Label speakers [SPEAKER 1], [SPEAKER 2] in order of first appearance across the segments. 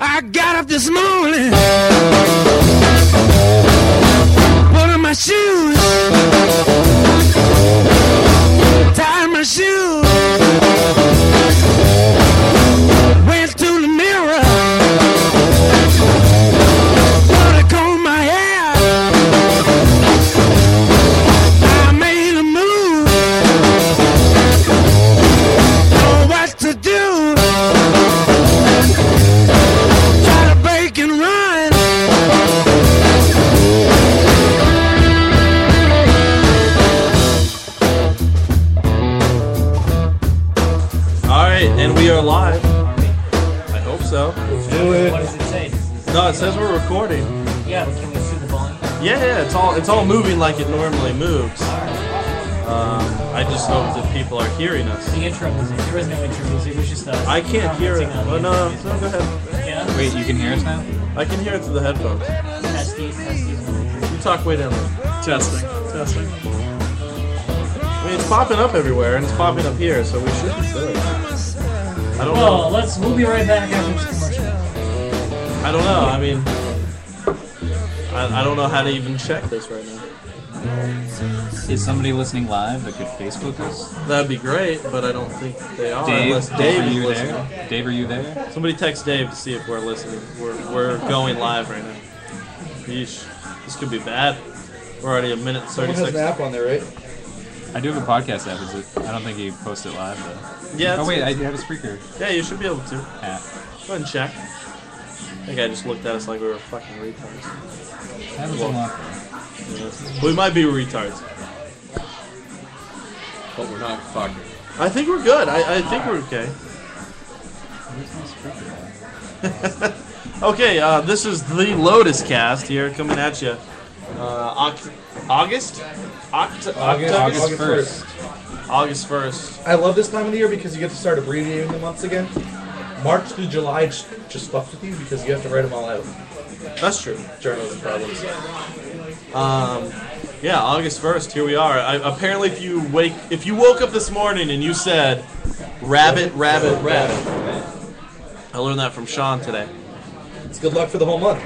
[SPEAKER 1] I got up this morning, put on my shoes, tied my shoes, went to the mirror, put a comb in my hair. I made a move, know what to do. Try to break and run.
[SPEAKER 2] All right, and we are live. I hope so.
[SPEAKER 3] What does it say?
[SPEAKER 2] No, it says we're recording.
[SPEAKER 3] Yeah, but can we see the volume?
[SPEAKER 2] Yeah, yeah, it's all it's all moving like it normally moves. Um, I just hope that people are hearing us.
[SPEAKER 3] The intro music. There was no intro music. It was just us.
[SPEAKER 2] I can't hear it.
[SPEAKER 3] commenting on the
[SPEAKER 2] Oh no,
[SPEAKER 3] intro
[SPEAKER 2] no, go ahead.
[SPEAKER 3] music. Yeah.
[SPEAKER 4] Wait, you can hear us now?
[SPEAKER 2] I can hear it through the headphones.
[SPEAKER 3] Testy, testy.
[SPEAKER 2] You talk way down there.
[SPEAKER 4] Testing. Testing.
[SPEAKER 2] I mean, it's popping up everywhere, and it's popping up here, so we should be good. I don't know.
[SPEAKER 3] Well, let's. We'll be right back after this commercial.
[SPEAKER 2] I don't know. I mean, I, I don't know how to even check this right now.
[SPEAKER 4] Is somebody listening live that could Facebook us?
[SPEAKER 2] That'd be great, but I don't think they are
[SPEAKER 4] Oh, Dave,
[SPEAKER 2] unless Dave
[SPEAKER 4] are
[SPEAKER 2] is
[SPEAKER 4] you
[SPEAKER 2] listening.
[SPEAKER 4] there? Dave, are you there?
[SPEAKER 2] Somebody text Dave to see if we're listening. We're, we're going live right now. Yeesh. This could be bad. We're already a minute and 30
[SPEAKER 5] Someone has
[SPEAKER 2] seconds.
[SPEAKER 5] an app on there, right?
[SPEAKER 4] I do have a podcast app. Is it? I don't think you post it live though.
[SPEAKER 2] Yeah,
[SPEAKER 4] Oh
[SPEAKER 2] it's-
[SPEAKER 4] wait, I do have a speaker
[SPEAKER 2] yeah, you should be able to. Go
[SPEAKER 4] app.
[SPEAKER 2] ahead and check. I think I just looked at us like we were fucking retards.
[SPEAKER 4] That was unlocked.
[SPEAKER 2] Yeah. We might be retards.
[SPEAKER 5] But we're not fucking.
[SPEAKER 2] I think we're good. I, I think we're okay.
[SPEAKER 4] Where's my speaker at?
[SPEAKER 2] Okay, uh, this is the Lotus Cast here coming at you. Uh, Oct- August? Oct-
[SPEAKER 4] August,
[SPEAKER 2] October?
[SPEAKER 4] August first.
[SPEAKER 2] August 1st.
[SPEAKER 5] I love this time of the year because you get to start abbreviating the months again. March through July just, just fucks with you because you have to write them all out.
[SPEAKER 2] That's true.
[SPEAKER 5] Journalism problems.
[SPEAKER 2] Um, yeah, August first. Here we are. I, apparently, if you wake, if you woke up this morning and you said, "Rabbit, rabbit, rabbit," I learned that from Sean today.
[SPEAKER 5] It's good luck for the whole month.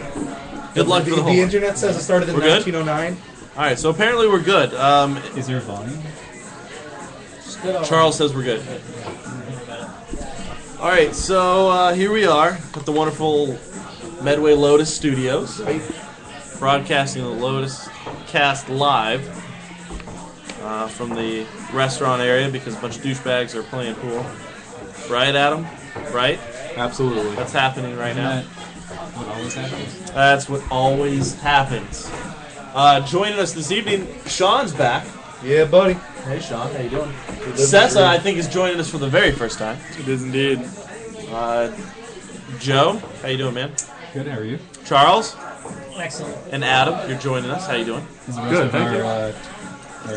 [SPEAKER 2] Good luck for the whole. month.
[SPEAKER 5] internet says it started in
[SPEAKER 2] We're good?
[SPEAKER 5] 1909.
[SPEAKER 2] All right, so apparently we're good. Um,
[SPEAKER 4] Is there a volume?
[SPEAKER 3] Just good.
[SPEAKER 2] Charles says we're good. All right, so uh, here we are at the wonderful Medway Lotus Studios, broadcasting the Lotus Cast live uh, from the restaurant area because a bunch of douchebags are playing pool. Right, Adam? Right?
[SPEAKER 4] Absolutely.
[SPEAKER 2] That's happening right
[SPEAKER 4] Isn't
[SPEAKER 2] now.
[SPEAKER 4] that what always happens?
[SPEAKER 2] That's what always happens. Uh, joining us this evening, Sean's back.
[SPEAKER 5] Yeah, buddy.
[SPEAKER 2] Hey, Sean, how you doing?
[SPEAKER 5] We live in
[SPEAKER 2] Sessa,
[SPEAKER 5] the
[SPEAKER 2] I think, is joining us for the very first time.
[SPEAKER 4] It is indeed.
[SPEAKER 2] Uh, Joe, how you doing, man?
[SPEAKER 4] Good. How are you?
[SPEAKER 2] Charles
[SPEAKER 3] Excellent.
[SPEAKER 2] and Adam, you're joining us. How you doing?
[SPEAKER 4] Is the rest
[SPEAKER 6] Good,
[SPEAKER 4] of
[SPEAKER 6] thank
[SPEAKER 4] our,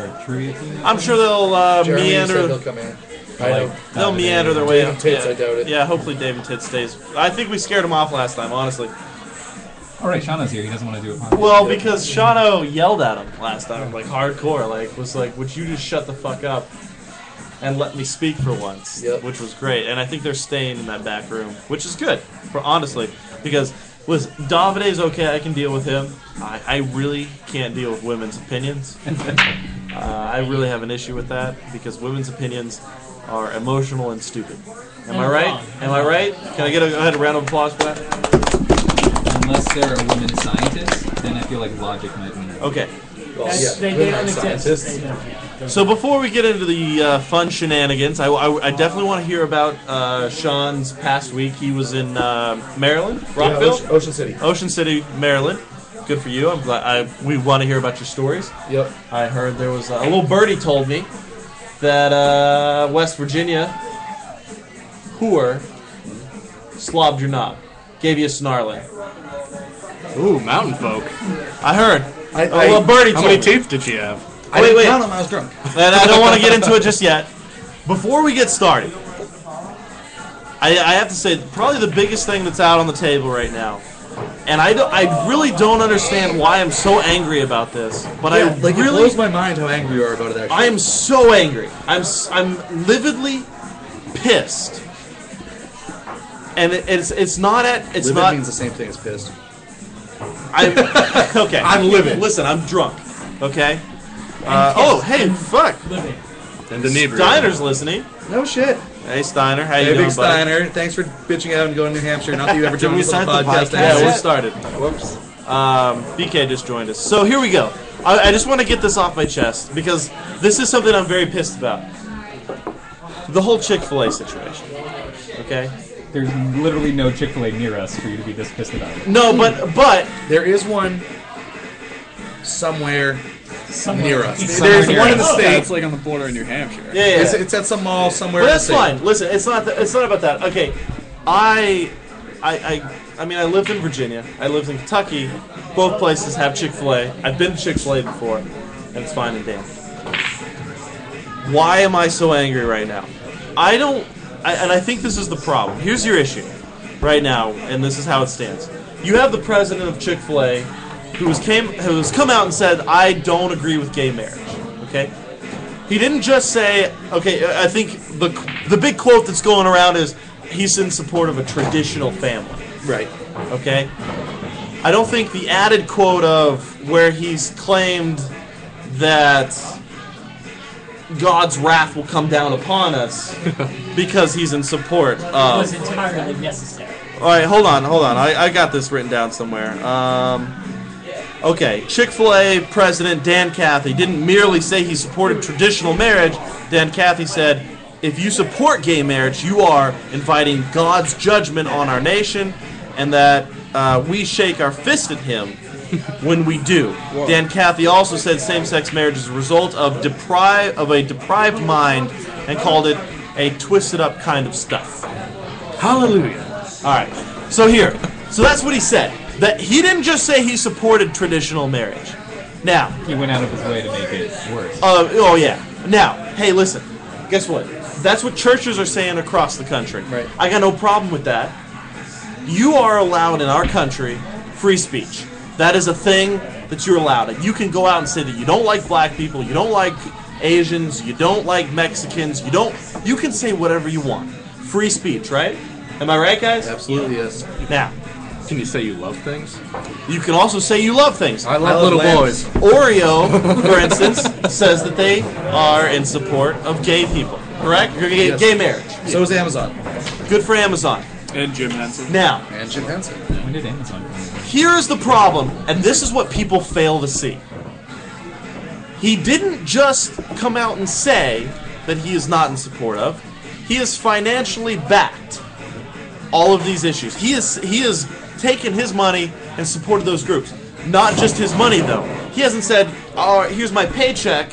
[SPEAKER 6] you.
[SPEAKER 4] Uh, our trivia team?
[SPEAKER 2] I'm sure they'll uh,
[SPEAKER 5] dream. Jeremy said
[SPEAKER 2] meander.
[SPEAKER 5] he'll come in. I know.
[SPEAKER 4] Like,
[SPEAKER 2] They'll
[SPEAKER 4] dominated.
[SPEAKER 2] meander their way
[SPEAKER 5] Dave
[SPEAKER 2] up.
[SPEAKER 5] and Tits,
[SPEAKER 2] yeah.
[SPEAKER 5] I doubt it.
[SPEAKER 2] yeah, hopefully David Tit stays. I think we scared him off last time, honestly.
[SPEAKER 4] All right, Shauna's here. He doesn't want to do a podcast.
[SPEAKER 2] Well, because Shano yelled at him last time, like hardcore, like was like, "Would you just shut the fuck up and let me speak for once?"
[SPEAKER 5] Yep.
[SPEAKER 2] Which was great, and I think they're staying in that back room, which is good for honestly, because was Davide's okay? I can deal with him. I, I really can't deal with women's opinions. uh, I really have an issue with that because women's opinions are emotional and stupid. Am I
[SPEAKER 3] Not
[SPEAKER 2] right?
[SPEAKER 3] wrong.
[SPEAKER 2] Am I right? Can I get a, go ahead, a round of applause for that?
[SPEAKER 4] unless they're a woman scientist, then I feel like logic might win.
[SPEAKER 2] Okay.
[SPEAKER 5] Well,
[SPEAKER 3] That's,
[SPEAKER 5] oh, yeah,
[SPEAKER 3] they,
[SPEAKER 5] we're
[SPEAKER 3] they
[SPEAKER 5] not
[SPEAKER 3] don't exist.
[SPEAKER 5] scientists.
[SPEAKER 3] They don't, yeah.
[SPEAKER 2] So before we get into the uh, fun shenanigans, I, I- I definitely want to hear about uh, Sean's past week. He was in uh, Maryland,
[SPEAKER 5] Yeah,
[SPEAKER 2] Rockville,
[SPEAKER 5] Ocean, Ocean City.
[SPEAKER 2] Ocean City, Maryland. Good for you. I'm glad. I, we want to hear about your stories.
[SPEAKER 5] Yep.
[SPEAKER 2] I heard there was uh, a, a little birdie told me that uh, West Virginia whore slobbed your knob, gave you a snarling.
[SPEAKER 6] Ooh, mountain folk.
[SPEAKER 2] I heard.
[SPEAKER 5] I,
[SPEAKER 2] A little
[SPEAKER 5] I,
[SPEAKER 2] birdie
[SPEAKER 6] How
[SPEAKER 2] told
[SPEAKER 6] many
[SPEAKER 2] me.
[SPEAKER 6] teeth did you have?
[SPEAKER 5] I
[SPEAKER 2] Wait,
[SPEAKER 5] didn't
[SPEAKER 2] wait.
[SPEAKER 5] count them. I was drunk.
[SPEAKER 2] and I don't want to get into it just yet. Before we get started, I, I have to say probably the biggest thing that's out on the table right now, and I, don't- I really don't understand why I'm so angry about this, but
[SPEAKER 5] Yeah,
[SPEAKER 2] I
[SPEAKER 5] like it
[SPEAKER 2] really
[SPEAKER 5] blows my mind how angry you are about it. Actually,
[SPEAKER 2] I am so angry. I'm s- I'm lividly pissed and it, it's it's not at it's
[SPEAKER 5] Livid
[SPEAKER 2] not.
[SPEAKER 5] means the same thing as pissed.
[SPEAKER 2] I, okay,
[SPEAKER 5] I'm livid.
[SPEAKER 2] Listen, I'm drunk. Okay. Uh, oh, hey, fuck.
[SPEAKER 3] Living.
[SPEAKER 6] And inebriated.
[SPEAKER 2] Steiner's listening.
[SPEAKER 5] No shit.
[SPEAKER 2] Hey, Steiner, how you
[SPEAKER 5] Hey,
[SPEAKER 2] doing,
[SPEAKER 5] Big
[SPEAKER 2] buddy?
[SPEAKER 5] Steiner, thanks for bitching out and going to New Hampshire. Not that you ever
[SPEAKER 2] Did
[SPEAKER 5] joined
[SPEAKER 2] we
[SPEAKER 5] us on
[SPEAKER 2] start
[SPEAKER 5] the
[SPEAKER 2] the
[SPEAKER 5] podcast.
[SPEAKER 2] podcast?
[SPEAKER 5] That's
[SPEAKER 2] Yeah, we
[SPEAKER 5] it.
[SPEAKER 2] started.
[SPEAKER 5] Whoops.
[SPEAKER 2] Um, BK just joined us. So here we go. I, I just want to get this off my chest because this is something I'm very pissed about. The whole Chick Fil A situation. Okay.
[SPEAKER 4] There's literally no Chick Fil A near us for you to be this pissed about it.
[SPEAKER 2] No, but but
[SPEAKER 5] There is one somewhere
[SPEAKER 3] Somewhere.
[SPEAKER 5] near us.
[SPEAKER 4] Somewhere
[SPEAKER 5] There's
[SPEAKER 4] near
[SPEAKER 5] one in the
[SPEAKER 4] us. Oh,
[SPEAKER 5] state.
[SPEAKER 6] It's Oh, like on the border of New Hampshire.
[SPEAKER 2] yeah, yeah.
[SPEAKER 5] It's,
[SPEAKER 2] yeah.
[SPEAKER 5] it's at some mall somewhere. in
[SPEAKER 2] But
[SPEAKER 5] the
[SPEAKER 2] that's
[SPEAKER 5] state.
[SPEAKER 2] fine. Listen, it's not th- it's not about that. Okay, I, I, I, I mean, I lived in Virginia. I lived in Kentucky. Both places have Chick Fil A. I've been to Chick Fil A before, and it's fine and damn. Why am I so angry right now? I don't, I, and I think this is the problem. Here's your issue, right now, and this is how it stands. You have the president of Chick Fil A, who has came who has come out and said, I don't agree with gay marriage. Okay, he didn't just say, okay, I think the the big quote that's going around is he's in support of a traditional family,
[SPEAKER 5] Right.
[SPEAKER 2] okay? I don't think the added quote of where he's claimed that God's wrath will come down upon us because he's in support of
[SPEAKER 3] was entirely necessary.
[SPEAKER 2] all right, hold on, hold on. I, I got this written down somewhere. Um, okay, Chick fil A president Dan Cathy didn't merely say he supported traditional marriage. Dan Cathy said, if you support gay marriage, you are inviting God's judgment on our nation, and that uh, we shake our fist at him when we do. Dan Cathy also said same sex marriage is a result of, depri- of a deprived mind and called it a twisted up kind of stuff.
[SPEAKER 6] Hallelujah.
[SPEAKER 2] All right. So here, so that's what he said. That he didn't just say he supported traditional marriage. Now,
[SPEAKER 4] He went out of his way to make it worse.
[SPEAKER 2] uh, oh yeah. Now, hey, listen. Guess what? That's what churches are saying across the country.
[SPEAKER 5] Right.
[SPEAKER 2] I got no problem with that. You are allowed in our country free speech. That is a thing that you're allowed. You can go out and say that you don't like black people, you don't like Asians, you don't like Mexicans, you don't. You can say whatever you want. Free speech, right? Am I right, guys?
[SPEAKER 5] Absolutely yes.
[SPEAKER 2] Now,
[SPEAKER 6] Can you say you love things?
[SPEAKER 2] You can also say you love things.
[SPEAKER 5] I love little
[SPEAKER 6] lambs.
[SPEAKER 5] boys.
[SPEAKER 2] Oreo, for instance, says that they are in support of gay people, correct? Gay,
[SPEAKER 5] Yes.
[SPEAKER 2] gay marriage.
[SPEAKER 5] So is Amazon
[SPEAKER 2] Good for Amazon.
[SPEAKER 6] And Jim Henson.
[SPEAKER 2] Now,
[SPEAKER 5] and Jim Henson.
[SPEAKER 4] When did Amazon come in?
[SPEAKER 2] here is the problem, and this is what people fail to see. He didn't just come out and say that he is not in support of. He is financially backed all of these issues. He is he has taken his money and supported those groups. Not just his money though. He hasn't said, "All right, here's my paycheck.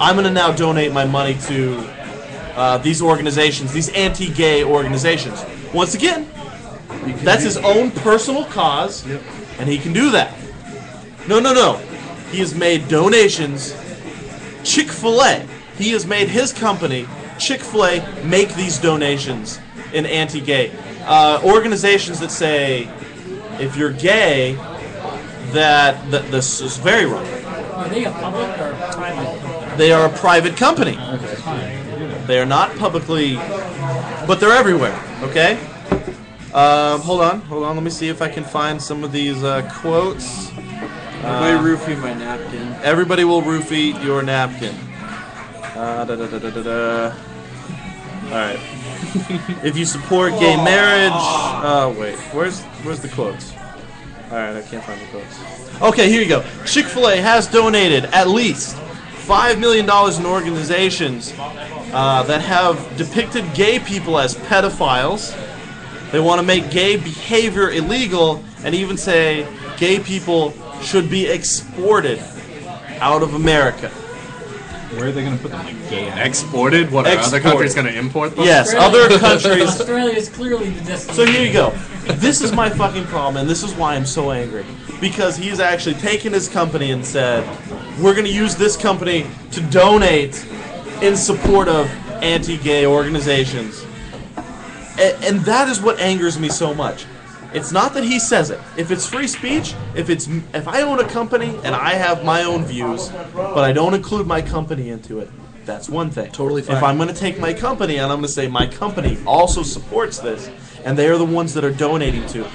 [SPEAKER 2] I'm gonna now donate my money to uh, these organizations, these anti-gay organizations." Once again, that's his own personal cause, and he can do that. No, no, no. He has made donations. Chick fil A. He has made his company, Chick fil A, make these donations in anti gay. Uh, organizations that say, if you're gay, that, that this is very wrong.
[SPEAKER 3] Are they a public or a private company?
[SPEAKER 2] They are a private company. They are not publicly, but they're everywhere. Okay. Um, hold on, hold on. Let me see if I can find some of these uh, quotes. Uh,
[SPEAKER 7] roofie my napkin.
[SPEAKER 2] Everybody will roofie your napkin. Uh, da, da, da, da, da, da. All right. if you support gay marriage, oh wait, where's where's the quotes? All right, I can't find the quotes. Okay, here you go. Chick Fil A has donated at least five million dollars in organizations uh, that have depicted gay people as pedophiles. They want to make gay behavior illegal and even say gay people should be exported out of America.
[SPEAKER 4] Where are they going to put them? Like gay ass?
[SPEAKER 6] Exported? What, are other
[SPEAKER 2] Exported.
[SPEAKER 6] countries going to import them?
[SPEAKER 2] Yes, other countries
[SPEAKER 3] Australia is clearly the destination.
[SPEAKER 2] So here you go. This is my fucking problem, and this is why I'm so angry. Because he's actually taken his company and said, we're going to use this company to donate in support of anti gay organizations. And, and that is what angers me so much. It's not that he says it. If it's free speech, if it's if I own a company and I have my own views, but I don't include my company into it, that's one thing.
[SPEAKER 5] Totally
[SPEAKER 2] If
[SPEAKER 5] fine.
[SPEAKER 2] I'm going to take my company and I'm going to say my company also supports this, and they are the ones that are donating to.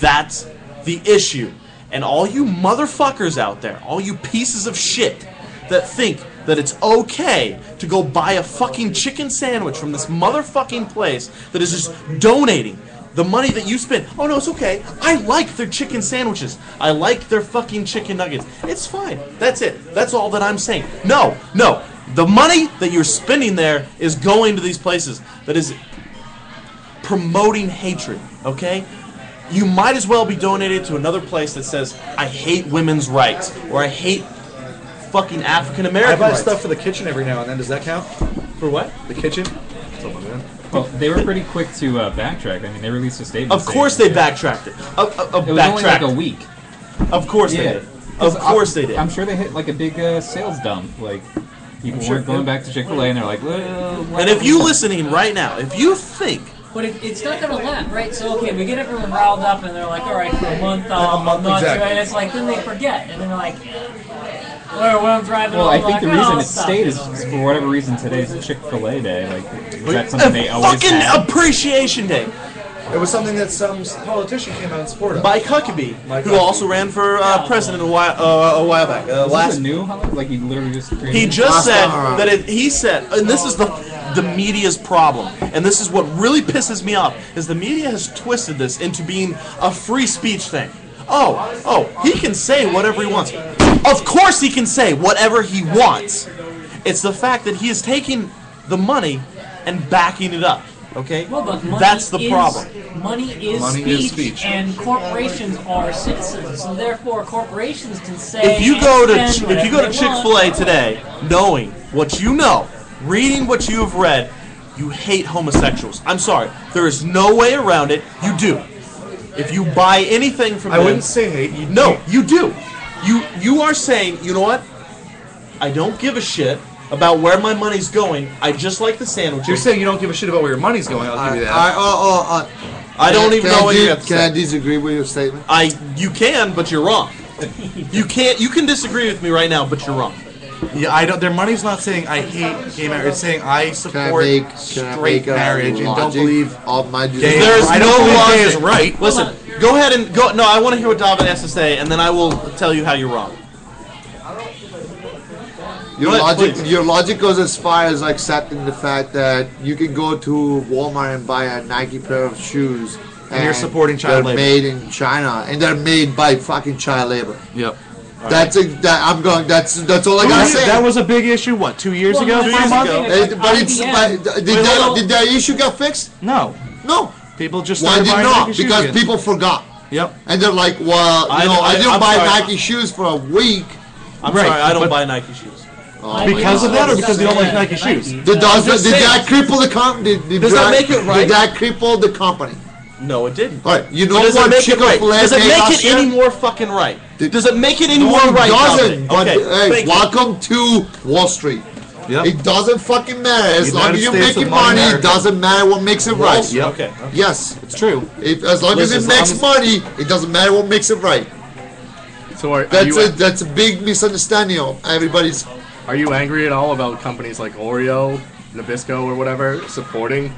[SPEAKER 2] That's the issue. And all you motherfuckers out there, all you pieces of shit that think that it's okay to go buy a fucking chicken sandwich from this motherfucking place that is just donating the money that you spend. Oh no, it's okay. I like their chicken sandwiches. I like their fucking chicken nuggets. It's fine. That's it. That's all that I'm saying. No, no. The money that you're spending there is going to these places that is promoting hatred, okay? You might as well be donated to another place that says, I hate women's rights or I hate fucking African
[SPEAKER 5] I
[SPEAKER 2] American
[SPEAKER 5] buy
[SPEAKER 2] rights.
[SPEAKER 5] stuff for the kitchen every now and then. Does that count?
[SPEAKER 2] for what?
[SPEAKER 5] The kitchen? What's up, my man?
[SPEAKER 4] Well, they were pretty quick to uh, backtrack. I mean, they released a statement.
[SPEAKER 2] Of
[SPEAKER 4] saying-
[SPEAKER 2] course they
[SPEAKER 4] Yeah.
[SPEAKER 2] backtracked it. Of, of, of
[SPEAKER 4] It was only like
[SPEAKER 2] backtracked.
[SPEAKER 4] a week.
[SPEAKER 2] Of course they
[SPEAKER 4] Yeah.
[SPEAKER 2] did. Of course they did.
[SPEAKER 4] I'm sure they hit like a big uh, sales dump. Like people
[SPEAKER 5] sure-
[SPEAKER 4] weren't going back to Chick Fil A, and they're like, well, why
[SPEAKER 2] and
[SPEAKER 4] don't
[SPEAKER 2] if
[SPEAKER 4] we-
[SPEAKER 2] you listening right now, if you think
[SPEAKER 3] But it, it's not going to last, right? So, okay, we get everyone riled up and they're like, all right, for a month, uh,
[SPEAKER 5] a month,
[SPEAKER 3] I'm not
[SPEAKER 5] exactly.
[SPEAKER 3] sure. And it's like, then they forget. And then they're like, well, when I'm driving
[SPEAKER 4] well, I
[SPEAKER 3] home,
[SPEAKER 4] think the
[SPEAKER 3] like, oh,
[SPEAKER 4] reason
[SPEAKER 3] I'll
[SPEAKER 4] it
[SPEAKER 3] stop
[SPEAKER 4] stayed is
[SPEAKER 3] over
[SPEAKER 4] just
[SPEAKER 3] here.
[SPEAKER 4] for whatever reason today's Chick Fil A Day. Like, was that something they
[SPEAKER 2] a
[SPEAKER 4] always
[SPEAKER 2] fucking
[SPEAKER 4] had?
[SPEAKER 2] appreciation day
[SPEAKER 5] It was something that some s- politician came out in support of.
[SPEAKER 2] Mike Huckabee,
[SPEAKER 5] Mike
[SPEAKER 2] who
[SPEAKER 5] Huckabee.
[SPEAKER 2] also ran for uh, president a while uh, a while back. Uh,
[SPEAKER 4] Is this
[SPEAKER 2] last
[SPEAKER 4] a new holiday? Like you literally just created
[SPEAKER 2] He
[SPEAKER 4] it?
[SPEAKER 2] just said
[SPEAKER 7] hour.
[SPEAKER 2] that it, he said, and this is the the media's problem, and this is what really pisses me off is the media has twisted this into being a free speech thing. Oh, oh, he can say whatever he wants. Of course, he can say whatever he wants. It's the fact that he is taking the money and backing it up. Okay,
[SPEAKER 3] Well, but money
[SPEAKER 2] that's the
[SPEAKER 3] is,
[SPEAKER 2] problem.
[SPEAKER 3] Money is
[SPEAKER 6] Money
[SPEAKER 3] speech,
[SPEAKER 6] is speech.
[SPEAKER 3] and corporations are citizens, so therefore corporations can say.
[SPEAKER 2] If you go to
[SPEAKER 3] and spend
[SPEAKER 2] if you go
[SPEAKER 3] whatever
[SPEAKER 2] to
[SPEAKER 3] they
[SPEAKER 2] Chick Fil A
[SPEAKER 3] want.
[SPEAKER 2] today, knowing what you know, reading what you have read, you hate homosexuals. I'm sorry, there is no way around it. You do. If you buy anything from
[SPEAKER 5] I
[SPEAKER 2] them,
[SPEAKER 5] wouldn't say hate. You
[SPEAKER 2] no, you do. You you are saying, you know what? I don't give a shit about where my money's going. I just like the sandwiches.
[SPEAKER 5] You're saying you don't give a shit about where your money's going. I'll give you that.
[SPEAKER 7] I, oh, oh, uh,
[SPEAKER 2] I don't even
[SPEAKER 7] can
[SPEAKER 2] know what
[SPEAKER 7] I
[SPEAKER 2] you
[SPEAKER 7] di-
[SPEAKER 2] have to
[SPEAKER 7] Can
[SPEAKER 2] say.
[SPEAKER 7] I disagree with your statement?
[SPEAKER 2] I you can, but you're wrong. You can't. You can disagree with me right now, but you're wrong.
[SPEAKER 5] yeah, I don't. Their money's not saying I hate gay marriage. It's saying I
[SPEAKER 7] Can I
[SPEAKER 5] support
[SPEAKER 7] make, can I
[SPEAKER 5] straight
[SPEAKER 7] make a
[SPEAKER 5] marriage and don't
[SPEAKER 7] logic
[SPEAKER 5] believe
[SPEAKER 7] of my
[SPEAKER 5] gay.
[SPEAKER 2] There is
[SPEAKER 5] I don't
[SPEAKER 2] no
[SPEAKER 5] believe gay
[SPEAKER 2] logic.
[SPEAKER 5] is right.
[SPEAKER 2] Listen, go ahead and go. No, I want to hear what Donovan has to say, and then I will tell you how you're wrong.
[SPEAKER 7] Your
[SPEAKER 2] Go ahead,
[SPEAKER 7] logic,
[SPEAKER 2] please.
[SPEAKER 7] your logic goes as far as accepting the fact that you can go to Walmart and buy a Nike pair of shoes, and,
[SPEAKER 5] you're supporting child
[SPEAKER 7] they're
[SPEAKER 5] labor.
[SPEAKER 7] made in China, and they're made by fucking child labor.
[SPEAKER 6] Yep.
[SPEAKER 7] That's a, that I'm going. That's that's all I gotta say.
[SPEAKER 5] That was a big issue. What two years
[SPEAKER 3] Well,
[SPEAKER 5] ago?
[SPEAKER 3] no,
[SPEAKER 5] Three
[SPEAKER 3] my
[SPEAKER 5] years
[SPEAKER 3] money
[SPEAKER 5] ago?
[SPEAKER 3] is-
[SPEAKER 7] Uh, but it's
[SPEAKER 3] IBM.
[SPEAKER 7] but did,
[SPEAKER 2] Wait,
[SPEAKER 7] that,
[SPEAKER 2] hold on.
[SPEAKER 7] did that issue get fixed?
[SPEAKER 5] No,
[SPEAKER 7] No.
[SPEAKER 5] people just
[SPEAKER 7] Why
[SPEAKER 5] started
[SPEAKER 7] did
[SPEAKER 5] buying
[SPEAKER 7] not?
[SPEAKER 5] Nike shoes
[SPEAKER 7] Because
[SPEAKER 5] again.
[SPEAKER 7] people forgot.
[SPEAKER 5] Yep.
[SPEAKER 7] And they're like, well, you
[SPEAKER 2] I-
[SPEAKER 7] know, I,
[SPEAKER 2] I-
[SPEAKER 7] didn't
[SPEAKER 2] I'm
[SPEAKER 7] buy
[SPEAKER 2] sorry.
[SPEAKER 7] Nike shoes for a week.
[SPEAKER 2] I'm
[SPEAKER 5] Right,
[SPEAKER 2] sorry, I don't
[SPEAKER 5] but-
[SPEAKER 2] buy Nike shoes.
[SPEAKER 7] Oh,
[SPEAKER 3] Like,
[SPEAKER 5] Because
[SPEAKER 3] you
[SPEAKER 5] of
[SPEAKER 3] know,
[SPEAKER 5] that or
[SPEAKER 3] it's
[SPEAKER 5] because they don't
[SPEAKER 3] not
[SPEAKER 5] like Nike shoes?
[SPEAKER 7] Did, does,
[SPEAKER 2] just
[SPEAKER 7] did
[SPEAKER 2] saying.
[SPEAKER 7] that cripple the company? Did, did
[SPEAKER 2] Does that
[SPEAKER 7] that
[SPEAKER 2] make it right?
[SPEAKER 7] Did that cripple the company?
[SPEAKER 2] No, it didn't.
[SPEAKER 7] All right, you know
[SPEAKER 2] But does it
[SPEAKER 7] what
[SPEAKER 2] make it
[SPEAKER 7] Chick-fil-A
[SPEAKER 2] right? Does it
[SPEAKER 7] made
[SPEAKER 2] make
[SPEAKER 7] last
[SPEAKER 2] it any
[SPEAKER 7] year?
[SPEAKER 2] more fucking right?
[SPEAKER 7] Did-
[SPEAKER 2] Does it make it any
[SPEAKER 7] No,
[SPEAKER 2] more
[SPEAKER 7] it
[SPEAKER 2] right? Donovan?
[SPEAKER 7] doesn't. But
[SPEAKER 2] okay,
[SPEAKER 7] hey,
[SPEAKER 2] thank you.
[SPEAKER 7] welcome to Wall Street.
[SPEAKER 5] Yep.
[SPEAKER 7] It doesn't fucking matter. As long
[SPEAKER 5] United
[SPEAKER 7] as you're
[SPEAKER 5] States
[SPEAKER 7] making
[SPEAKER 5] of
[SPEAKER 7] money, it
[SPEAKER 5] America.
[SPEAKER 7] doesn't matter what makes it right.
[SPEAKER 5] Street. Yep.
[SPEAKER 2] Okay.
[SPEAKER 7] Yes,
[SPEAKER 5] It's true.
[SPEAKER 7] If as long
[SPEAKER 5] Listen,
[SPEAKER 7] as it
[SPEAKER 5] as long
[SPEAKER 7] makes
[SPEAKER 5] as-
[SPEAKER 7] money, it doesn't matter what makes it right.
[SPEAKER 6] So are, are,
[SPEAKER 7] That's
[SPEAKER 6] you,
[SPEAKER 7] a that's a big misunderstanding of everybody's.
[SPEAKER 6] are you angry at all about companies like Oreo, Nabisco, or whatever supporting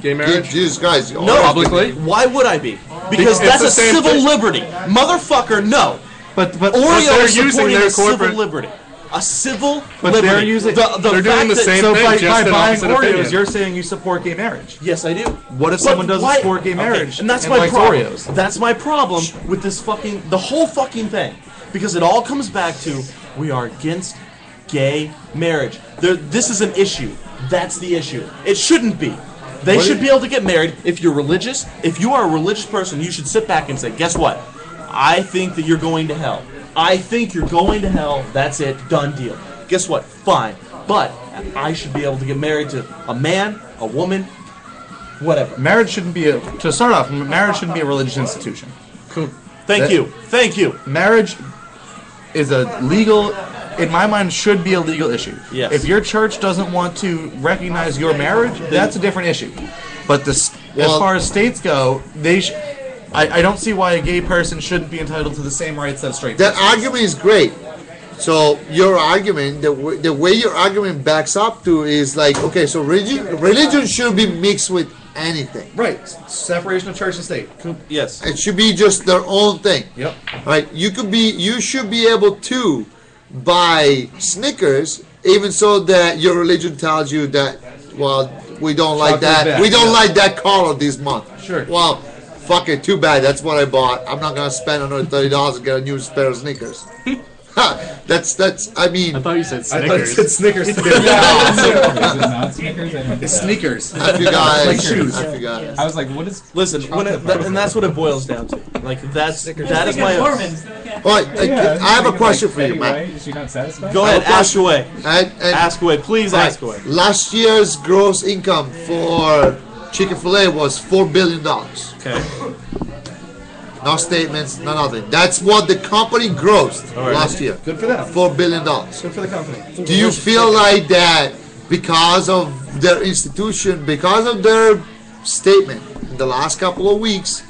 [SPEAKER 6] gay
[SPEAKER 7] Dude,
[SPEAKER 6] marriage?
[SPEAKER 7] Jesus guys,
[SPEAKER 2] No,
[SPEAKER 6] Publicly?
[SPEAKER 2] Why would I be?
[SPEAKER 6] Because
[SPEAKER 2] Because that's
[SPEAKER 6] it's the
[SPEAKER 2] a
[SPEAKER 6] same
[SPEAKER 2] civil
[SPEAKER 6] thing.
[SPEAKER 2] liberty, motherfucker. No,
[SPEAKER 5] But but
[SPEAKER 6] But
[SPEAKER 2] Oreo
[SPEAKER 6] they're
[SPEAKER 2] is
[SPEAKER 6] using
[SPEAKER 2] supporting
[SPEAKER 6] their
[SPEAKER 2] a civil
[SPEAKER 6] corporate-
[SPEAKER 2] liberty. A civil
[SPEAKER 5] But
[SPEAKER 2] liberty.
[SPEAKER 5] they're using-
[SPEAKER 2] the, the
[SPEAKER 6] they're doing
[SPEAKER 2] fact
[SPEAKER 6] the
[SPEAKER 2] that-
[SPEAKER 6] same
[SPEAKER 5] so
[SPEAKER 6] thing,
[SPEAKER 5] by,
[SPEAKER 6] just
[SPEAKER 5] by
[SPEAKER 6] an
[SPEAKER 5] buying
[SPEAKER 6] opposite
[SPEAKER 5] Oreos,
[SPEAKER 6] opinion.
[SPEAKER 5] you're saying you support gay marriage.
[SPEAKER 2] Yes, I do.
[SPEAKER 5] What if
[SPEAKER 2] But
[SPEAKER 5] someone doesn't
[SPEAKER 2] why-
[SPEAKER 5] support gay
[SPEAKER 2] okay,
[SPEAKER 5] marriage
[SPEAKER 2] And that's
[SPEAKER 5] and
[SPEAKER 2] my
[SPEAKER 5] likes
[SPEAKER 2] problem.
[SPEAKER 5] Oreos?
[SPEAKER 2] That's my problem with this fucking the whole fucking thing, because it all comes back to we are against gay marriage. There, this is an issue. That's the issue. It shouldn't be. They should be able to get married if you're religious. If you are a religious person, you should sit back and say, guess what? I think that you're going to hell. I think you're going to hell. That's it. Done deal. Guess what? Fine. But I should be able to get married to a man, a woman, whatever.
[SPEAKER 5] Marriage shouldn't be a to start off. Marriage shouldn't be a religious institution.
[SPEAKER 2] Thank
[SPEAKER 5] That-
[SPEAKER 2] you. Thank you.
[SPEAKER 5] marriage is a legal in my mind should be a legal issue
[SPEAKER 2] Yes.
[SPEAKER 5] if your church doesn't want to recognize your marriage that's a different issue but the s as
[SPEAKER 7] Well-
[SPEAKER 5] far as states go they sh- I, I don't see why a gay person shouldn't be entitled to the same rights that a straight
[SPEAKER 7] That
[SPEAKER 5] person.
[SPEAKER 7] argument is great. So your argument, the, w- the way your argument backs up to is like, okay, so religion, religion should be mixed with anything.
[SPEAKER 5] Right. s- Separation of church and state.
[SPEAKER 2] Coop- Yes.
[SPEAKER 7] It should be just their own thing.
[SPEAKER 5] Yep.
[SPEAKER 7] Right? You could be you should be able to buy Snickers even so that your religion tells you that well we don't like
[SPEAKER 5] Chocolate
[SPEAKER 7] that
[SPEAKER 5] bad,
[SPEAKER 7] we don't
[SPEAKER 5] yeah.
[SPEAKER 7] like that color this month.
[SPEAKER 5] Sure.
[SPEAKER 7] Well, fuck it, too bad, that's what I bought. I'm not gonna spend another thirty dollars to get a new pair of sneakers. that's that's I mean
[SPEAKER 6] I thought you said
[SPEAKER 5] I thought you
[SPEAKER 6] Snickers.
[SPEAKER 5] said Snickers. yeah.
[SPEAKER 4] Is it not Snickers? I, don't know.
[SPEAKER 6] It's sneakers.
[SPEAKER 7] I forgot.
[SPEAKER 6] Like shoes.
[SPEAKER 7] I forgot.
[SPEAKER 4] I was like, what is?
[SPEAKER 2] Listen, when it, that, and that's what it boils down to. Like that's that is my.
[SPEAKER 3] Mormons.
[SPEAKER 7] All right, I,
[SPEAKER 4] Yeah, was
[SPEAKER 7] I have a
[SPEAKER 4] thinking,
[SPEAKER 7] question
[SPEAKER 4] like,
[SPEAKER 7] for you,
[SPEAKER 4] Betty
[SPEAKER 7] man.
[SPEAKER 4] White, Is she not satisfied?
[SPEAKER 2] Go ahead,
[SPEAKER 7] I have a
[SPEAKER 2] ask away.
[SPEAKER 7] And, and
[SPEAKER 2] Ask away, please
[SPEAKER 7] Right.
[SPEAKER 2] ask away.
[SPEAKER 7] Last year's gross income for Chick Fil A was four billion dollars.
[SPEAKER 2] Okay.
[SPEAKER 7] No statements, no nothing. That's what the company grossed
[SPEAKER 2] All right.
[SPEAKER 7] last year.
[SPEAKER 5] Good for them.
[SPEAKER 7] Four billion dollars.
[SPEAKER 5] Good for the company.
[SPEAKER 7] Do you feel like that because of their institution, because of their statement in the last couple of weeks,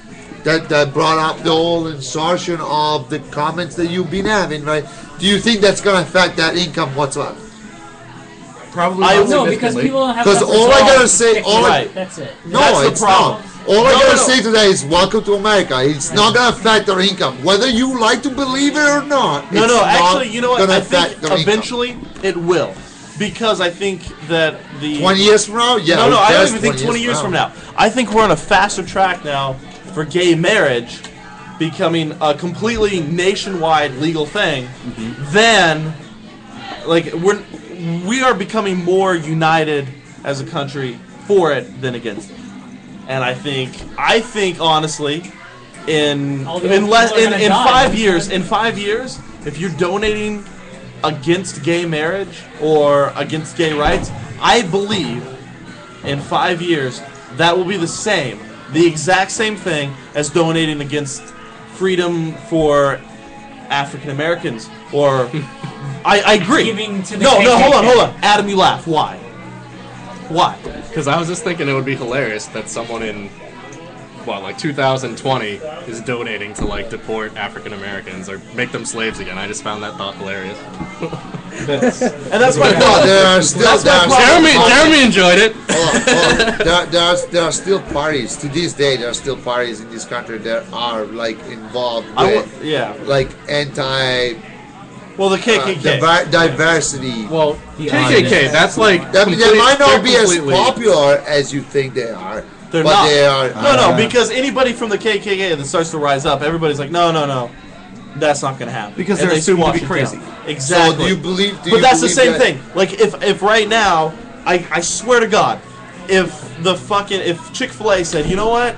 [SPEAKER 7] that, that brought up the whole insertion of the comments that you've been having, right? Do you think that's going to affect that income whatsoever?
[SPEAKER 5] Probably.
[SPEAKER 2] I-
[SPEAKER 5] not
[SPEAKER 2] No,
[SPEAKER 3] No, because
[SPEAKER 5] significantly.
[SPEAKER 3] people don't have.
[SPEAKER 7] 'Cause
[SPEAKER 3] enough
[SPEAKER 7] all I
[SPEAKER 3] resolve
[SPEAKER 7] gotta
[SPEAKER 3] to
[SPEAKER 7] say-
[SPEAKER 3] stick
[SPEAKER 7] all
[SPEAKER 2] I-
[SPEAKER 3] with it. That's it.
[SPEAKER 7] No,
[SPEAKER 2] That's the
[SPEAKER 7] it's
[SPEAKER 2] problem.
[SPEAKER 7] not. All I
[SPEAKER 2] No, no.
[SPEAKER 7] gotta say today is welcome to America. It's not gonna affect their income, whether you like to believe it or not.
[SPEAKER 2] No,
[SPEAKER 7] it's
[SPEAKER 2] no.
[SPEAKER 7] not
[SPEAKER 2] Actually, you know what?
[SPEAKER 7] gonna
[SPEAKER 2] I
[SPEAKER 7] affect
[SPEAKER 2] think
[SPEAKER 7] their income.
[SPEAKER 2] eventually it will, because I think that the
[SPEAKER 7] Twenty years from now, yeah.
[SPEAKER 2] no, no,
[SPEAKER 7] who
[SPEAKER 2] I don't
[SPEAKER 7] cares
[SPEAKER 2] even think 20 years from now. I think we're on a faster track now for gay marriage becoming a completely nationwide legal thing than like we're we are becoming more united as a country for it than against it. And I think I think honestly in
[SPEAKER 3] All the
[SPEAKER 2] in
[SPEAKER 3] old
[SPEAKER 2] less
[SPEAKER 3] people are
[SPEAKER 2] in,
[SPEAKER 3] gonna
[SPEAKER 2] in
[SPEAKER 3] die.
[SPEAKER 2] 5 years in 5 years if you're donating against gay marriage or against gay rights, I believe in five years, that will be the same, the exact same thing as donating against freedom for African Americans. Or, I, I agree.
[SPEAKER 3] Giving to the
[SPEAKER 2] no, no, hold
[SPEAKER 3] KKK.
[SPEAKER 2] on, hold on. Adam, you laugh. Why? Why?
[SPEAKER 6] Because I was just thinking it would be hilarious that someone in, what, Uh, like 2020 is donating to like deport African Americans or make them slaves again. I just found that thought hilarious.
[SPEAKER 4] That's,
[SPEAKER 2] And that's my
[SPEAKER 7] No,
[SPEAKER 2] thought.
[SPEAKER 7] there are still
[SPEAKER 2] That's my
[SPEAKER 7] there are
[SPEAKER 2] problem.
[SPEAKER 6] Jeremy,
[SPEAKER 7] still parties-
[SPEAKER 6] Jeremy enjoyed it.
[SPEAKER 7] Hold on, hold on. there, there are, there are still parties to this day. There are still parties in this country that are like involved with
[SPEAKER 2] I wa- yeah.
[SPEAKER 7] like anti
[SPEAKER 2] Well, the
[SPEAKER 7] uh,
[SPEAKER 2] KKK.
[SPEAKER 7] diver- diversity.
[SPEAKER 6] Well, KKK, that's like.
[SPEAKER 7] I mean, they
[SPEAKER 6] complete-
[SPEAKER 7] might not
[SPEAKER 6] they're
[SPEAKER 7] be as
[SPEAKER 6] completely-
[SPEAKER 7] popular as you think they are,
[SPEAKER 2] They're
[SPEAKER 7] but
[SPEAKER 2] not.
[SPEAKER 7] they are.
[SPEAKER 2] no, no,
[SPEAKER 4] Uh,
[SPEAKER 2] because anybody from the KKK that starts to rise up, everybody's like, no, no, no. That's not going to happen.
[SPEAKER 4] Because
[SPEAKER 2] And
[SPEAKER 4] they're
[SPEAKER 2] they
[SPEAKER 4] assumed to
[SPEAKER 2] squash
[SPEAKER 4] be
[SPEAKER 2] it
[SPEAKER 4] crazy.
[SPEAKER 2] down. Exactly.
[SPEAKER 7] So do you believe? Do
[SPEAKER 2] but
[SPEAKER 7] you
[SPEAKER 2] that's the
[SPEAKER 7] believe
[SPEAKER 2] same
[SPEAKER 7] that-
[SPEAKER 2] thing. Like if if right now, I I swear to God, if the fucking if Chick Fil A said, you know what,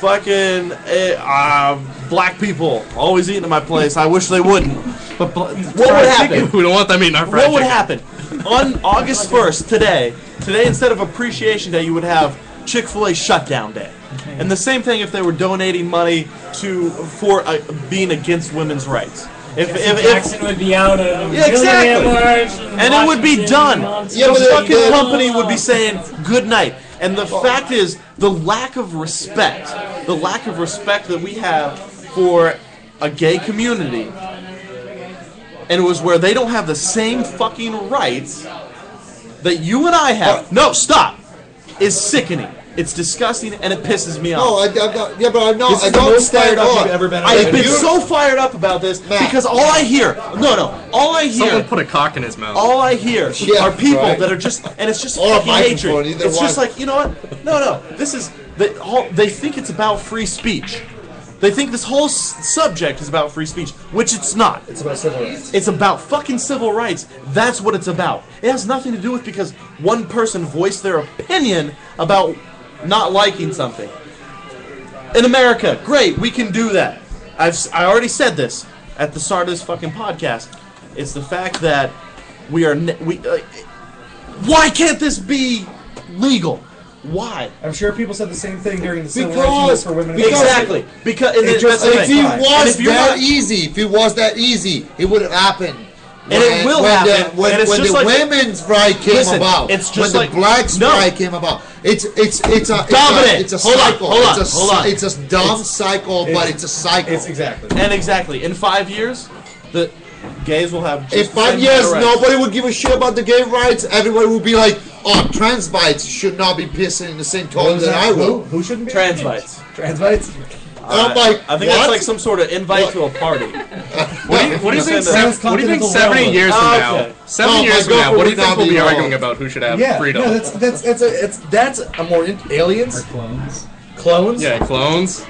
[SPEAKER 2] fucking eh, uh, black people always eating at my place. I wish they wouldn't.
[SPEAKER 4] but bl-
[SPEAKER 2] What would happen?
[SPEAKER 6] We don't want them eating our fried
[SPEAKER 2] What would
[SPEAKER 6] chicken.
[SPEAKER 2] happen on August first today? Today instead of Appreciation Day, you would have Chick Fil A shutdown day. And the same thing if they were donating money to for uh, being against women's rights. If, if, if
[SPEAKER 3] Jackson would be out of
[SPEAKER 2] Yeah, exactly. and it would be done.
[SPEAKER 7] Yeah,
[SPEAKER 2] the
[SPEAKER 7] but it-
[SPEAKER 2] fucking
[SPEAKER 7] it-
[SPEAKER 2] company would be saying good night. And the fact is, the lack of respect, the lack of respect that we have for a gay community, and it was where they don't have the same fucking rights that you and I have. No, stop. Is sickening. It's disgusting, and it pisses me off.
[SPEAKER 7] No, I, I'm not, yeah, but I'm not.
[SPEAKER 5] This
[SPEAKER 7] I
[SPEAKER 5] is the
[SPEAKER 7] don't
[SPEAKER 5] most
[SPEAKER 7] stand
[SPEAKER 5] fired up
[SPEAKER 7] on.
[SPEAKER 5] you've ever been.
[SPEAKER 2] I've
[SPEAKER 5] on.
[SPEAKER 2] been
[SPEAKER 5] You-
[SPEAKER 2] so fired up about this
[SPEAKER 7] Matt.
[SPEAKER 2] because all I hear, no, no, all I hear
[SPEAKER 6] Someone put a cock in his mouth.
[SPEAKER 2] all I hear
[SPEAKER 7] Yeah,
[SPEAKER 2] are people
[SPEAKER 7] right.
[SPEAKER 2] that are just, and it's just
[SPEAKER 7] Or a
[SPEAKER 2] fucking
[SPEAKER 7] microphone,
[SPEAKER 2] hatred.
[SPEAKER 7] either
[SPEAKER 2] It's just
[SPEAKER 7] one.
[SPEAKER 2] like you know what? No, no. This is they all, they think it's about free speech. They think this whole s- subject is about free speech, which it's not.
[SPEAKER 5] It's about civil rights.
[SPEAKER 2] It's about fucking civil rights. That's what it's about. It has nothing to do with because one person voiced their opinion about not liking something. In America, great, we can do that. I've s- I already said this at the start of this fucking podcast. It's the fact that we are ne- we. Uh, why can't this be legal? Why?
[SPEAKER 5] I'm sure people said the same thing during the civil rights movement
[SPEAKER 7] Because-
[SPEAKER 5] for women. in
[SPEAKER 7] because-
[SPEAKER 5] America.
[SPEAKER 2] Exactly. Because and
[SPEAKER 5] It
[SPEAKER 2] that's
[SPEAKER 5] just-
[SPEAKER 2] the
[SPEAKER 7] If
[SPEAKER 2] thing.
[SPEAKER 7] it
[SPEAKER 5] Right.
[SPEAKER 2] And
[SPEAKER 7] was
[SPEAKER 2] if you're
[SPEAKER 7] that
[SPEAKER 2] not-
[SPEAKER 7] easy, if it was that easy, it would have happened.
[SPEAKER 2] And it will
[SPEAKER 7] when
[SPEAKER 2] happen,
[SPEAKER 7] The, when
[SPEAKER 2] and it's
[SPEAKER 7] when
[SPEAKER 2] just
[SPEAKER 7] the
[SPEAKER 2] like-
[SPEAKER 7] women's strike came
[SPEAKER 2] Listen,
[SPEAKER 7] about,
[SPEAKER 2] it's
[SPEAKER 7] when
[SPEAKER 2] just
[SPEAKER 7] the
[SPEAKER 2] like-
[SPEAKER 7] black
[SPEAKER 2] No.
[SPEAKER 7] strike came about, it's it's it's a it's
[SPEAKER 2] Dominant.
[SPEAKER 7] a, it's a
[SPEAKER 2] Hold on,
[SPEAKER 7] cycle.
[SPEAKER 2] hold on,
[SPEAKER 7] it's a
[SPEAKER 2] hold on.
[SPEAKER 7] cy- it's a dumb cycle, but
[SPEAKER 5] it's-
[SPEAKER 7] it's a cycle.
[SPEAKER 5] It's exactly.
[SPEAKER 2] And exactly, in five years, the gays will have. just
[SPEAKER 7] In
[SPEAKER 2] the
[SPEAKER 7] five
[SPEAKER 2] same
[SPEAKER 7] years,
[SPEAKER 2] amount of rights.
[SPEAKER 7] nobody would give a shit about the gay rights. Everybody would be like, oh, trans bites should not be pissing in the same
[SPEAKER 8] What
[SPEAKER 7] toilet
[SPEAKER 8] was
[SPEAKER 7] that I
[SPEAKER 8] Who,
[SPEAKER 7] will.
[SPEAKER 8] who shouldn't be?
[SPEAKER 2] Trans bites.
[SPEAKER 8] Transvites?
[SPEAKER 7] And I'm like,
[SPEAKER 2] I think
[SPEAKER 7] what?
[SPEAKER 2] it's like some sort of invite to a party.
[SPEAKER 6] What do you, what do you think?
[SPEAKER 2] Transcontinental
[SPEAKER 6] sev- what do you think? Seventy
[SPEAKER 8] Railroad.
[SPEAKER 6] years from
[SPEAKER 7] Ah,
[SPEAKER 2] Oh,
[SPEAKER 6] now,
[SPEAKER 2] okay.
[SPEAKER 6] seventy
[SPEAKER 7] Oh, my
[SPEAKER 6] years from now, what do you
[SPEAKER 7] girlfriend
[SPEAKER 6] think we'll
[SPEAKER 7] would not
[SPEAKER 6] be
[SPEAKER 7] be
[SPEAKER 6] arguing
[SPEAKER 7] wrong.
[SPEAKER 6] about who should have
[SPEAKER 8] Yeah,
[SPEAKER 6] freedom?
[SPEAKER 8] no, that's that's that's a it's that's a more in-
[SPEAKER 4] Or
[SPEAKER 8] aliens
[SPEAKER 4] clones.
[SPEAKER 8] clones.
[SPEAKER 6] yeah, clones.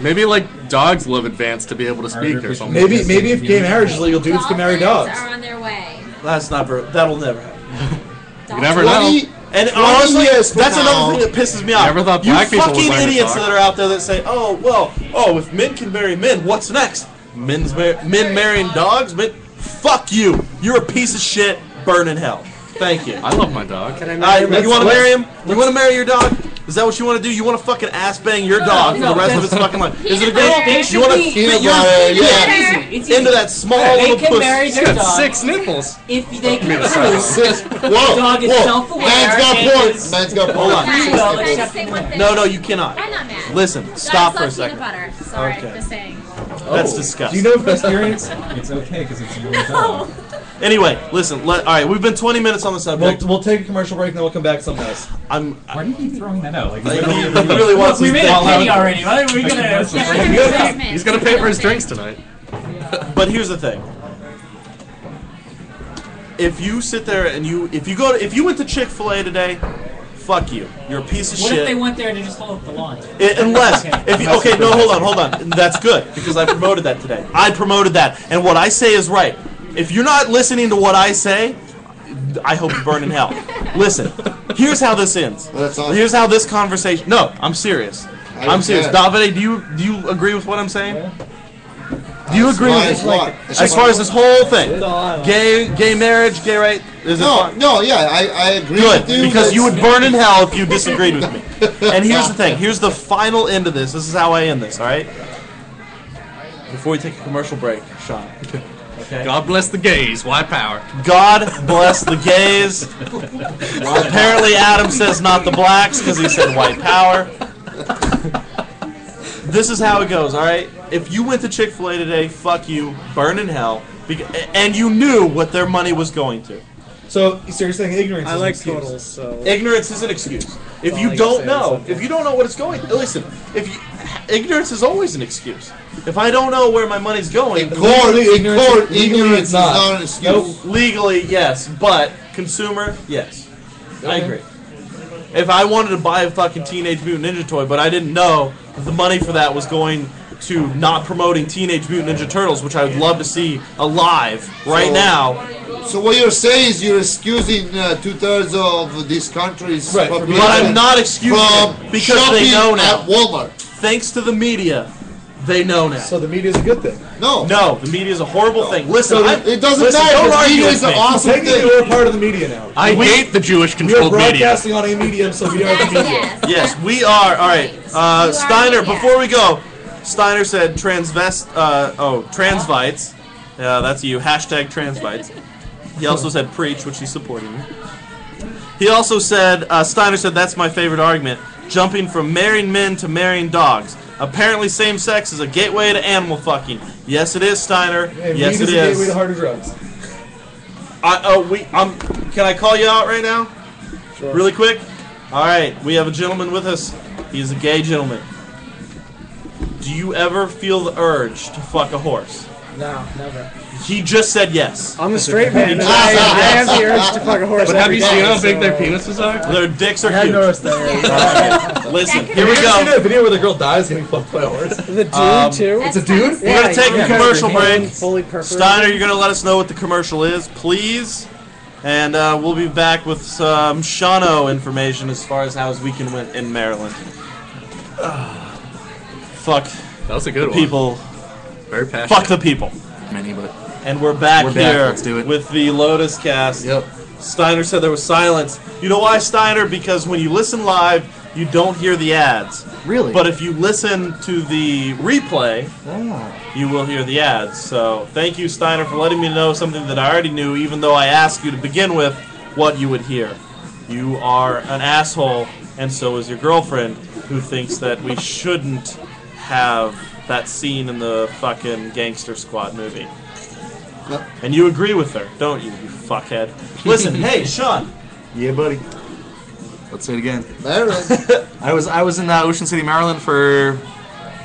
[SPEAKER 6] Maybe like dogs love advanced to be able to speak
[SPEAKER 4] Artificial-
[SPEAKER 6] or something.
[SPEAKER 8] Maybe maybe if gay marriage is legal, dudes
[SPEAKER 9] Dolphins
[SPEAKER 8] can marry dogs.
[SPEAKER 9] are on their way.
[SPEAKER 2] That's not. ver- That'll never happen.
[SPEAKER 9] Dolphins-
[SPEAKER 6] never know.
[SPEAKER 7] 20,
[SPEAKER 2] And honestly,
[SPEAKER 7] honestly,
[SPEAKER 2] that's
[SPEAKER 7] that's
[SPEAKER 2] another
[SPEAKER 7] another
[SPEAKER 2] thing that pisses me off.
[SPEAKER 6] Never thought
[SPEAKER 2] you
[SPEAKER 6] black people would
[SPEAKER 2] fucking
[SPEAKER 6] learn to
[SPEAKER 2] idiots
[SPEAKER 6] talk.
[SPEAKER 2] that are out there that say, "Oh well, oh if men can marry men, what's next? Men's mar- men marrying dogs? But fuck you, you're a piece of shit. Burn in hell. Thank you.
[SPEAKER 6] I love my dog.
[SPEAKER 2] Uh, you want to
[SPEAKER 8] let's-
[SPEAKER 2] marry him? You want to marry your dog? Is that what you want to do? You want to fucking ass bang your dog for
[SPEAKER 3] no,
[SPEAKER 2] the rest of
[SPEAKER 3] that's-
[SPEAKER 2] its fucking life? Is it a
[SPEAKER 9] Peanut
[SPEAKER 2] great
[SPEAKER 9] butter.
[SPEAKER 2] thing? You want to
[SPEAKER 3] Peanut
[SPEAKER 2] fit your
[SPEAKER 7] butter, yeah.
[SPEAKER 9] Peter,
[SPEAKER 3] It's easy.
[SPEAKER 2] into that small
[SPEAKER 3] They
[SPEAKER 2] little
[SPEAKER 3] can marry
[SPEAKER 2] pussy?
[SPEAKER 3] their dog
[SPEAKER 6] Six nipples.
[SPEAKER 3] if they can
[SPEAKER 6] Minnesota.
[SPEAKER 3] prove
[SPEAKER 7] Six. Whoa,
[SPEAKER 3] Dog is
[SPEAKER 7] whoa.
[SPEAKER 3] self-aware
[SPEAKER 7] Man's got
[SPEAKER 3] and
[SPEAKER 7] porn.
[SPEAKER 3] is-
[SPEAKER 7] Man's got
[SPEAKER 2] Hold on.
[SPEAKER 7] porn.
[SPEAKER 9] Guys,
[SPEAKER 3] Well,
[SPEAKER 9] can I
[SPEAKER 3] except-
[SPEAKER 9] say one thing?
[SPEAKER 2] No, no, you cannot.
[SPEAKER 9] I'm not mad.
[SPEAKER 2] Listen,
[SPEAKER 9] Dogs
[SPEAKER 2] stop for a
[SPEAKER 9] love peanut
[SPEAKER 2] second.
[SPEAKER 9] butter. Sorry,
[SPEAKER 2] Okay.
[SPEAKER 9] just saying.
[SPEAKER 2] That's
[SPEAKER 4] Oh.
[SPEAKER 8] Do you
[SPEAKER 2] disgusting.
[SPEAKER 8] know from experience?
[SPEAKER 4] It's okay because it's your dog.
[SPEAKER 2] Anyway, listen. Let, all right, we've been 20 minutes on the
[SPEAKER 5] We'll,
[SPEAKER 2] subject.
[SPEAKER 5] we'll take a commercial break, and then we'll come back to something else.
[SPEAKER 2] I'm.
[SPEAKER 4] Why do you keep throwing that out? Like,
[SPEAKER 2] Like,
[SPEAKER 4] literally
[SPEAKER 2] he
[SPEAKER 4] every week.
[SPEAKER 2] really wants
[SPEAKER 3] We
[SPEAKER 2] his
[SPEAKER 3] made
[SPEAKER 2] dick.
[SPEAKER 3] a penny already. Why are we gonna?
[SPEAKER 4] Commercial break.
[SPEAKER 6] He's gonna pay for his drinks tonight.
[SPEAKER 2] But here's the thing. If you sit there and you, if you go, to, if you went to Chick Fil A today, fuck you. You're a piece of
[SPEAKER 3] What
[SPEAKER 2] shit.
[SPEAKER 3] if they went there to just hold up the line?
[SPEAKER 2] I- unless, if you, okay, no, hold on, hold on. That's good because I promoted that today. I promoted that, and what I say is right. If you're not listening to what I say, I hope you burn in hell. Listen, here's how this ends.
[SPEAKER 7] That's awesome.
[SPEAKER 2] Here's how this conversation. No, I'm serious.
[SPEAKER 7] I
[SPEAKER 2] I'm serious.
[SPEAKER 7] understand.
[SPEAKER 2] Davide, do you do you agree with what I'm saying? Do you
[SPEAKER 7] It's
[SPEAKER 2] agree
[SPEAKER 7] my-
[SPEAKER 2] with this?
[SPEAKER 7] it's what? It's
[SPEAKER 2] as
[SPEAKER 7] my-
[SPEAKER 2] far as this whole thing, gay, gay marriage, gay right? Is it
[SPEAKER 7] No,
[SPEAKER 2] fine?
[SPEAKER 7] no, yeah, I, I agree
[SPEAKER 2] Good,
[SPEAKER 7] with you.
[SPEAKER 2] because you would
[SPEAKER 7] that's-
[SPEAKER 2] burn in hell if you disagreed with me. And here's the thing. Here's the final end of this. This is how I end this. All right. Before we take a commercial break, Sean. Okay.
[SPEAKER 6] God bless the gays. Why power?
[SPEAKER 2] God bless the gays. Apparently, Adam says not the blacks because he said white power. This is how it goes, all right? If you went to Chick fil A today, fuck you, burn in hell, bec- and you knew what their money was going to.
[SPEAKER 5] So, so you're saying ignorance?
[SPEAKER 10] I
[SPEAKER 5] is an
[SPEAKER 10] like
[SPEAKER 5] excuse.
[SPEAKER 10] totals, so.
[SPEAKER 2] Ignorance is an excuse. If
[SPEAKER 10] all
[SPEAKER 2] you
[SPEAKER 10] I gotta say
[SPEAKER 2] don't
[SPEAKER 10] is
[SPEAKER 2] know,
[SPEAKER 10] something.
[SPEAKER 2] if you don't know what it's going, listen. If you, ignorance is always an excuse. If I don't know where my money's going,
[SPEAKER 7] In court, in
[SPEAKER 5] Ignorance-
[SPEAKER 7] court,
[SPEAKER 5] legally
[SPEAKER 7] ignorance
[SPEAKER 5] it's
[SPEAKER 7] is
[SPEAKER 5] not.
[SPEAKER 7] not an excuse.
[SPEAKER 5] Nope.
[SPEAKER 2] legally yes, but consumer yes. I agree. If I wanted to buy a fucking Teenage Mutant Ninja toy, but I didn't know that the money for that was going to not promoting Teenage Mutant Ninja Turtles, which I would love to see alive right
[SPEAKER 7] So-
[SPEAKER 2] now,
[SPEAKER 7] So what you're saying is you're excusing uh, two thirds of this country's
[SPEAKER 5] Right,
[SPEAKER 7] population
[SPEAKER 2] but I'm not excusing
[SPEAKER 7] from
[SPEAKER 2] it because they know
[SPEAKER 7] shopping
[SPEAKER 2] now.
[SPEAKER 7] at Walmart.
[SPEAKER 2] Thanks to the media, they know now.
[SPEAKER 5] So the media is a good thing.
[SPEAKER 7] No,
[SPEAKER 2] No, the media is a horrible thing. Listen,
[SPEAKER 7] So
[SPEAKER 2] I,
[SPEAKER 7] it doesn't
[SPEAKER 2] listen,
[SPEAKER 7] matter.
[SPEAKER 2] Don't
[SPEAKER 7] The
[SPEAKER 2] argue
[SPEAKER 7] media
[SPEAKER 2] with
[SPEAKER 7] is an
[SPEAKER 2] me.
[SPEAKER 7] awesome
[SPEAKER 5] Technically,
[SPEAKER 7] thing.
[SPEAKER 5] we're part of the media now.
[SPEAKER 6] I hate the Jewish
[SPEAKER 5] We are
[SPEAKER 6] controlled media.
[SPEAKER 5] broadcasting on a medium, so we are the
[SPEAKER 9] Yes,
[SPEAKER 5] media.
[SPEAKER 9] yes.
[SPEAKER 2] Yes, we are. All right, uh,
[SPEAKER 9] You are,
[SPEAKER 2] Steiner.
[SPEAKER 9] yeah.
[SPEAKER 2] Before we go, Steiner said transvest. Uh, oh, transvites. Yeah, that's you. Hashtag transvites. He also said preach, which he's supporting. He also said uh, Steiner said that's my favorite argument. Jumping from marrying men to marrying dogs. Apparently, same sex is a gateway to animal fucking. Yes, it is, Steiner.
[SPEAKER 5] And
[SPEAKER 2] yes,
[SPEAKER 5] weed is. a
[SPEAKER 2] it
[SPEAKER 5] gateway
[SPEAKER 2] is.
[SPEAKER 5] to harder drugs.
[SPEAKER 2] I, oh, we. Um, can I call you out right now?
[SPEAKER 5] Sure.
[SPEAKER 2] Really quick. All right, we have a gentleman with us. He is a gay gentleman. Do you ever feel the urge to fuck a horse?
[SPEAKER 10] No, never.
[SPEAKER 2] He just said yes.
[SPEAKER 10] I'm a straight man, and I, I have the urge to fuck a horse.
[SPEAKER 6] But have
[SPEAKER 10] every
[SPEAKER 6] you seen
[SPEAKER 10] day,
[SPEAKER 6] how big
[SPEAKER 10] so-
[SPEAKER 6] their penises are?
[SPEAKER 2] Their dicks are
[SPEAKER 10] I have
[SPEAKER 2] huge.
[SPEAKER 10] noticed that.
[SPEAKER 2] Listen,
[SPEAKER 9] That could
[SPEAKER 2] here we
[SPEAKER 9] be-
[SPEAKER 5] You know
[SPEAKER 2] go.
[SPEAKER 5] a video where the girl dies getting fucked by a horse?
[SPEAKER 10] The dude,
[SPEAKER 2] Um,
[SPEAKER 10] too.
[SPEAKER 9] That's kinda
[SPEAKER 10] Yeah,
[SPEAKER 2] We're gonna take
[SPEAKER 10] you
[SPEAKER 2] a
[SPEAKER 10] got
[SPEAKER 2] commercial
[SPEAKER 10] your hand
[SPEAKER 2] break.
[SPEAKER 10] Fully perforated.
[SPEAKER 2] Steiner, you're gonna let us know what the commercial is, please, and uh, we'll be back with some Shano information as far as how his weekend went in Maryland. fuck
[SPEAKER 6] That was a good one.
[SPEAKER 2] people.
[SPEAKER 6] Very passionate.
[SPEAKER 2] Fuck the people.
[SPEAKER 6] many, but
[SPEAKER 2] And we're back
[SPEAKER 6] We're back.
[SPEAKER 2] here
[SPEAKER 6] Let's do it.
[SPEAKER 2] with the Lotus cast.
[SPEAKER 6] yep.
[SPEAKER 2] Steiner said there was silence. You know why, Steiner? Because when you listen live, you don't hear the ads.
[SPEAKER 6] Really?
[SPEAKER 2] But if you listen to the replay, you will hear the ads. So thank you, Steiner, for letting me know something that I already knew, even though I asked you to begin with what you would hear. You are an asshole, and so is your girlfriend, who thinks that we shouldn't have that scene in the fucking Gangster Squad movie. And you agree with her, don't you, you fuckhead? Listen, hey, Sean,
[SPEAKER 9] Yeah, buddy. Let's say it again.
[SPEAKER 7] Maryland.
[SPEAKER 9] I was I was in uh, Ocean City, Maryland for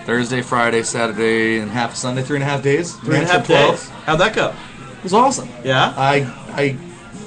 [SPEAKER 9] Thursday, Friday, Saturday, and half Sunday, three and a half days.
[SPEAKER 2] Three and a
[SPEAKER 9] Ran
[SPEAKER 2] half
[SPEAKER 9] till 12.
[SPEAKER 2] days. How'd that go?
[SPEAKER 9] It was awesome.
[SPEAKER 2] Yeah.
[SPEAKER 9] I I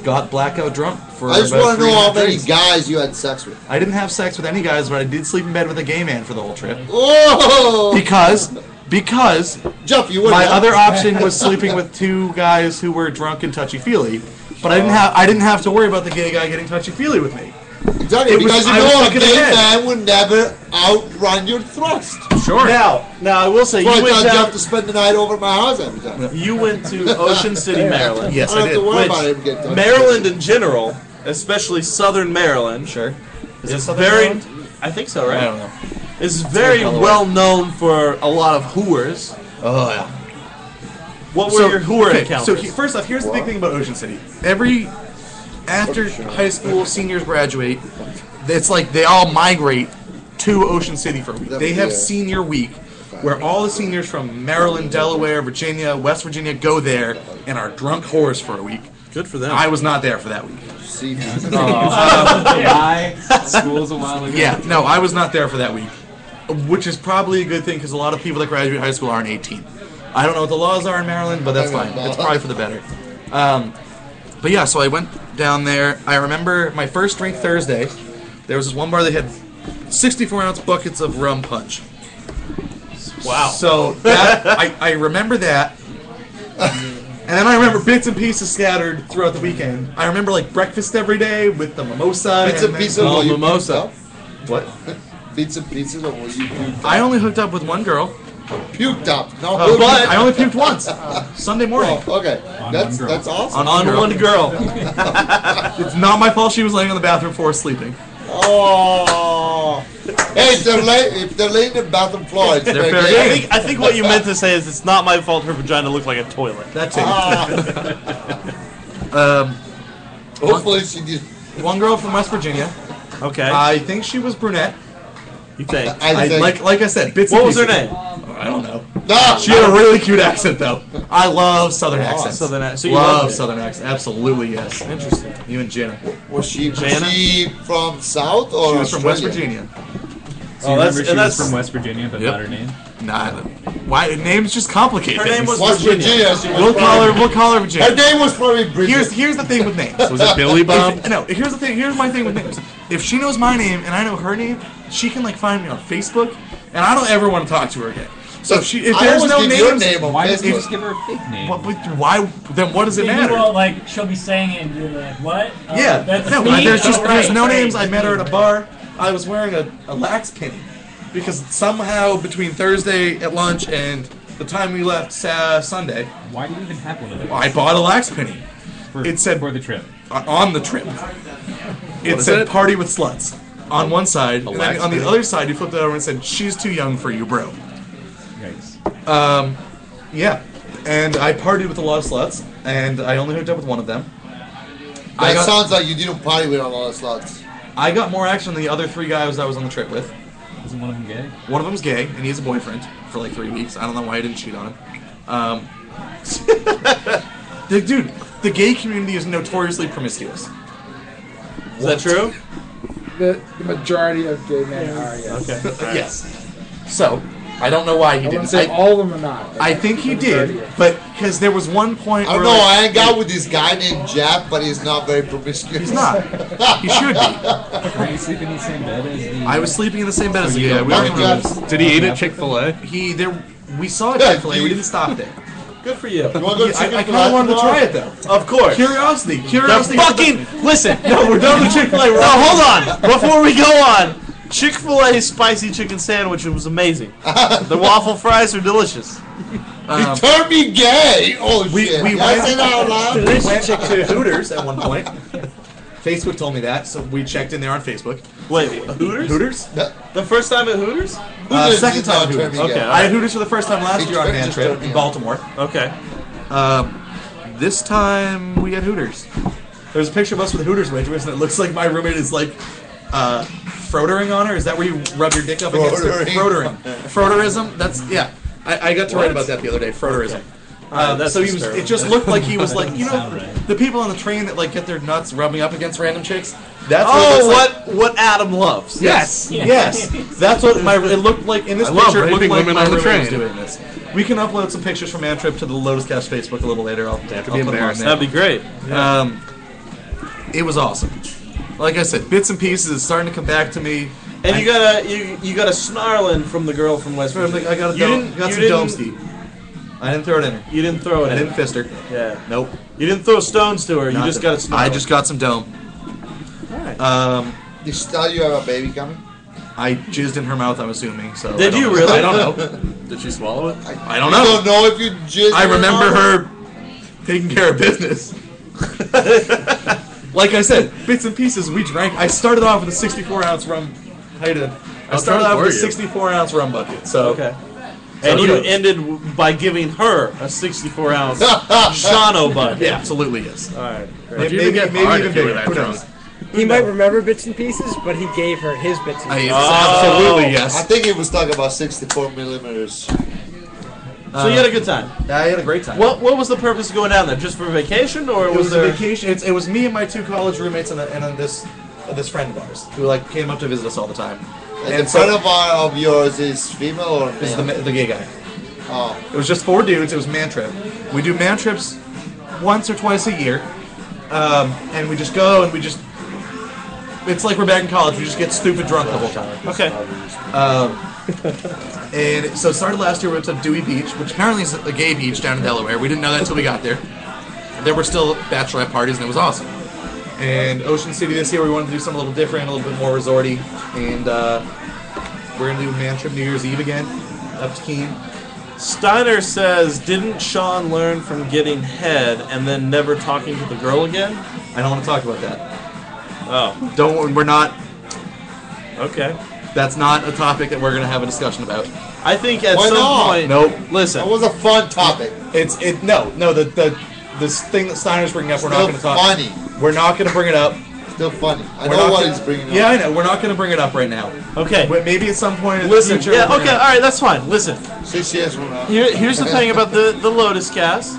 [SPEAKER 9] got blackout drunk for.
[SPEAKER 7] I just
[SPEAKER 9] about
[SPEAKER 7] want to
[SPEAKER 9] three
[SPEAKER 7] know
[SPEAKER 9] and a
[SPEAKER 7] how
[SPEAKER 9] half
[SPEAKER 7] many
[SPEAKER 9] days.
[SPEAKER 7] guys you had sex with.
[SPEAKER 9] I didn't have sex with any guys, but I did sleep in bed with a gay man for the whole trip
[SPEAKER 7] Oh,
[SPEAKER 9] because because
[SPEAKER 7] Jeff, you would.
[SPEAKER 9] my other option was sleeping with two guys who were drunk and touchy feely. But I didn't have I didn't have to worry about the gay guy getting touchy feely with me.
[SPEAKER 7] Exactly,
[SPEAKER 9] it was-
[SPEAKER 7] because you
[SPEAKER 9] I was
[SPEAKER 7] know a
[SPEAKER 9] thinking
[SPEAKER 7] gay
[SPEAKER 9] ahead.
[SPEAKER 7] man would never outrun your thrust.
[SPEAKER 9] Sure.
[SPEAKER 10] Now, now I will say
[SPEAKER 7] Well,
[SPEAKER 10] you
[SPEAKER 7] I
[SPEAKER 10] went
[SPEAKER 7] don't
[SPEAKER 9] uh,
[SPEAKER 7] have
[SPEAKER 10] down.
[SPEAKER 7] to spend the night over at my house every time.
[SPEAKER 2] You went to Ocean City, Maryland.
[SPEAKER 9] Yes,
[SPEAKER 7] I don't
[SPEAKER 9] I
[SPEAKER 7] have to
[SPEAKER 9] did.
[SPEAKER 7] worry
[SPEAKER 2] Which
[SPEAKER 7] about him getting touched.
[SPEAKER 2] Maryland in general, especially Southern Maryland,
[SPEAKER 9] Sure. Is it
[SPEAKER 2] is
[SPEAKER 9] Southern
[SPEAKER 2] very.
[SPEAKER 9] Maryland?
[SPEAKER 2] I think so,
[SPEAKER 9] I don't
[SPEAKER 2] right?
[SPEAKER 9] know.
[SPEAKER 2] Is very
[SPEAKER 9] Delaware.
[SPEAKER 2] well known for a lot of hooers.
[SPEAKER 9] Oh yeah.
[SPEAKER 2] What were your hooer
[SPEAKER 9] okay,
[SPEAKER 2] encounters?
[SPEAKER 9] So he, first off, here's the big thing about Ocean City. Every after high school seniors graduate, it's like they all migrate to Ocean City for a week. They have
[SPEAKER 7] Yeah.
[SPEAKER 9] senior week where all the seniors from Maryland, Delaware, Virginia, West Virginia go there and are drunk whores for a week.
[SPEAKER 2] Good for them.
[SPEAKER 9] I was not there for that week.
[SPEAKER 7] See,
[SPEAKER 4] Why? School's a while ago.
[SPEAKER 9] Yeah, no, I was not there for that week, which is probably a good thing because a lot of people that graduate high school aren't 18. I don't know what the laws are in Maryland, but that's fine. It's probably for the better. Um, but yeah, so I went down there. I remember my first drink Thursday. There was this one bar that had 64 ounce buckets of rum punch.
[SPEAKER 2] wow.
[SPEAKER 9] So that, I, I remember that. And then I remember bits and pieces scattered throughout the weekend. I remember like breakfast every day with the mimosa.
[SPEAKER 7] Bits
[SPEAKER 9] and
[SPEAKER 7] and
[SPEAKER 9] then-
[SPEAKER 7] pieces of
[SPEAKER 9] Oh,
[SPEAKER 7] what you
[SPEAKER 9] mimosa. What?
[SPEAKER 7] bits and pieces of what you puked
[SPEAKER 9] I only hooked up with one girl.
[SPEAKER 2] Oh.
[SPEAKER 7] puked up. No,
[SPEAKER 9] Oh,
[SPEAKER 7] but
[SPEAKER 9] I only puked once. Sunday morning.
[SPEAKER 7] Oh, okay, that's
[SPEAKER 4] one girl.
[SPEAKER 7] that's awesome.
[SPEAKER 9] On,
[SPEAKER 2] on
[SPEAKER 9] one,
[SPEAKER 2] one
[SPEAKER 9] girl.
[SPEAKER 2] girl.
[SPEAKER 9] It's not my fault she was laying on the bathroom floor sleeping.
[SPEAKER 7] Oh, hey, if they're lay, if they're laying in the bathroom floor, it's
[SPEAKER 9] They're
[SPEAKER 7] their
[SPEAKER 9] fair
[SPEAKER 2] I
[SPEAKER 7] game.
[SPEAKER 9] game.
[SPEAKER 2] think, I think what you meant to say is it's not my fault her vagina looked like a toilet.
[SPEAKER 9] That's it.
[SPEAKER 2] Uh-huh.
[SPEAKER 7] Ah,
[SPEAKER 9] Um,
[SPEAKER 7] hopefully she just.
[SPEAKER 9] one girl from West Virginia.
[SPEAKER 2] Okay.
[SPEAKER 9] I think she was brunette.
[SPEAKER 2] you think.
[SPEAKER 7] I,
[SPEAKER 9] I,
[SPEAKER 7] think,
[SPEAKER 9] like like I said, bits
[SPEAKER 2] What
[SPEAKER 9] and
[SPEAKER 2] was her
[SPEAKER 9] pieces. Oh,
[SPEAKER 2] name?
[SPEAKER 9] I don't know.
[SPEAKER 7] no,
[SPEAKER 9] She had a really cute accent though. I love Southern accents.
[SPEAKER 2] Oh, Southern ac- so you
[SPEAKER 9] love
[SPEAKER 2] loved it.
[SPEAKER 9] Southern accents. Absolutely yes. Interesting. You and Jenna.
[SPEAKER 7] was she was
[SPEAKER 2] Jana?
[SPEAKER 7] she from South or
[SPEAKER 9] She was from West
[SPEAKER 7] Australia?
[SPEAKER 9] Virginia.
[SPEAKER 4] So you
[SPEAKER 2] Oh, that's-
[SPEAKER 4] remember she
[SPEAKER 2] and that's-
[SPEAKER 4] was from West Virginia, but
[SPEAKER 9] Yep.
[SPEAKER 4] not her name.
[SPEAKER 9] Nah. Why name's just complicated.
[SPEAKER 2] Her name was
[SPEAKER 7] West Virginia.
[SPEAKER 2] Virginia.
[SPEAKER 7] she was
[SPEAKER 9] We'll call her.
[SPEAKER 7] probably-
[SPEAKER 9] We'll call her Virginia.
[SPEAKER 7] Her name was probably Bridget.
[SPEAKER 9] Here's here's the thing with names.
[SPEAKER 6] Was it Billy Bob?
[SPEAKER 9] If- no, here's the thing. Here's my thing with names. If she knows my name and I know her name, she can like find me on Facebook, and I don't ever want to talk to her again. So if she, if
[SPEAKER 7] I
[SPEAKER 9] there's
[SPEAKER 7] always
[SPEAKER 9] no
[SPEAKER 7] give
[SPEAKER 9] names,
[SPEAKER 7] your name on
[SPEAKER 4] Why does he
[SPEAKER 7] Facebook.
[SPEAKER 4] just give her a fake name?
[SPEAKER 9] what- but why? Then what does it
[SPEAKER 3] You
[SPEAKER 9] matter?
[SPEAKER 3] will, like she'll be saying it, and you're like, "What? Uh,
[SPEAKER 9] yeah,
[SPEAKER 3] that's
[SPEAKER 9] no,
[SPEAKER 3] me?
[SPEAKER 9] there's just
[SPEAKER 3] Oh, right,
[SPEAKER 9] there's no
[SPEAKER 3] right.
[SPEAKER 9] names. I met her at a bar. I was wearing a, a lax penny because somehow between Thursday at lunch and the time we left sa Sunday,
[SPEAKER 4] Why do you even have one of those?
[SPEAKER 9] I bought a lax penny
[SPEAKER 4] for,
[SPEAKER 9] it said-
[SPEAKER 4] for the trip.
[SPEAKER 9] uh, on the trip. It
[SPEAKER 6] is
[SPEAKER 9] said
[SPEAKER 6] it?
[SPEAKER 9] party with sluts on one side, and then
[SPEAKER 6] lax
[SPEAKER 9] on the
[SPEAKER 6] bit.
[SPEAKER 9] other side, you flipped it over and said, She's too young for you, bro.
[SPEAKER 4] Yikes.
[SPEAKER 9] Yeah. And I partied with a lot of sluts, and I only hooked up with one of them. I
[SPEAKER 7] That
[SPEAKER 9] got,
[SPEAKER 7] sounds like you didn't party with a lot of sluts.
[SPEAKER 9] I got more action than the other three guys I was on the trip with.
[SPEAKER 4] Isn't one of them gay?
[SPEAKER 9] One of them's gay, and he has a boyfriend for like three weeks. I don't know why I didn't cheat on him. Um, the, dude, the gay community is notoriously promiscuous.
[SPEAKER 2] Is that true?
[SPEAKER 10] The, the majority of gay men are. Yes.
[SPEAKER 2] Okay.
[SPEAKER 9] Yes. So, I don't know why he
[SPEAKER 10] I
[SPEAKER 9] didn't.
[SPEAKER 10] wouldn't say
[SPEAKER 9] I-
[SPEAKER 10] all of them are not.
[SPEAKER 9] I think he did,
[SPEAKER 10] Thirtieth.
[SPEAKER 9] but because there was one point.
[SPEAKER 7] I don't
[SPEAKER 9] where,
[SPEAKER 7] know. I
[SPEAKER 9] like,
[SPEAKER 7] hang out with this guy named Jack, but he's not very promiscuous.
[SPEAKER 9] He's not. He should be.
[SPEAKER 4] Are you sleeping in the same bed as the?
[SPEAKER 9] I was sleeping in the same bed as the
[SPEAKER 6] you
[SPEAKER 9] guy.
[SPEAKER 6] don't
[SPEAKER 9] We
[SPEAKER 7] Not
[SPEAKER 9] went
[SPEAKER 7] Jack's.
[SPEAKER 9] from-
[SPEAKER 6] Did he eat at Chick Fil A?
[SPEAKER 9] He there. We saw it definitely. We
[SPEAKER 7] Dude.
[SPEAKER 9] didn't stop there.
[SPEAKER 2] Good for you.
[SPEAKER 7] You want to go
[SPEAKER 9] Yeah,
[SPEAKER 7] to
[SPEAKER 9] I,
[SPEAKER 7] Chicken
[SPEAKER 9] I
[SPEAKER 7] for
[SPEAKER 9] kind of wanted to
[SPEAKER 7] tomorrow?
[SPEAKER 9] try it though.
[SPEAKER 2] Of course.
[SPEAKER 9] Curiosity.
[SPEAKER 2] The
[SPEAKER 9] Curiosity.
[SPEAKER 2] fucking listen.
[SPEAKER 9] No, we're done with Chick Fil A.
[SPEAKER 2] Now hold on. Before we go on, Chick Fil A's spicy chicken sandwich was amazing. The waffle fries are delicious.
[SPEAKER 7] He turned me gay. Oh
[SPEAKER 9] We-
[SPEAKER 7] shit!
[SPEAKER 9] we
[SPEAKER 7] Did I
[SPEAKER 9] went-
[SPEAKER 7] say that out loud.
[SPEAKER 9] We went to Hooters at one point. Facebook told me that, so we checked in there on Facebook.
[SPEAKER 2] Wait, Hooters?
[SPEAKER 9] Hooters?
[SPEAKER 2] The first time at Hooters?
[SPEAKER 9] Uh,
[SPEAKER 7] Hooters
[SPEAKER 9] second
[SPEAKER 7] did not
[SPEAKER 9] time
[SPEAKER 7] turn
[SPEAKER 9] Hooters.
[SPEAKER 7] me gay.
[SPEAKER 2] Okay.
[SPEAKER 9] I had Hooters for the first time last
[SPEAKER 7] It
[SPEAKER 9] year on a man
[SPEAKER 7] just
[SPEAKER 9] trip
[SPEAKER 7] turned me
[SPEAKER 9] in
[SPEAKER 7] on.
[SPEAKER 9] Baltimore.
[SPEAKER 2] Okay.
[SPEAKER 9] This time we had Hooters. There's a picture of us with Hooters waitress, and it looks like my roommate is like uh, frodering on her. Is that where you rub your dick up against her? Frodering.
[SPEAKER 7] Frodering.
[SPEAKER 9] Froderism? That's, yeah. I, I got to write about that the other day. Froderism. Uh,
[SPEAKER 2] that's
[SPEAKER 9] so he was.
[SPEAKER 2] disturbing.
[SPEAKER 9] It just looked like he was like you know
[SPEAKER 2] Sound
[SPEAKER 9] the people on the train that like get their nuts rubbing up against random chicks. That's
[SPEAKER 2] Oh,
[SPEAKER 9] what what Adam loves. Yes,
[SPEAKER 2] Yes.
[SPEAKER 9] yes. That's what my it looked like in this
[SPEAKER 6] I love
[SPEAKER 9] picture. It looked
[SPEAKER 6] raping
[SPEAKER 9] like
[SPEAKER 6] women
[SPEAKER 9] my
[SPEAKER 6] on the
[SPEAKER 9] roommate was
[SPEAKER 6] train.
[SPEAKER 9] doing this. We can upload some pictures from Ant Trip to the Lotus Cast Facebook a little later. I'll, I'll put
[SPEAKER 6] be
[SPEAKER 9] them on
[SPEAKER 6] embarrassed.
[SPEAKER 9] there.
[SPEAKER 6] That'd be
[SPEAKER 2] great.
[SPEAKER 9] Um, it was awesome. Like I said, bits and pieces. It's starting to come back to me.
[SPEAKER 2] And
[SPEAKER 9] I-
[SPEAKER 2] you got a you you got a snarling from the girl from West
[SPEAKER 9] Sorry, I'm
[SPEAKER 2] Virginia.
[SPEAKER 9] like, I got
[SPEAKER 2] you
[SPEAKER 9] a dome-
[SPEAKER 2] didn't-
[SPEAKER 9] got
[SPEAKER 2] you
[SPEAKER 9] some
[SPEAKER 2] didn't-
[SPEAKER 9] domesty. I didn't throw it in her.
[SPEAKER 2] You didn't throw it.
[SPEAKER 9] I
[SPEAKER 2] in
[SPEAKER 9] didn't fist her.
[SPEAKER 2] Yeah.
[SPEAKER 9] Nope.
[SPEAKER 2] You didn't throw stones to her. You
[SPEAKER 9] Nothing.
[SPEAKER 2] just got a snarl.
[SPEAKER 9] I just got some dome.
[SPEAKER 2] Alright.
[SPEAKER 9] Um,
[SPEAKER 7] You still you have a baby coming?
[SPEAKER 9] I jizzed in her mouth. I'm assuming. So
[SPEAKER 2] Did
[SPEAKER 9] I don't
[SPEAKER 2] you
[SPEAKER 9] know.
[SPEAKER 2] really?
[SPEAKER 9] I don't know. Did she swallow it? I, don't know.
[SPEAKER 7] You don't know if you just.
[SPEAKER 9] I remember her taking care of business. like I said, bits and pieces. We drank. I started off with a 64 ounce rum. How you doing? I
[SPEAKER 6] How
[SPEAKER 9] started
[SPEAKER 6] drunk
[SPEAKER 9] off
[SPEAKER 6] were
[SPEAKER 9] with a
[SPEAKER 6] you?
[SPEAKER 9] 64 ounce rum bucket. So
[SPEAKER 2] Okay.
[SPEAKER 9] So
[SPEAKER 2] and
[SPEAKER 9] who
[SPEAKER 2] you
[SPEAKER 9] knows?
[SPEAKER 2] ended w- by giving her a 64 ounce Shano bucket.
[SPEAKER 9] yeah, absolutely yes.
[SPEAKER 2] All right. Great.
[SPEAKER 9] Maybe,
[SPEAKER 6] you
[SPEAKER 9] maybe,
[SPEAKER 6] even get
[SPEAKER 9] maybe
[SPEAKER 6] hard
[SPEAKER 9] even
[SPEAKER 6] if you were
[SPEAKER 9] bigger.
[SPEAKER 6] that
[SPEAKER 9] Who
[SPEAKER 6] drunk?
[SPEAKER 9] knows?
[SPEAKER 11] He might remember bits and pieces, but he gave her his bits and
[SPEAKER 9] I, Oh.
[SPEAKER 11] pieces.
[SPEAKER 9] Absolutely
[SPEAKER 7] I
[SPEAKER 9] yes.
[SPEAKER 7] think it was talking about 64 millimeters.
[SPEAKER 2] So you had a good time.
[SPEAKER 9] I had a great time.
[SPEAKER 2] What what was the purpose of going down there? Just for vacation, or
[SPEAKER 9] It
[SPEAKER 2] was,
[SPEAKER 9] was a
[SPEAKER 2] there?
[SPEAKER 9] vacation. It's, it was me and my two college roommates and, a, and a, this uh, this friend of ours who like came up to visit us all the time.
[SPEAKER 7] And, the friend of, our- of yours is female or male?
[SPEAKER 9] is the, ma- the gay guy.
[SPEAKER 7] oh.
[SPEAKER 9] It was just four dudes. It was man trip. We do man trips once or twice a year, um, and we just go and we just. It's like we're back in college. We just get stupid drunk the whole time. Um,
[SPEAKER 2] Okay.
[SPEAKER 9] And so it started last year. We went to Dewey Beach, which apparently is a gay beach down in Delaware. We didn't know that until we got there. There were still bachelorette parties, and it was awesome. And Ocean City this year, we wanted to do something a little different, a little bit more resorty. And uh, we're gonna do a man trip New Year's Eve again, up to Keene.
[SPEAKER 2] Steiner says, didn't Sean learn from getting head and then never talking to the girl again?
[SPEAKER 9] I don't want to talk about that.
[SPEAKER 2] Oh,
[SPEAKER 9] Don't. We're not
[SPEAKER 2] okay.
[SPEAKER 9] That's not a topic that we're going to have a discussion about.
[SPEAKER 2] I think at
[SPEAKER 7] Why
[SPEAKER 2] some
[SPEAKER 7] not?
[SPEAKER 2] point.
[SPEAKER 9] Nope.
[SPEAKER 2] Listen.
[SPEAKER 7] That was a fun topic.
[SPEAKER 9] It's it. No, no. The the this thing that Steiner's bringing up, we're not
[SPEAKER 7] Still
[SPEAKER 9] going to talk.
[SPEAKER 7] funny.
[SPEAKER 9] We're not going to bring it up.
[SPEAKER 7] Still funny. I
[SPEAKER 9] We're
[SPEAKER 7] know
[SPEAKER 9] not
[SPEAKER 7] what
[SPEAKER 9] gonna-
[SPEAKER 7] he's bringing up.
[SPEAKER 9] Yeah, I know. We're not going to bring it up right now.
[SPEAKER 2] Okay.
[SPEAKER 9] But maybe at some point in
[SPEAKER 2] Listen.
[SPEAKER 9] the future.
[SPEAKER 2] Yeah.
[SPEAKER 9] we'll bring
[SPEAKER 2] Okay.
[SPEAKER 9] it
[SPEAKER 2] All
[SPEAKER 9] up.
[SPEAKER 2] right. That's fine. Listen.
[SPEAKER 7] She shares one out.
[SPEAKER 2] Here, here's the thing about the the Lotus cast.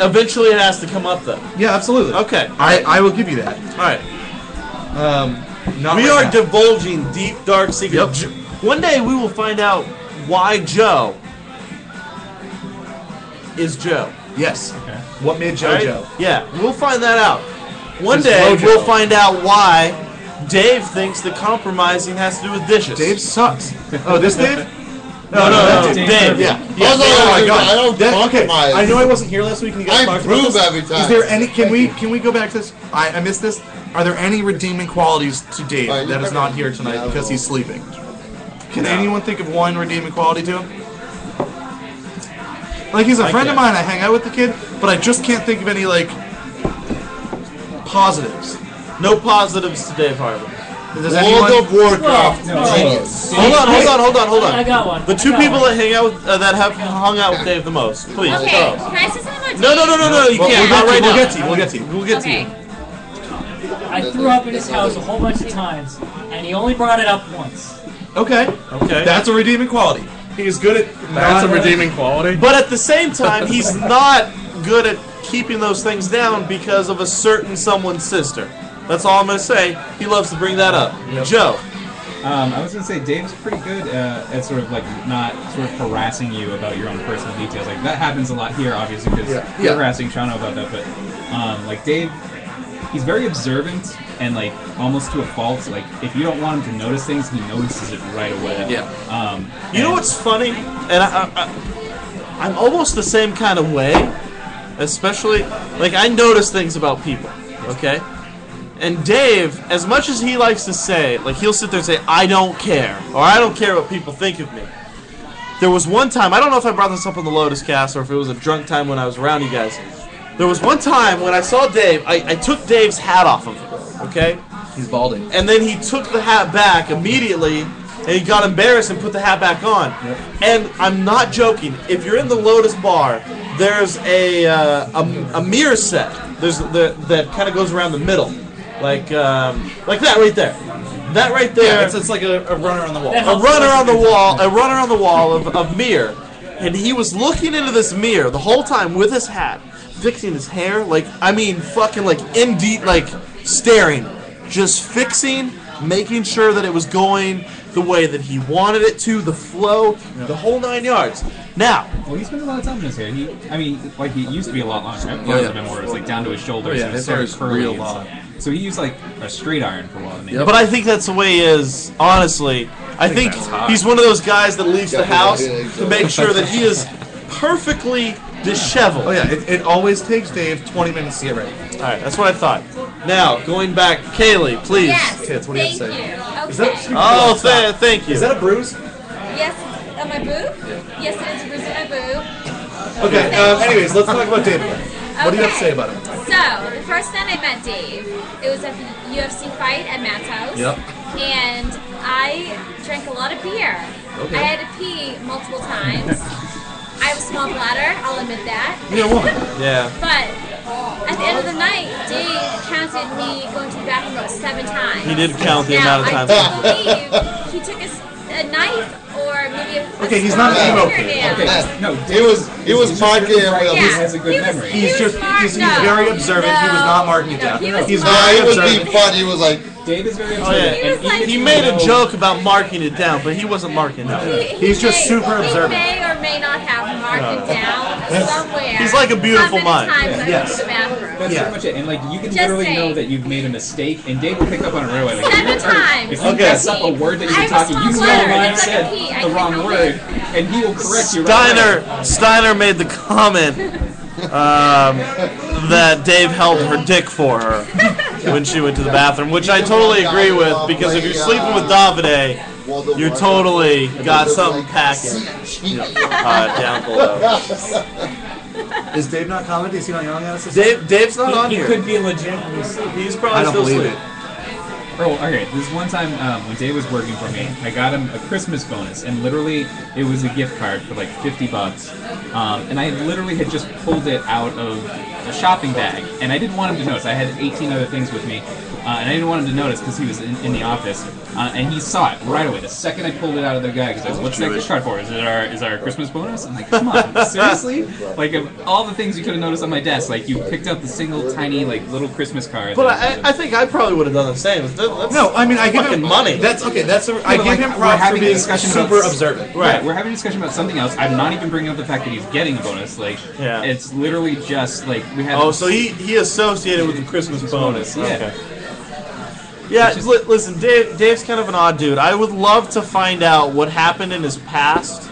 [SPEAKER 2] Eventually, it has to come up though.
[SPEAKER 9] Yeah, absolutely.
[SPEAKER 2] Okay.
[SPEAKER 9] I I will give you that.
[SPEAKER 2] All right.
[SPEAKER 9] Um, not
[SPEAKER 2] we
[SPEAKER 9] right
[SPEAKER 2] are
[SPEAKER 9] now.
[SPEAKER 2] divulging deep, dark
[SPEAKER 9] Yep.
[SPEAKER 2] secrets. J- One day we will find out why Joe is Joe.
[SPEAKER 9] yes. What made
[SPEAKER 2] all right?
[SPEAKER 9] JoJo?
[SPEAKER 2] Yeah, we'll find that out. One
[SPEAKER 9] It's
[SPEAKER 2] day
[SPEAKER 9] Mojo.
[SPEAKER 2] we'll find out why Dave thinks that compromising has to do with dishes.
[SPEAKER 9] Dave sucks. Oh, this Dave.
[SPEAKER 2] No, no, no,
[SPEAKER 4] no,
[SPEAKER 2] Dave.
[SPEAKER 4] Dave.
[SPEAKER 9] Yeah.
[SPEAKER 7] Also,
[SPEAKER 9] oh my god.
[SPEAKER 7] I don't
[SPEAKER 9] That- okay.
[SPEAKER 7] compromise.
[SPEAKER 9] I know I wasn't here last week and you guys
[SPEAKER 7] I
[SPEAKER 9] talked about
[SPEAKER 7] improve
[SPEAKER 9] this.
[SPEAKER 7] every time.
[SPEAKER 9] Is there any can
[SPEAKER 7] Thank
[SPEAKER 9] we
[SPEAKER 7] you.
[SPEAKER 9] can we go back to this? I, I missed this. Are there any redeeming qualities to Dave
[SPEAKER 7] All right,
[SPEAKER 9] that
[SPEAKER 7] you
[SPEAKER 9] is not
[SPEAKER 7] better-
[SPEAKER 9] here tonight
[SPEAKER 7] yeah, I
[SPEAKER 9] because
[SPEAKER 7] will.
[SPEAKER 9] he's sleeping? Can anyone think of one redeeming quality to him? Like he's a
[SPEAKER 2] I
[SPEAKER 9] friend of
[SPEAKER 2] can't.
[SPEAKER 9] mine, I hang out with the kid, but I just can't think of any like positives.
[SPEAKER 2] No positives to Dave Harvey.
[SPEAKER 9] Does
[SPEAKER 7] World
[SPEAKER 9] anyone
[SPEAKER 7] of Warcraft. Genius.
[SPEAKER 2] Hold on, hold on, hold on, hold on.
[SPEAKER 3] I got one.
[SPEAKER 2] The
[SPEAKER 3] I
[SPEAKER 2] two
[SPEAKER 3] got
[SPEAKER 2] people
[SPEAKER 3] one.
[SPEAKER 2] that hang out with, uh, that have hung out with Dave the most, please.
[SPEAKER 12] Okay,
[SPEAKER 2] Charles.
[SPEAKER 12] can I say something about
[SPEAKER 2] No, no, no, no, no. You
[SPEAKER 9] Well,
[SPEAKER 2] can't.
[SPEAKER 9] we'll
[SPEAKER 2] Not right
[SPEAKER 9] get
[SPEAKER 2] now.
[SPEAKER 9] to you, we'll get to you, we'll
[SPEAKER 2] We'll get to
[SPEAKER 12] okay.
[SPEAKER 2] you.
[SPEAKER 3] I threw up in his house a whole bunch of times, and he only brought it up once.
[SPEAKER 9] Okay.
[SPEAKER 2] Okay.
[SPEAKER 9] That's a redeeming quality. He's good at
[SPEAKER 6] That's
[SPEAKER 9] not-
[SPEAKER 6] a redeeming quality.
[SPEAKER 2] But at the same time, he's not good at keeping those things down because of a certain someone's sister. That's all I'm going to say. He loves to bring that up. Joe.
[SPEAKER 4] Um, I was gonna say Dave's pretty good uh, at sort of like not sort of harassing you about your own personal details. Like that happens a lot here, obviously, because
[SPEAKER 9] Yeah.
[SPEAKER 4] you're
[SPEAKER 9] Yeah.
[SPEAKER 4] harassing Shano about that. But um, like Dave, he's very observant and like almost to a fault. Like if you don't want him to notice things, he notices it right away.
[SPEAKER 9] Yeah.
[SPEAKER 4] Um,
[SPEAKER 2] You know
[SPEAKER 4] and-
[SPEAKER 2] what's funny? And I, I, I, I'm almost the same kind of way, especially, like, I notice things about people, okay? And Dave, as much as he likes to say, like, he'll sit there and say, I don't care, or I don't care what people think of me. There was one time, I don't know if I brought this up on the Lotus cast or if it was a drunk time when I was around you guys. There was one time when I saw Dave, I, I took Dave's hat off of him, okay?
[SPEAKER 9] He's balding.
[SPEAKER 2] and then he took the hat back immediately and he got embarrassed and put the hat back on and i'm not joking if you're in the lotus bar there's a uh, a, a mirror set there's the that kind of goes around the middle like um, like that right there that right there
[SPEAKER 9] Yeah, it's, it's like a, a runner on the wall.
[SPEAKER 2] a runner on the wall, a runner on the wall of, of mirror. and he was looking into this mirror the whole time with his hat, fixing his hair. Like I mean, fucking like in deep, like staring, just fixing, making sure that it was going the way that he wanted it to, the flow, the whole nine yards. Now,
[SPEAKER 4] well, he spends a lot of time in his hair. He, I mean, like it used to be a lot longer. I've
[SPEAKER 2] Oh, yeah.
[SPEAKER 4] been where it was like down to his shoulders.
[SPEAKER 2] Oh, yeah,
[SPEAKER 4] and it was
[SPEAKER 2] his hair
[SPEAKER 4] sort of
[SPEAKER 2] is
[SPEAKER 4] curly
[SPEAKER 2] real
[SPEAKER 4] and
[SPEAKER 2] long.
[SPEAKER 4] stuff. So he used like a straight iron for a while. and he-
[SPEAKER 2] But I think that's the way he is, honestly. I think
[SPEAKER 4] that's hot.
[SPEAKER 2] he's one of those guys that leaves the
[SPEAKER 4] Definitely
[SPEAKER 2] house
[SPEAKER 4] I think so.
[SPEAKER 2] to make sure that he is perfectly disheveled.
[SPEAKER 9] Oh yeah, it, it always takes Dave 20 minutes to get ready. All
[SPEAKER 2] right, that's what I thought. Now going back, Kaylee, please.
[SPEAKER 13] Yes,
[SPEAKER 9] Kids, what do you have to
[SPEAKER 13] thank
[SPEAKER 9] say?
[SPEAKER 13] you.
[SPEAKER 9] Is that-
[SPEAKER 13] Okay.
[SPEAKER 2] Oh, th- thank you.
[SPEAKER 9] Is that a bruise?
[SPEAKER 13] Yes, on my boob? Yes, it is a bruise on my boob.
[SPEAKER 9] Okay. Uh, anyways, let's talk about David. What do you have to say
[SPEAKER 13] Okay.
[SPEAKER 9] about him?
[SPEAKER 13] So, the first night I met Dave, it was at the UFC fight at Matt's house.
[SPEAKER 9] Yep.
[SPEAKER 13] And I drank a lot of beer.
[SPEAKER 9] Okay.
[SPEAKER 13] I had to pee multiple times. I have a small bladder, I'll admit that.
[SPEAKER 2] You're a woman. Yeah.
[SPEAKER 13] But at the end of the night, Dave counted me going to the bathroom about seven times.
[SPEAKER 2] He did count the
[SPEAKER 13] Now,
[SPEAKER 2] amount of times.
[SPEAKER 13] I believe he took a, s- a knife or maybe a
[SPEAKER 9] Okay, he's not an emo kid.
[SPEAKER 13] fingernail.
[SPEAKER 9] Okay, no,
[SPEAKER 7] He was he was marking him with
[SPEAKER 13] Yeah.
[SPEAKER 9] has a good
[SPEAKER 13] He was-
[SPEAKER 9] memory.
[SPEAKER 13] he
[SPEAKER 9] He's
[SPEAKER 13] was
[SPEAKER 9] just he's, he's
[SPEAKER 13] smart. No,
[SPEAKER 9] very observant. he was not marking it
[SPEAKER 13] no,
[SPEAKER 9] down.
[SPEAKER 13] he was
[SPEAKER 9] he's
[SPEAKER 13] smart.
[SPEAKER 9] very
[SPEAKER 13] No, he was
[SPEAKER 9] observant.
[SPEAKER 7] being funny. He was like,
[SPEAKER 4] Dave is very
[SPEAKER 2] Oh, yeah.
[SPEAKER 13] He was like-
[SPEAKER 2] he made a joke about marking it down, but he wasn't marking it down.
[SPEAKER 13] He- he may- He may or may not have marked it
[SPEAKER 2] No.
[SPEAKER 13] down
[SPEAKER 2] Yes.
[SPEAKER 13] somewhere.
[SPEAKER 2] He's like a beautiful
[SPEAKER 13] How
[SPEAKER 2] mind.
[SPEAKER 13] many times I went
[SPEAKER 4] Yes.
[SPEAKER 13] to the bathroom?
[SPEAKER 4] That's pretty much it. And like you can
[SPEAKER 13] Just
[SPEAKER 4] literally
[SPEAKER 13] saying.
[SPEAKER 4] know that you've made a mistake, and Dave will pick up on it right away. Like,
[SPEAKER 13] Seven
[SPEAKER 4] if you- or
[SPEAKER 13] times.
[SPEAKER 4] If you
[SPEAKER 2] Okay.
[SPEAKER 4] mess up a word that
[SPEAKER 13] I
[SPEAKER 4] you're
[SPEAKER 13] have a
[SPEAKER 4] talking, you
[SPEAKER 13] small
[SPEAKER 4] know
[SPEAKER 13] bladder.
[SPEAKER 4] I
[SPEAKER 13] It's like a
[SPEAKER 4] said
[SPEAKER 13] pea. I
[SPEAKER 4] the
[SPEAKER 13] can't
[SPEAKER 4] wrong
[SPEAKER 13] help
[SPEAKER 4] word, and he will correct you. Right away.
[SPEAKER 2] Steiner Steiner made the comment um, that Dave held her dick for her when she went to the bathroom, which I totally agree with because if you're sleeping with Davide, you're totally got something packing uh, down below.
[SPEAKER 9] Is Dave not commenting? Is he not yelling at us?
[SPEAKER 2] Dave, Dave's
[SPEAKER 4] not He- on he here. could
[SPEAKER 2] be
[SPEAKER 4] legitimately
[SPEAKER 2] He's probably
[SPEAKER 4] I don't
[SPEAKER 2] still
[SPEAKER 4] believe
[SPEAKER 2] asleep.
[SPEAKER 4] it. Oh, okay. This one time um, when Dave was working for me, I got him a Christmas bonus, and literally it was a gift card for like fifty bucks. Um, and I literally had just pulled it out of a shopping bag, and I didn't want him to notice. I had eighteen other things with me, uh, and I didn't want him to notice because he was in, in the office, uh, and he saw it right away the second I pulled it out of the bag. He's like, "What's that gift card for? Is it our is our Christmas bonus?" I'm like, "Come on, seriously!" Like of all the things you could have noticed on my desk, like you picked up the single tiny like little Christmas card.
[SPEAKER 2] But
[SPEAKER 4] that was
[SPEAKER 2] I, I think I probably would have done the same.
[SPEAKER 4] No, I mean, I give
[SPEAKER 2] fucking
[SPEAKER 4] him-
[SPEAKER 2] money.
[SPEAKER 4] that's- okay, that's a- I
[SPEAKER 2] Yeah, but
[SPEAKER 4] give him
[SPEAKER 2] we're
[SPEAKER 4] props for
[SPEAKER 2] having a
[SPEAKER 4] being
[SPEAKER 2] discussion
[SPEAKER 4] super
[SPEAKER 2] about-
[SPEAKER 4] observant.
[SPEAKER 2] Right.
[SPEAKER 4] Right, we're having a discussion about something else. I'm not even bringing up the fact that he's getting a bonus. Like,
[SPEAKER 2] Yeah.
[SPEAKER 4] it's literally just like we have.
[SPEAKER 2] Oh, so he he associated with the Christmas bonus.
[SPEAKER 4] bonus, yeah.
[SPEAKER 2] Okay. Yeah, li- listen, Dave, Dave's kind of an odd dude. I would love to find out what happened in his past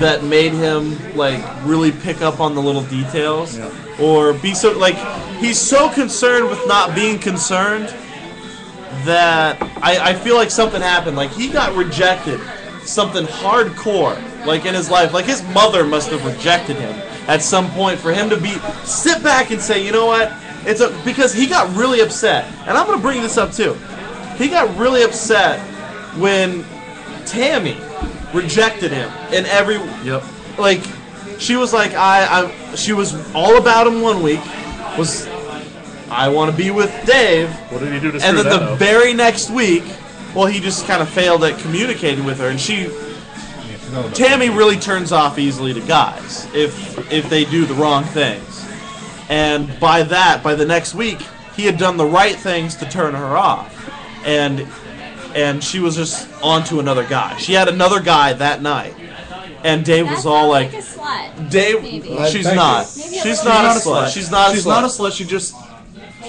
[SPEAKER 2] that made him like really pick up on the little details, or be so like he's so concerned with not being concerned that I, I feel like something happened. Like he got rejected, something hardcore, like in his life. Like his mother must have rejected him at some point for him to be sit back and say, you know what? It's a, because he got really upset, and I'm gonna bring this up too. He got really upset when Tammy rejected him in every yep. Like she was like I, I she was all about him one week was I want to be with Dave. What did he do
[SPEAKER 14] to
[SPEAKER 2] And
[SPEAKER 14] screw
[SPEAKER 2] then
[SPEAKER 14] that
[SPEAKER 2] the
[SPEAKER 14] up?
[SPEAKER 2] very next week, well, he just kind of failed at communicating with her, and she, Tammy, really turns off easily to guys if if they do the wrong things. And by that, by the next week, he had done the right things to turn her off, and and she was just on to another guy. She had another guy that night, and Dave was all like,
[SPEAKER 13] a slut.
[SPEAKER 2] Dave,
[SPEAKER 13] maybe.
[SPEAKER 2] she's not. She's not a slut. She's not a slut.
[SPEAKER 9] She's not a slut. She just.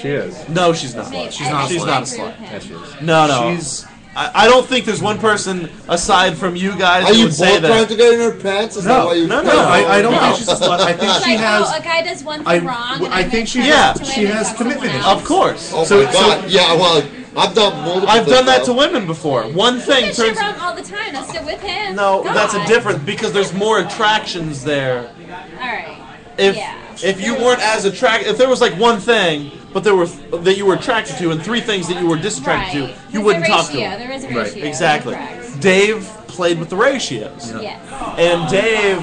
[SPEAKER 2] She is. No, she's not.
[SPEAKER 13] Maybe.
[SPEAKER 2] She's
[SPEAKER 13] I-
[SPEAKER 2] not.
[SPEAKER 13] I-
[SPEAKER 2] She's
[SPEAKER 13] I
[SPEAKER 2] not a
[SPEAKER 13] agree with
[SPEAKER 2] slut.
[SPEAKER 13] him.
[SPEAKER 14] Yes, she is.
[SPEAKER 2] No, no.
[SPEAKER 9] She's.
[SPEAKER 2] I, I don't think there's one person aside from you guys
[SPEAKER 7] Are
[SPEAKER 2] who
[SPEAKER 7] you
[SPEAKER 2] would say
[SPEAKER 7] both trying
[SPEAKER 2] that.
[SPEAKER 7] to get in her pants? Is that
[SPEAKER 2] No,
[SPEAKER 7] why you
[SPEAKER 2] no, no, I- I don't think she's a slut. I think
[SPEAKER 13] It's
[SPEAKER 2] she
[SPEAKER 13] like,
[SPEAKER 2] has-
[SPEAKER 13] Oh, a guy does one thing
[SPEAKER 2] I-
[SPEAKER 13] wrong. and
[SPEAKER 2] I
[SPEAKER 13] then
[SPEAKER 2] think she-
[SPEAKER 13] turns
[SPEAKER 2] yeah,
[SPEAKER 13] to him
[SPEAKER 2] she
[SPEAKER 13] and
[SPEAKER 2] has
[SPEAKER 13] fucks someone
[SPEAKER 2] commitment
[SPEAKER 13] else.
[SPEAKER 2] Of course.
[SPEAKER 7] Oh
[SPEAKER 2] So-
[SPEAKER 7] my
[SPEAKER 2] so-
[SPEAKER 7] god! yeah, well, I've done multiple.
[SPEAKER 2] I've done that
[SPEAKER 7] times.
[SPEAKER 2] to women before. One
[SPEAKER 13] He
[SPEAKER 2] thing
[SPEAKER 13] does shit
[SPEAKER 2] turns.
[SPEAKER 13] wrong all the time. I'm still with him.
[SPEAKER 2] No, that's a
[SPEAKER 13] God.
[SPEAKER 2] different because there's more attractions there.
[SPEAKER 13] All right.
[SPEAKER 2] If
[SPEAKER 13] yeah.
[SPEAKER 2] if you weren't as attracted, if there was like one thing, but there were th- that you were attracted to, and three things that you were disattracted to,
[SPEAKER 13] Right.
[SPEAKER 2] you
[SPEAKER 13] There's a
[SPEAKER 2] wouldn't talk to.
[SPEAKER 13] ratio.
[SPEAKER 2] Them.
[SPEAKER 13] There is a Right. ratio. You're
[SPEAKER 2] Exactly.
[SPEAKER 13] correct.
[SPEAKER 2] Dave played with the ratios.
[SPEAKER 13] Yes.
[SPEAKER 2] and Dave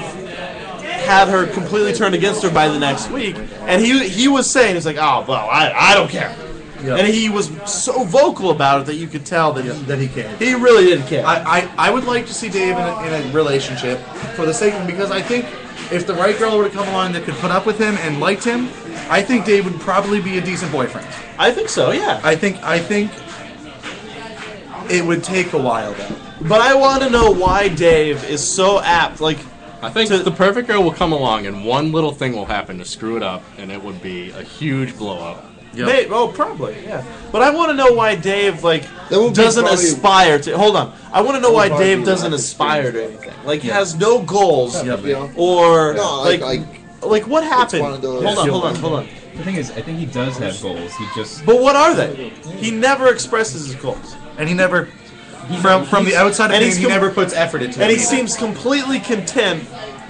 [SPEAKER 2] had her completely turned against her by the next week. And he he was saying, he's like, oh well, I, I don't care. Yeah.
[SPEAKER 9] and he was so vocal about it that you could tell
[SPEAKER 2] oh,
[SPEAKER 9] that he,
[SPEAKER 5] that he cared.
[SPEAKER 9] He really did care. I, I, I would like to see Dave in a, in a relationship for the sake of because I think if the right girl were to come along that could put up with him and liked him, I think Dave would probably be a decent boyfriend.
[SPEAKER 2] I think so. Yeah.
[SPEAKER 9] I think I think it would take a while though.
[SPEAKER 2] But I want to know why Dave is so apt. Like,
[SPEAKER 6] I think the perfect girl will come along, and one little thing will happen to screw it up, and it would be a huge blow up.
[SPEAKER 2] May- oh, probably, yeah. But I want to know why Dave like
[SPEAKER 6] would be
[SPEAKER 2] doesn't
[SPEAKER 6] probably-
[SPEAKER 2] aspire to. Hold on, I want to know
[SPEAKER 6] That would
[SPEAKER 2] why
[SPEAKER 6] probably
[SPEAKER 2] Dave
[SPEAKER 6] be
[SPEAKER 2] doesn't
[SPEAKER 6] what
[SPEAKER 2] aspire to anything. Like, has no goals, or
[SPEAKER 4] No,
[SPEAKER 2] like,
[SPEAKER 4] like-
[SPEAKER 2] like, what happened? Hold on, hold on, hold on.
[SPEAKER 4] The thing is, I think he does have goals. He just
[SPEAKER 2] But what are they? He never expresses his goals,
[SPEAKER 9] and he never from from the outside of
[SPEAKER 2] and
[SPEAKER 9] things,
[SPEAKER 2] he's
[SPEAKER 9] he
[SPEAKER 2] com-
[SPEAKER 9] never puts effort into.
[SPEAKER 2] and
[SPEAKER 9] it.
[SPEAKER 2] he seems completely content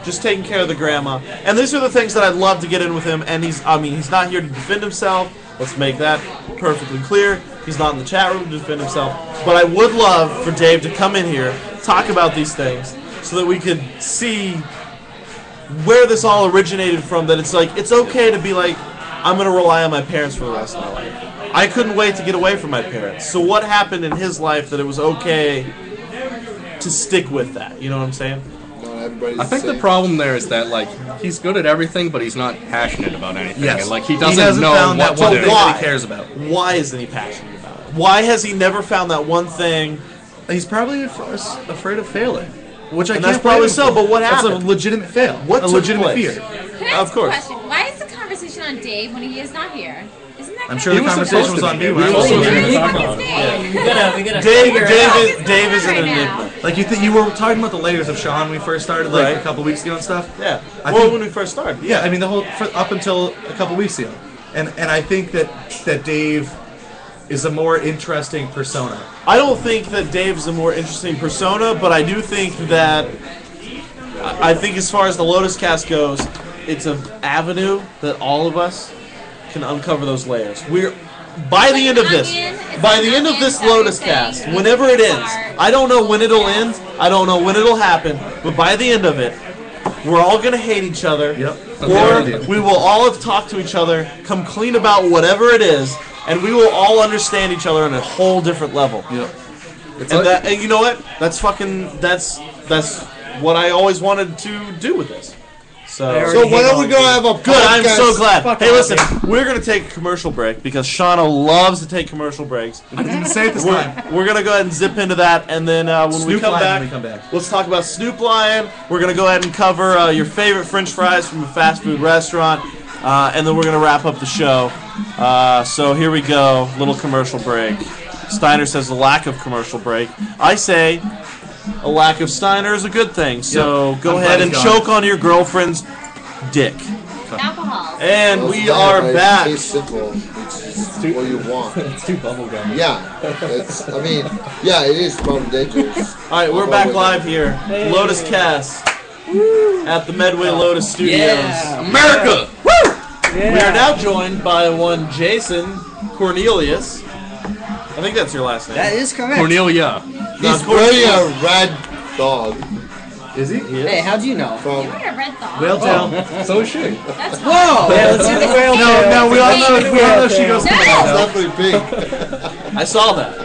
[SPEAKER 2] just taking care of the grandma. And these are the things that I'd love to get in with him. And he's, I mean, he's not here to defend himself. Let's make that perfectly clear. He's not in the chat room to defend himself. But I would love for Dave to come in here, talk about these things, so that we could see where this all originated from. That it's like, it's okay to be like, I'm going to rely on my parents for the rest of my life. I couldn't wait to get away from my parents. So, what happened in his life that it was okay to stick with that? You know what I'm saying?
[SPEAKER 6] I think the problem there is that like he's good at everything, but he's not passionate about anything.
[SPEAKER 2] Yes.
[SPEAKER 6] and, like he
[SPEAKER 2] He
[SPEAKER 6] doesn't
[SPEAKER 2] hasn't
[SPEAKER 6] know
[SPEAKER 2] found
[SPEAKER 6] what
[SPEAKER 2] that one
[SPEAKER 6] to do.
[SPEAKER 2] thing that he cares about. Why isn't he passionate about it? Why has he never found that one thing?
[SPEAKER 9] He's probably af- afraid of failing, which I
[SPEAKER 2] and
[SPEAKER 9] can't
[SPEAKER 2] that's probably
[SPEAKER 9] blame him
[SPEAKER 2] so.
[SPEAKER 9] for.
[SPEAKER 2] But what
[SPEAKER 9] That's a
[SPEAKER 2] happened?
[SPEAKER 9] legitimate fail.
[SPEAKER 2] What
[SPEAKER 9] a
[SPEAKER 2] took
[SPEAKER 9] legitimate
[SPEAKER 2] place?
[SPEAKER 9] fear.
[SPEAKER 12] Can I ask
[SPEAKER 2] Of course.
[SPEAKER 12] a question? Why is the conversation on Dave when he is not here? Isn't that
[SPEAKER 9] I'm
[SPEAKER 12] kinda
[SPEAKER 9] sure the
[SPEAKER 12] weird?
[SPEAKER 9] conversation was on me. when I
[SPEAKER 2] supposed to
[SPEAKER 9] was
[SPEAKER 2] be.
[SPEAKER 9] here.
[SPEAKER 2] We were supposed to be. Yeah. We gotta- we gotta Dave- figure it Dave out. is- Dave is an enigma.
[SPEAKER 9] Like you, th- you were talking about the layers of Sean when we first started, like
[SPEAKER 2] Right.
[SPEAKER 9] a couple weeks ago and stuff.
[SPEAKER 2] Yeah.
[SPEAKER 9] I
[SPEAKER 2] well,
[SPEAKER 9] think-
[SPEAKER 2] when we first started.
[SPEAKER 9] Yeah, I mean the whole fr up until a couple weeks ago, and and I think that that Dave is a more interesting persona.
[SPEAKER 2] I don't think that Dave's a more interesting persona, but I do think that I I think as far as the Lotus Cast goes, it's an avenue that all of us can uncover those layers. We're by the end of this, by the end of this Lotus Cast, whenever it ends, I don't know when it'll end. I don't know when it'll happen, but by the end of it, we're all gonna hate each other, or we will all have talked to each other, come clean about whatever it is, and we will all understand each other on a whole different level.
[SPEAKER 9] Yep.
[SPEAKER 2] And,
[SPEAKER 9] It's like-
[SPEAKER 2] that, and you know what? That's fucking. That's that's what I always wanted to do with this.
[SPEAKER 7] I
[SPEAKER 2] So,
[SPEAKER 7] already So when hate are we all gonna of you. have a
[SPEAKER 2] good? I'm so
[SPEAKER 7] podcast?
[SPEAKER 2] glad.
[SPEAKER 7] Fuck
[SPEAKER 2] hey,
[SPEAKER 7] off,
[SPEAKER 2] listen, we're gonna take a commercial break because Shauna loves to take commercial breaks. I
[SPEAKER 9] didn't say it this
[SPEAKER 2] we're,
[SPEAKER 9] time.
[SPEAKER 2] We're gonna go ahead and zip into that, and then uh, when we
[SPEAKER 9] Snoop
[SPEAKER 2] come
[SPEAKER 9] Lion when
[SPEAKER 2] back,
[SPEAKER 9] we come back.
[SPEAKER 2] Let's talk about Snoop Lion. We're gonna go ahead and cover uh, your favorite French fries from a fast food restaurant, uh, and then we're gonna wrap up the show. Uh, so here we go, little commercial break. Steiner says a lack of commercial break. I say a lack of Steiner is a good thing. So
[SPEAKER 9] Yep.
[SPEAKER 2] go
[SPEAKER 9] I'm
[SPEAKER 2] ahead
[SPEAKER 9] glad
[SPEAKER 2] and
[SPEAKER 9] he's gone.
[SPEAKER 2] choke on your girlfriend's dick.
[SPEAKER 12] Alcohol.
[SPEAKER 2] And
[SPEAKER 7] Well,
[SPEAKER 2] we
[SPEAKER 7] it's
[SPEAKER 2] are
[SPEAKER 7] not,
[SPEAKER 2] back.
[SPEAKER 7] It's simple. It's just what you want.
[SPEAKER 2] It's too bubblegum.
[SPEAKER 7] Yeah, it's, I mean, yeah, it is probably dangerous.
[SPEAKER 2] All right, we're back live here. Lotus Cast at the Medway Lotus Studios.
[SPEAKER 7] Yeah.
[SPEAKER 2] America! Woo! We
[SPEAKER 11] Yeah.
[SPEAKER 2] are now joined by one Jason Cornelius. I think that's your last name.
[SPEAKER 11] That is correct.
[SPEAKER 6] Cornelia.
[SPEAKER 7] He's wearing a red dog.
[SPEAKER 9] Is he?
[SPEAKER 11] Hey, how'd you know?
[SPEAKER 7] From
[SPEAKER 12] What a red dog.
[SPEAKER 9] Whale
[SPEAKER 7] Oh.
[SPEAKER 9] tail. so is she.
[SPEAKER 12] That's
[SPEAKER 11] Whoa!
[SPEAKER 9] Yeah, let's hear the whale No, tail. no, we all know- we all know she goes to the whale tail.
[SPEAKER 7] Definitely pink.
[SPEAKER 2] I saw that.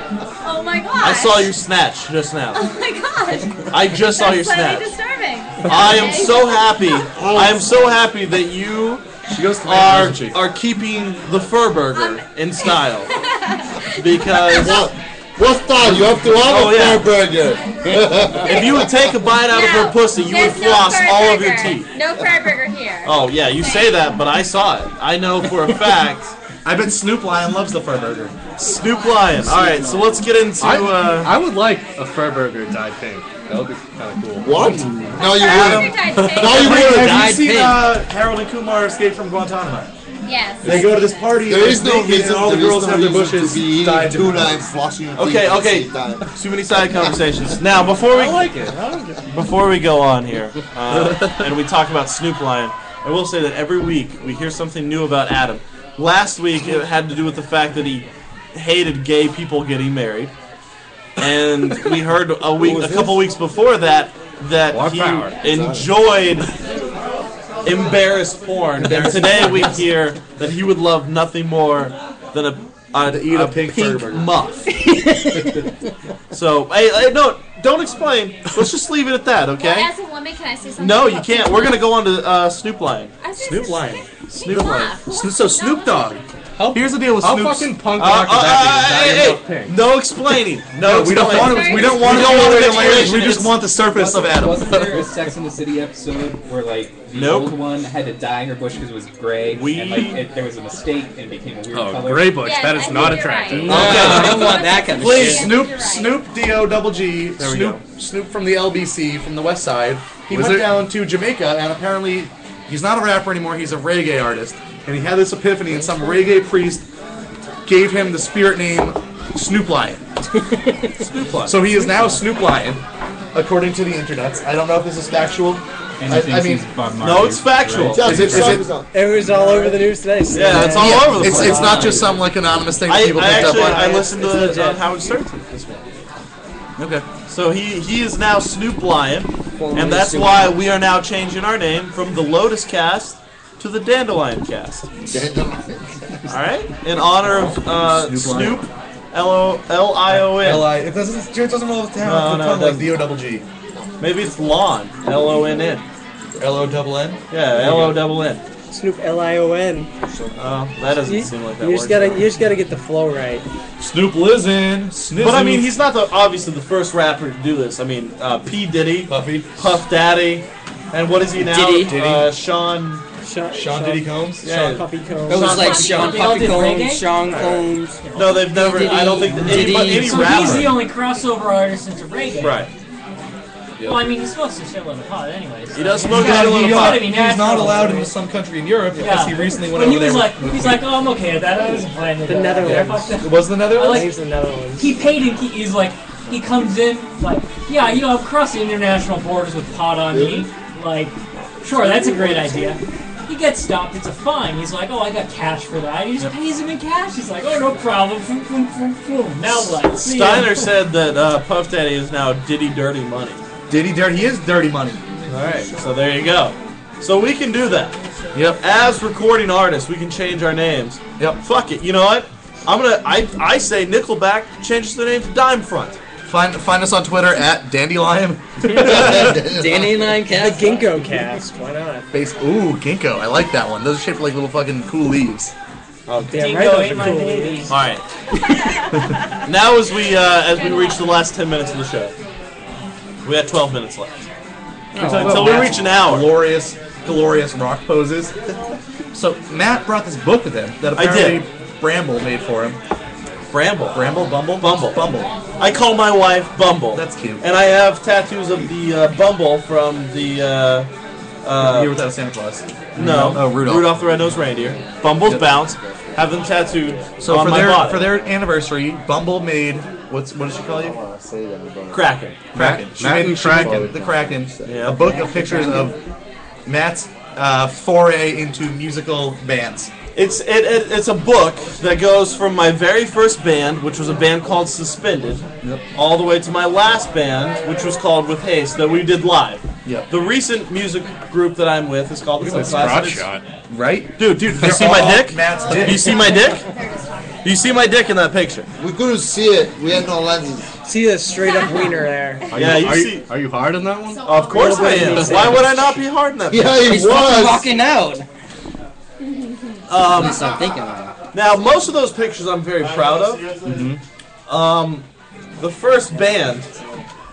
[SPEAKER 12] Oh my god.
[SPEAKER 2] I saw your snatch just now.
[SPEAKER 12] Oh my god.
[SPEAKER 2] I just saw
[SPEAKER 12] That's slightly
[SPEAKER 2] your snatch.
[SPEAKER 12] disturbing.
[SPEAKER 2] I am
[SPEAKER 12] Okay.
[SPEAKER 2] so happy. I am so happy that you
[SPEAKER 9] Commander,
[SPEAKER 2] are
[SPEAKER 9] isn't she?
[SPEAKER 2] are keeping the fur burger in style because
[SPEAKER 7] What- What's that? You have to have
[SPEAKER 2] Oh,
[SPEAKER 7] a
[SPEAKER 2] yeah.
[SPEAKER 7] fair burger.
[SPEAKER 2] if you would take a bite out of her pussy, you would
[SPEAKER 12] There's no
[SPEAKER 2] floss
[SPEAKER 12] fur
[SPEAKER 2] all of your
[SPEAKER 12] burger.
[SPEAKER 2] teeth.
[SPEAKER 12] No fur burger here.
[SPEAKER 2] Oh yeah, you say that, but I saw it. I know for a fact.
[SPEAKER 9] I bet Snoop Lion loves the fur burger.
[SPEAKER 2] Snoop Lion. All right, so let's get into.
[SPEAKER 6] I,
[SPEAKER 2] uh,
[SPEAKER 6] I would like a fur burger dyed pink. That would be kind of cool.
[SPEAKER 7] What?
[SPEAKER 9] No, you wouldn't.
[SPEAKER 7] Now you wouldn't.
[SPEAKER 9] Have
[SPEAKER 7] Dyed
[SPEAKER 9] you seen
[SPEAKER 7] pink.
[SPEAKER 9] uh, Harold and Kumar escape from Guantanamo?
[SPEAKER 12] Yes.
[SPEAKER 9] They go to this party.
[SPEAKER 7] There is no
[SPEAKER 9] naked,
[SPEAKER 7] reason.
[SPEAKER 9] And all the
[SPEAKER 7] there is
[SPEAKER 9] girls
[SPEAKER 7] no
[SPEAKER 9] have their
[SPEAKER 7] reason
[SPEAKER 9] bushes
[SPEAKER 7] to be eating
[SPEAKER 9] dyed
[SPEAKER 7] tuna
[SPEAKER 9] different.
[SPEAKER 7] and flushing your teeth
[SPEAKER 2] Okay,
[SPEAKER 7] at the
[SPEAKER 2] okay.
[SPEAKER 7] same time.
[SPEAKER 2] Too many side conversations. Now, before we
[SPEAKER 9] I like it. I like it.
[SPEAKER 2] before we go on here, uh, and we talk about Snoop Lion, I will say that every week we hear something new about Adam. Last week it had to do with the fact that he hated gay people getting married, and we heard a week, a couple weeks before that, that
[SPEAKER 6] More
[SPEAKER 2] he
[SPEAKER 6] power.
[SPEAKER 2] enjoyed embarrassed porn. And today we hear that he would love nothing more than a I'd eat
[SPEAKER 10] A
[SPEAKER 2] a,
[SPEAKER 10] pig
[SPEAKER 2] pink,
[SPEAKER 10] burger.
[SPEAKER 2] muff. so, hey, hey, no, don't explain. Let's just leave it at that, okay?
[SPEAKER 12] Well, as a woman, can I say something?
[SPEAKER 2] No, you
[SPEAKER 12] about
[SPEAKER 2] can't.
[SPEAKER 12] Big
[SPEAKER 2] We're gonna
[SPEAKER 12] Muff?
[SPEAKER 2] go on to uh, Snoop Lion.
[SPEAKER 12] I said
[SPEAKER 2] Snoop Lion. Snoop
[SPEAKER 12] Big
[SPEAKER 2] Lion.
[SPEAKER 12] Muff.
[SPEAKER 2] Sno- so Snoop Dogg.
[SPEAKER 9] Here's the deal with
[SPEAKER 2] How
[SPEAKER 9] Snoop's-
[SPEAKER 2] fucking punk
[SPEAKER 9] Uh,
[SPEAKER 2] rock
[SPEAKER 9] uh,
[SPEAKER 2] is that
[SPEAKER 9] uh,
[SPEAKER 2] dude?
[SPEAKER 9] hey,
[SPEAKER 2] Is that
[SPEAKER 9] hey,
[SPEAKER 2] pig? No explaining. No,
[SPEAKER 9] we don't
[SPEAKER 2] explaining.
[SPEAKER 9] want to. We don't want
[SPEAKER 2] We
[SPEAKER 9] to
[SPEAKER 2] don't
[SPEAKER 9] know
[SPEAKER 2] want
[SPEAKER 9] the
[SPEAKER 2] to
[SPEAKER 9] layers. We
[SPEAKER 2] explain.
[SPEAKER 9] just want the surface of Adam.
[SPEAKER 4] Wasn't there a Sex in the City episode where like the
[SPEAKER 9] Nope.
[SPEAKER 4] old one had to dye her bush because it was gray, and like it, there was a mistake and became a weird
[SPEAKER 6] Oh,
[SPEAKER 4] color?
[SPEAKER 6] gray bush, Yeah, that is I think not you're attractive. right.
[SPEAKER 4] No,
[SPEAKER 6] Okay,
[SPEAKER 4] don't want that kind of
[SPEAKER 9] Please,
[SPEAKER 4] shit.
[SPEAKER 9] Snoop, Snoop Do Double G,
[SPEAKER 6] There we
[SPEAKER 9] Snoop, Snoop from the LBC from the West Side. He
[SPEAKER 6] Was
[SPEAKER 9] went
[SPEAKER 6] there-
[SPEAKER 9] down to Jamaica, and apparently he's not a rapper anymore. He's a reggae artist, and he had this epiphany, and some reggae priest gave him the spirit name Snoop Lion. Snoop
[SPEAKER 2] Lion.
[SPEAKER 9] So he is now Snoop Lion, according to the internets. I don't know if this is factual.
[SPEAKER 4] And
[SPEAKER 9] I,
[SPEAKER 4] he
[SPEAKER 9] I
[SPEAKER 4] thinks
[SPEAKER 9] mean,
[SPEAKER 4] he's Bob Marley, No, it's factual. right?
[SPEAKER 9] Is it- is it-
[SPEAKER 11] It was all over the news today. so-
[SPEAKER 9] it's, It's not just some like anonymous thing that
[SPEAKER 2] I,
[SPEAKER 9] people
[SPEAKER 2] I
[SPEAKER 9] picked
[SPEAKER 2] actually
[SPEAKER 9] up on.
[SPEAKER 2] I listened to the, John Howard Stern tape this week.
[SPEAKER 9] Okay.
[SPEAKER 2] So he he is now Snoop Lion,
[SPEAKER 9] Formerly
[SPEAKER 2] and that's
[SPEAKER 9] Snoop
[SPEAKER 2] why
[SPEAKER 9] Lion.
[SPEAKER 2] we are now changing our name from the Lotus Cast to the Dandelion Cast. All right, in honor of uh,
[SPEAKER 9] Snoop Lion.
[SPEAKER 2] Snoop. L O L I O N.
[SPEAKER 9] L I- it doesn't- it doesn't roll off the tongue, off the tongue like D O double G.
[SPEAKER 2] Maybe it's Lon. L O N N.
[SPEAKER 9] L O double N.
[SPEAKER 2] Yeah, L O double N.
[SPEAKER 11] Snoop L I O N.
[SPEAKER 2] Oh, that doesn't seem like that
[SPEAKER 11] You just
[SPEAKER 2] works
[SPEAKER 11] gotta,
[SPEAKER 2] out.
[SPEAKER 11] you just gotta get the flow right.
[SPEAKER 2] Snoop Lizzin. But I mean, he's not the obviously the first rapper to do this. I mean, uh, P Diddy, Puffy, Puff Daddy, and what is he now?
[SPEAKER 11] Diddy.
[SPEAKER 2] Uh, Sean.
[SPEAKER 11] Sean,
[SPEAKER 9] Sean Diddy Combs?
[SPEAKER 2] Yeah.
[SPEAKER 11] Sean Puffy Combs.
[SPEAKER 2] That was like
[SPEAKER 3] Sean Puffy Combs, Sean
[SPEAKER 11] Combs.
[SPEAKER 2] No, they've never. I don't think that any, but any
[SPEAKER 3] so he's the
[SPEAKER 2] rapper.
[SPEAKER 3] only crossover artist into reggae.
[SPEAKER 2] Right.
[SPEAKER 3] Well, I mean, he smokes a shitload of pot anyway. So
[SPEAKER 9] He does
[SPEAKER 3] it's
[SPEAKER 9] smoke a
[SPEAKER 3] gotta
[SPEAKER 9] shitload
[SPEAKER 3] be-
[SPEAKER 9] of
[SPEAKER 3] it's
[SPEAKER 9] pot.
[SPEAKER 3] gotta be
[SPEAKER 9] He's
[SPEAKER 3] natural.
[SPEAKER 9] not allowed into some country in Europe because he recently went
[SPEAKER 3] but he
[SPEAKER 9] over
[SPEAKER 3] was
[SPEAKER 9] there
[SPEAKER 3] Like,
[SPEAKER 9] with-
[SPEAKER 3] he's like, oh, I'm okay with that. I was playing with
[SPEAKER 11] The
[SPEAKER 3] that.
[SPEAKER 11] Netherlands.
[SPEAKER 3] Yeah, fuck that.
[SPEAKER 9] It was the Netherlands?
[SPEAKER 3] I like-
[SPEAKER 11] He's the Netherlands.
[SPEAKER 3] He paid and he, he's like, he comes in like, yeah, you know, I'm crossing international borders with pot on me. Like, sure, that's a great idea. He gets stopped. It's a fine. He's like, oh, I got cash for that. He just pays him in cash. He's like, oh, no problem. Boom, boom, boom, boom. Now what? See ya.
[SPEAKER 2] Steiner said that uh, Puff Daddy is now Diddy Dirty Money.
[SPEAKER 9] Diddy Dirty. He is Dirty Money.
[SPEAKER 2] All right. So there you go. So we can do that.
[SPEAKER 9] Yep.
[SPEAKER 2] As recording artists, we can change our names.
[SPEAKER 9] Yep.
[SPEAKER 2] Fuck it. You know what? I'm gonna. I I say Nickelback changes their name to Dime Front.
[SPEAKER 9] Find find us on Twitter at Dandelion.
[SPEAKER 11] Dandelion Cast. The Ginkgo Cast. Why not?
[SPEAKER 9] Base. Ooh, ginkgo. I like that one. Those are shaped like little fucking cool leaves.
[SPEAKER 2] Oh,
[SPEAKER 11] Damn right, those are cool.
[SPEAKER 2] All right. now, as we uh, as we reach the last ten minutes of the show, we got twelve minutes left. Until, until we reach an hour.
[SPEAKER 9] Glorious, glorious rock poses. so Matt brought this book with him that
[SPEAKER 2] I did.
[SPEAKER 9] apparently Bramble made for him.
[SPEAKER 2] Bramble.
[SPEAKER 9] Bramble, Bumble,
[SPEAKER 2] Bumble,
[SPEAKER 9] Bumble.
[SPEAKER 2] I call my wife Bumble.
[SPEAKER 9] That's cute.
[SPEAKER 2] And I have tattoos of the uh, Bumble from the. Uh, uh,
[SPEAKER 9] Year Without Santa Claus.
[SPEAKER 2] No.
[SPEAKER 9] Oh, Rudolph.
[SPEAKER 2] the Red-Nosed Reindeer. Bumble's Bounce. Have them tattooed
[SPEAKER 9] So
[SPEAKER 2] on
[SPEAKER 9] for
[SPEAKER 2] my
[SPEAKER 9] their
[SPEAKER 2] body.
[SPEAKER 9] for their anniversary, Bumble made what's what did she call you?
[SPEAKER 2] Kraken.
[SPEAKER 9] Kraken. She
[SPEAKER 6] Matt
[SPEAKER 9] made
[SPEAKER 6] and
[SPEAKER 9] she made
[SPEAKER 6] Kraken.
[SPEAKER 9] The Kraken. A book of pictures of Matt's uh, foray into musical bands.
[SPEAKER 2] It's it, it, it's a book that goes from my very first band, which was a band called Suspended, all the way to my last band, which was called With Haste, that we did live.
[SPEAKER 9] Yep.
[SPEAKER 2] The recent music group that I'm with is called the
[SPEAKER 6] Look at that
[SPEAKER 2] Subclass,
[SPEAKER 6] crotch
[SPEAKER 2] and it's-
[SPEAKER 9] Right?
[SPEAKER 2] Dude, dude, did you
[SPEAKER 9] They're
[SPEAKER 2] see my
[SPEAKER 9] all
[SPEAKER 2] dick?
[SPEAKER 9] Matt's dick.
[SPEAKER 2] Do you see my dick? Do you see my dick in that picture?
[SPEAKER 7] We couldn't see it. We had no lenses.
[SPEAKER 11] See the straight up wiener there.
[SPEAKER 6] Are
[SPEAKER 2] yeah,
[SPEAKER 6] you,
[SPEAKER 2] you
[SPEAKER 6] are,
[SPEAKER 2] see.
[SPEAKER 6] you, are you hard on that one?
[SPEAKER 2] Of course I am. Why would I not be hard in that?
[SPEAKER 7] Yeah,
[SPEAKER 2] picture?
[SPEAKER 7] he He's was. rocking
[SPEAKER 11] out.
[SPEAKER 2] Um,
[SPEAKER 13] I'm thinking about
[SPEAKER 2] Now, most of those pictures I'm very proud of. Um, the first band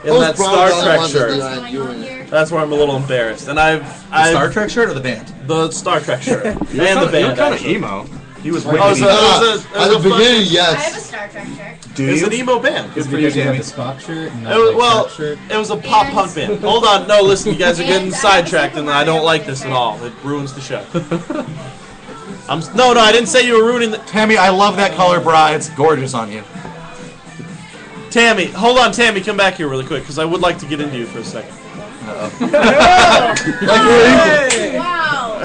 [SPEAKER 2] in
[SPEAKER 7] Those
[SPEAKER 2] that
[SPEAKER 7] brown
[SPEAKER 2] Star
[SPEAKER 7] colored
[SPEAKER 2] Trek
[SPEAKER 7] ones that
[SPEAKER 2] shirt.
[SPEAKER 7] they like doing.
[SPEAKER 2] That's where I'm a little embarrassed. And I've,
[SPEAKER 9] The
[SPEAKER 2] I've
[SPEAKER 9] Star Trek shirt or the band?
[SPEAKER 2] the Star Trek shirt and
[SPEAKER 9] You're kinda-
[SPEAKER 2] the band.
[SPEAKER 6] you're kinda
[SPEAKER 2] actually.
[SPEAKER 6] emo. He was
[SPEAKER 2] Oh, it was a- it was a- it was
[SPEAKER 7] Ah, At the
[SPEAKER 2] a fucking-
[SPEAKER 12] I
[SPEAKER 7] beginning,
[SPEAKER 12] have a
[SPEAKER 7] yes.
[SPEAKER 12] Star Trek shirt.
[SPEAKER 9] Do
[SPEAKER 2] It's
[SPEAKER 9] you?
[SPEAKER 2] an emo band.
[SPEAKER 4] Is it because you have the Spock shirt? And
[SPEAKER 2] It
[SPEAKER 4] not,
[SPEAKER 2] was,
[SPEAKER 4] like,
[SPEAKER 2] well,
[SPEAKER 4] Chuck shirt?
[SPEAKER 2] it was a pop punk band. Hold on, no, listen, you guys are getting sidetracked, and I don't like this at all. It ruins the show. I'm s- no, no, I didn't say you were ruining the.
[SPEAKER 9] Tammy, I love that color bra. It's gorgeous on you.
[SPEAKER 2] Tammy, hold on, Tammy, come back here really quick because I would like to get into you for a second.
[SPEAKER 12] Wow.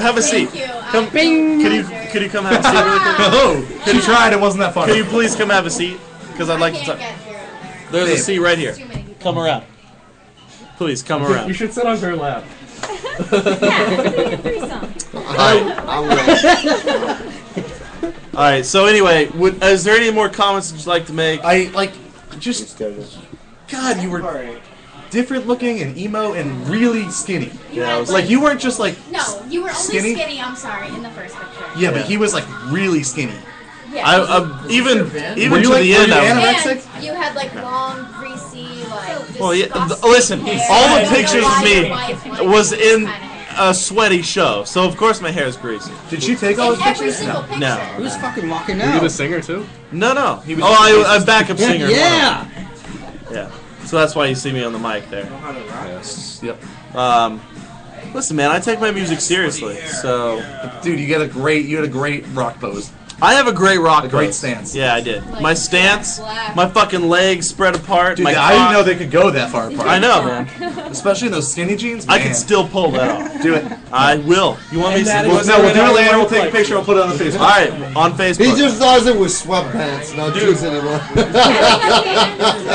[SPEAKER 2] Have a seat.
[SPEAKER 12] Thank you.
[SPEAKER 2] Come, Could you could you come have a seat? Really quick?
[SPEAKER 9] Oh, she tried. It wasn't that funny.
[SPEAKER 2] Could you please come have a seat? Because I'd like to talk. There's a
[SPEAKER 9] Babe.
[SPEAKER 2] seat right here. Come around. Please come around.
[SPEAKER 8] You should sit on her lap.
[SPEAKER 12] Yeah, let's do a threesome.
[SPEAKER 7] I, I will.
[SPEAKER 2] All right. So anyway, would, is there any more comments that you'd like to make?
[SPEAKER 9] I like just. God, you were different looking and emo and really skinny.
[SPEAKER 12] Yeah, I was-
[SPEAKER 9] like you weren't just like.
[SPEAKER 12] No, you were only
[SPEAKER 9] Skinny?
[SPEAKER 12] skinny. I'm sorry, in the first picture.
[SPEAKER 9] Yeah, but he was like really skinny.
[SPEAKER 12] Yeah. I-
[SPEAKER 2] I- uh, even- even
[SPEAKER 9] Were you,
[SPEAKER 2] to
[SPEAKER 9] like,
[SPEAKER 2] the
[SPEAKER 9] were
[SPEAKER 2] end,
[SPEAKER 9] you
[SPEAKER 2] I was-
[SPEAKER 9] anorexic?
[SPEAKER 12] And you had like long, greasy, like.
[SPEAKER 2] Well, yeah, th-
[SPEAKER 12] disgusting
[SPEAKER 2] listen,
[SPEAKER 12] hair.
[SPEAKER 2] all
[SPEAKER 12] I
[SPEAKER 2] the
[SPEAKER 12] don't know
[SPEAKER 2] pictures
[SPEAKER 12] why
[SPEAKER 2] of
[SPEAKER 12] your
[SPEAKER 2] me
[SPEAKER 12] wife liked
[SPEAKER 2] was
[SPEAKER 12] this
[SPEAKER 2] in
[SPEAKER 12] kind
[SPEAKER 2] a sweaty show, so of course my hair is greasy.
[SPEAKER 9] Did she take
[SPEAKER 12] all In those every pictures? single picture.
[SPEAKER 2] No. Oh, no.
[SPEAKER 11] Who's fucking walking
[SPEAKER 2] Were you
[SPEAKER 11] now?
[SPEAKER 2] the
[SPEAKER 6] singer too?
[SPEAKER 2] No, no. He was oh, I, a backup singer. in one of
[SPEAKER 11] yeah.
[SPEAKER 2] them. Yeah. So that's why you see me on the mic there. Yep. Um, listen, man, I take my music seriously. So,
[SPEAKER 9] dude, you got a great, you had a great rock pose.
[SPEAKER 2] I have a great rock, a
[SPEAKER 9] great
[SPEAKER 2] pose.
[SPEAKER 9] stance.
[SPEAKER 2] Yeah, I did. my stance, my fucking legs spread apart.
[SPEAKER 9] Dude,
[SPEAKER 2] my
[SPEAKER 9] I didn't
[SPEAKER 2] cock-
[SPEAKER 9] know they could go that far apart.
[SPEAKER 2] uh, I know, man.
[SPEAKER 9] Especially in those skinny jeans.
[SPEAKER 2] I can still pull that off.
[SPEAKER 9] Do it.
[SPEAKER 2] I will. You want me
[SPEAKER 9] And
[SPEAKER 2] to?
[SPEAKER 9] that is No, we'll what do it I later, we'll look take a like. picture, I'll put it on the Facebook.
[SPEAKER 2] All right, on Facebook.
[SPEAKER 7] He just does it with sweatpants, not shoes anymore.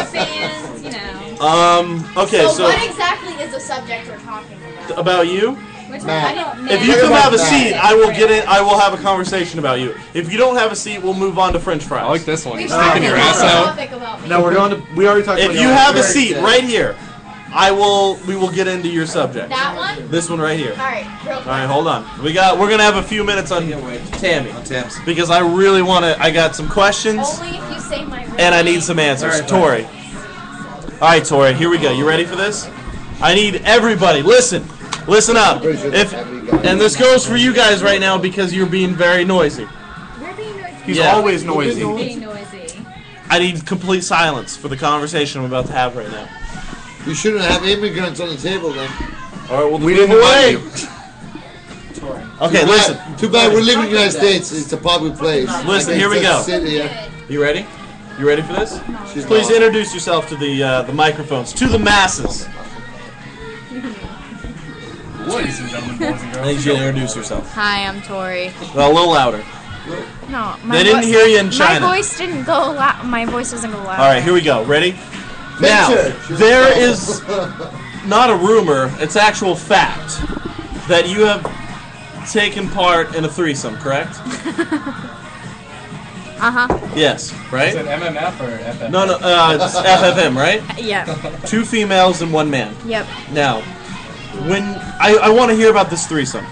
[SPEAKER 12] Fans, you know.
[SPEAKER 2] Um. Okay.
[SPEAKER 12] so,
[SPEAKER 2] So,
[SPEAKER 12] what exactly is the subject we're talking about?
[SPEAKER 2] about you.
[SPEAKER 12] Which one? I don't.
[SPEAKER 2] If you come have a seat, I will get in. I will have a conversation about you. If you don't have a seat, we'll move on to French fries. I like
[SPEAKER 6] this one.
[SPEAKER 12] We You're sticking your ass out. topic about me.
[SPEAKER 9] Uh, No, we're going to. We already talked.
[SPEAKER 2] If
[SPEAKER 9] about
[SPEAKER 2] you have a
[SPEAKER 9] Right.
[SPEAKER 2] seat
[SPEAKER 9] Yeah.
[SPEAKER 2] right here, I will. We will get into your subject.
[SPEAKER 12] That one?
[SPEAKER 2] This one right here.
[SPEAKER 12] All right, real
[SPEAKER 2] All
[SPEAKER 12] quick.
[SPEAKER 2] right, hold on. We got. We're gonna have a few minutes on Tammy. On
[SPEAKER 9] Tam's.
[SPEAKER 2] Because I really want to. I got some questions
[SPEAKER 12] Only if you say my real
[SPEAKER 2] and I need
[SPEAKER 12] name.
[SPEAKER 2] some answers. Tori. All right, Tori. Here we go. You ready for this? I need everybody. Listen. Listen up. If and this goes for you guys right now because you're being very noisy.
[SPEAKER 12] We're being noisy.
[SPEAKER 2] He's Yeah. always noisy.
[SPEAKER 12] We're being noisy.
[SPEAKER 2] I need complete silence for the conversation I'm about to have right now.
[SPEAKER 7] You shouldn't have immigrants on the table then.
[SPEAKER 2] All right, well,
[SPEAKER 7] we didn't
[SPEAKER 2] away.
[SPEAKER 7] Too
[SPEAKER 2] Okay,
[SPEAKER 7] bad-
[SPEAKER 2] listen.
[SPEAKER 7] Too bad we live in the United States. It's a public place.
[SPEAKER 2] Listen,
[SPEAKER 7] Like,
[SPEAKER 2] here we
[SPEAKER 7] it's a
[SPEAKER 2] go.
[SPEAKER 7] city, yeah.
[SPEAKER 2] You ready? You ready for this?
[SPEAKER 7] She's
[SPEAKER 2] Please
[SPEAKER 7] not.
[SPEAKER 2] introduce yourself to the uh, the microphones, to the masses.
[SPEAKER 13] Ladies and gentlemen, boys and
[SPEAKER 2] I need you to introduce yourself.
[SPEAKER 13] Hi, I'm Tori.
[SPEAKER 2] Well, a little louder.
[SPEAKER 13] No,
[SPEAKER 2] They didn't hear you in China.
[SPEAKER 13] My voice didn't go loud. My voice doesn't go loud.
[SPEAKER 2] All right, here we go. Ready? Now, there is not a rumor; it's actual fact that you have taken part in a threesome, correct?
[SPEAKER 13] Uh huh.
[SPEAKER 2] Yes.
[SPEAKER 4] Is it
[SPEAKER 2] Right?
[SPEAKER 4] MMF or FF?
[SPEAKER 2] No, no. Uh, it's FFM, right?
[SPEAKER 13] Yeah.
[SPEAKER 2] Two females and one man.
[SPEAKER 13] Yep.
[SPEAKER 2] Now, when I, I want to hear about this threesome,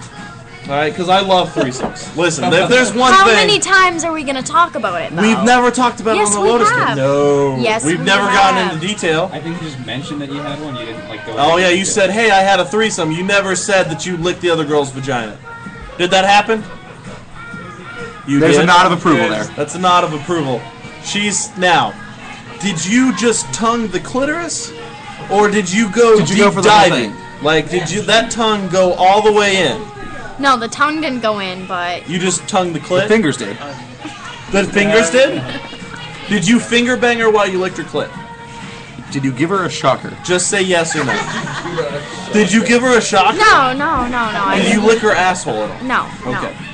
[SPEAKER 2] all right? Because I love threesomes. Listen, if there's one
[SPEAKER 13] How
[SPEAKER 2] thing
[SPEAKER 13] many times are we gonna talk about it? Though?
[SPEAKER 2] we've never talked about
[SPEAKER 13] Yes,
[SPEAKER 2] on
[SPEAKER 13] we
[SPEAKER 2] the Lotus.
[SPEAKER 13] have.
[SPEAKER 2] No,
[SPEAKER 13] Yes,
[SPEAKER 2] we've
[SPEAKER 13] we
[SPEAKER 2] never
[SPEAKER 13] have.
[SPEAKER 2] gotten into detail.
[SPEAKER 4] I think you just mentioned that you had one. You didn't like go.
[SPEAKER 2] Oh
[SPEAKER 4] into
[SPEAKER 2] yeah, you
[SPEAKER 4] detail.
[SPEAKER 2] said, "Hey, I had a threesome." You never said that you licked the other girl's vagina. Did that happen? You
[SPEAKER 9] There's a
[SPEAKER 2] did?
[SPEAKER 9] nod of approval there.
[SPEAKER 2] That's a nod of approval. She's now. Did you just tongue the clitoris, or did you go
[SPEAKER 9] Did you
[SPEAKER 2] deep
[SPEAKER 9] go for the whole
[SPEAKER 2] diving? Like, did you that tongue go all the way in?
[SPEAKER 13] No, the tongue didn't go in, but
[SPEAKER 2] You just tongue the clit.
[SPEAKER 9] The fingers did.
[SPEAKER 2] The fingers did. Did you finger bang her while you licked her clit?
[SPEAKER 9] Did you give her a shocker?
[SPEAKER 2] Just say yes or no. Did you give her a shock?
[SPEAKER 13] no, no, no, no. I
[SPEAKER 2] Did you
[SPEAKER 13] didn't.
[SPEAKER 2] lick her asshole at all?
[SPEAKER 13] No, no,
[SPEAKER 2] Okay.
[SPEAKER 13] no.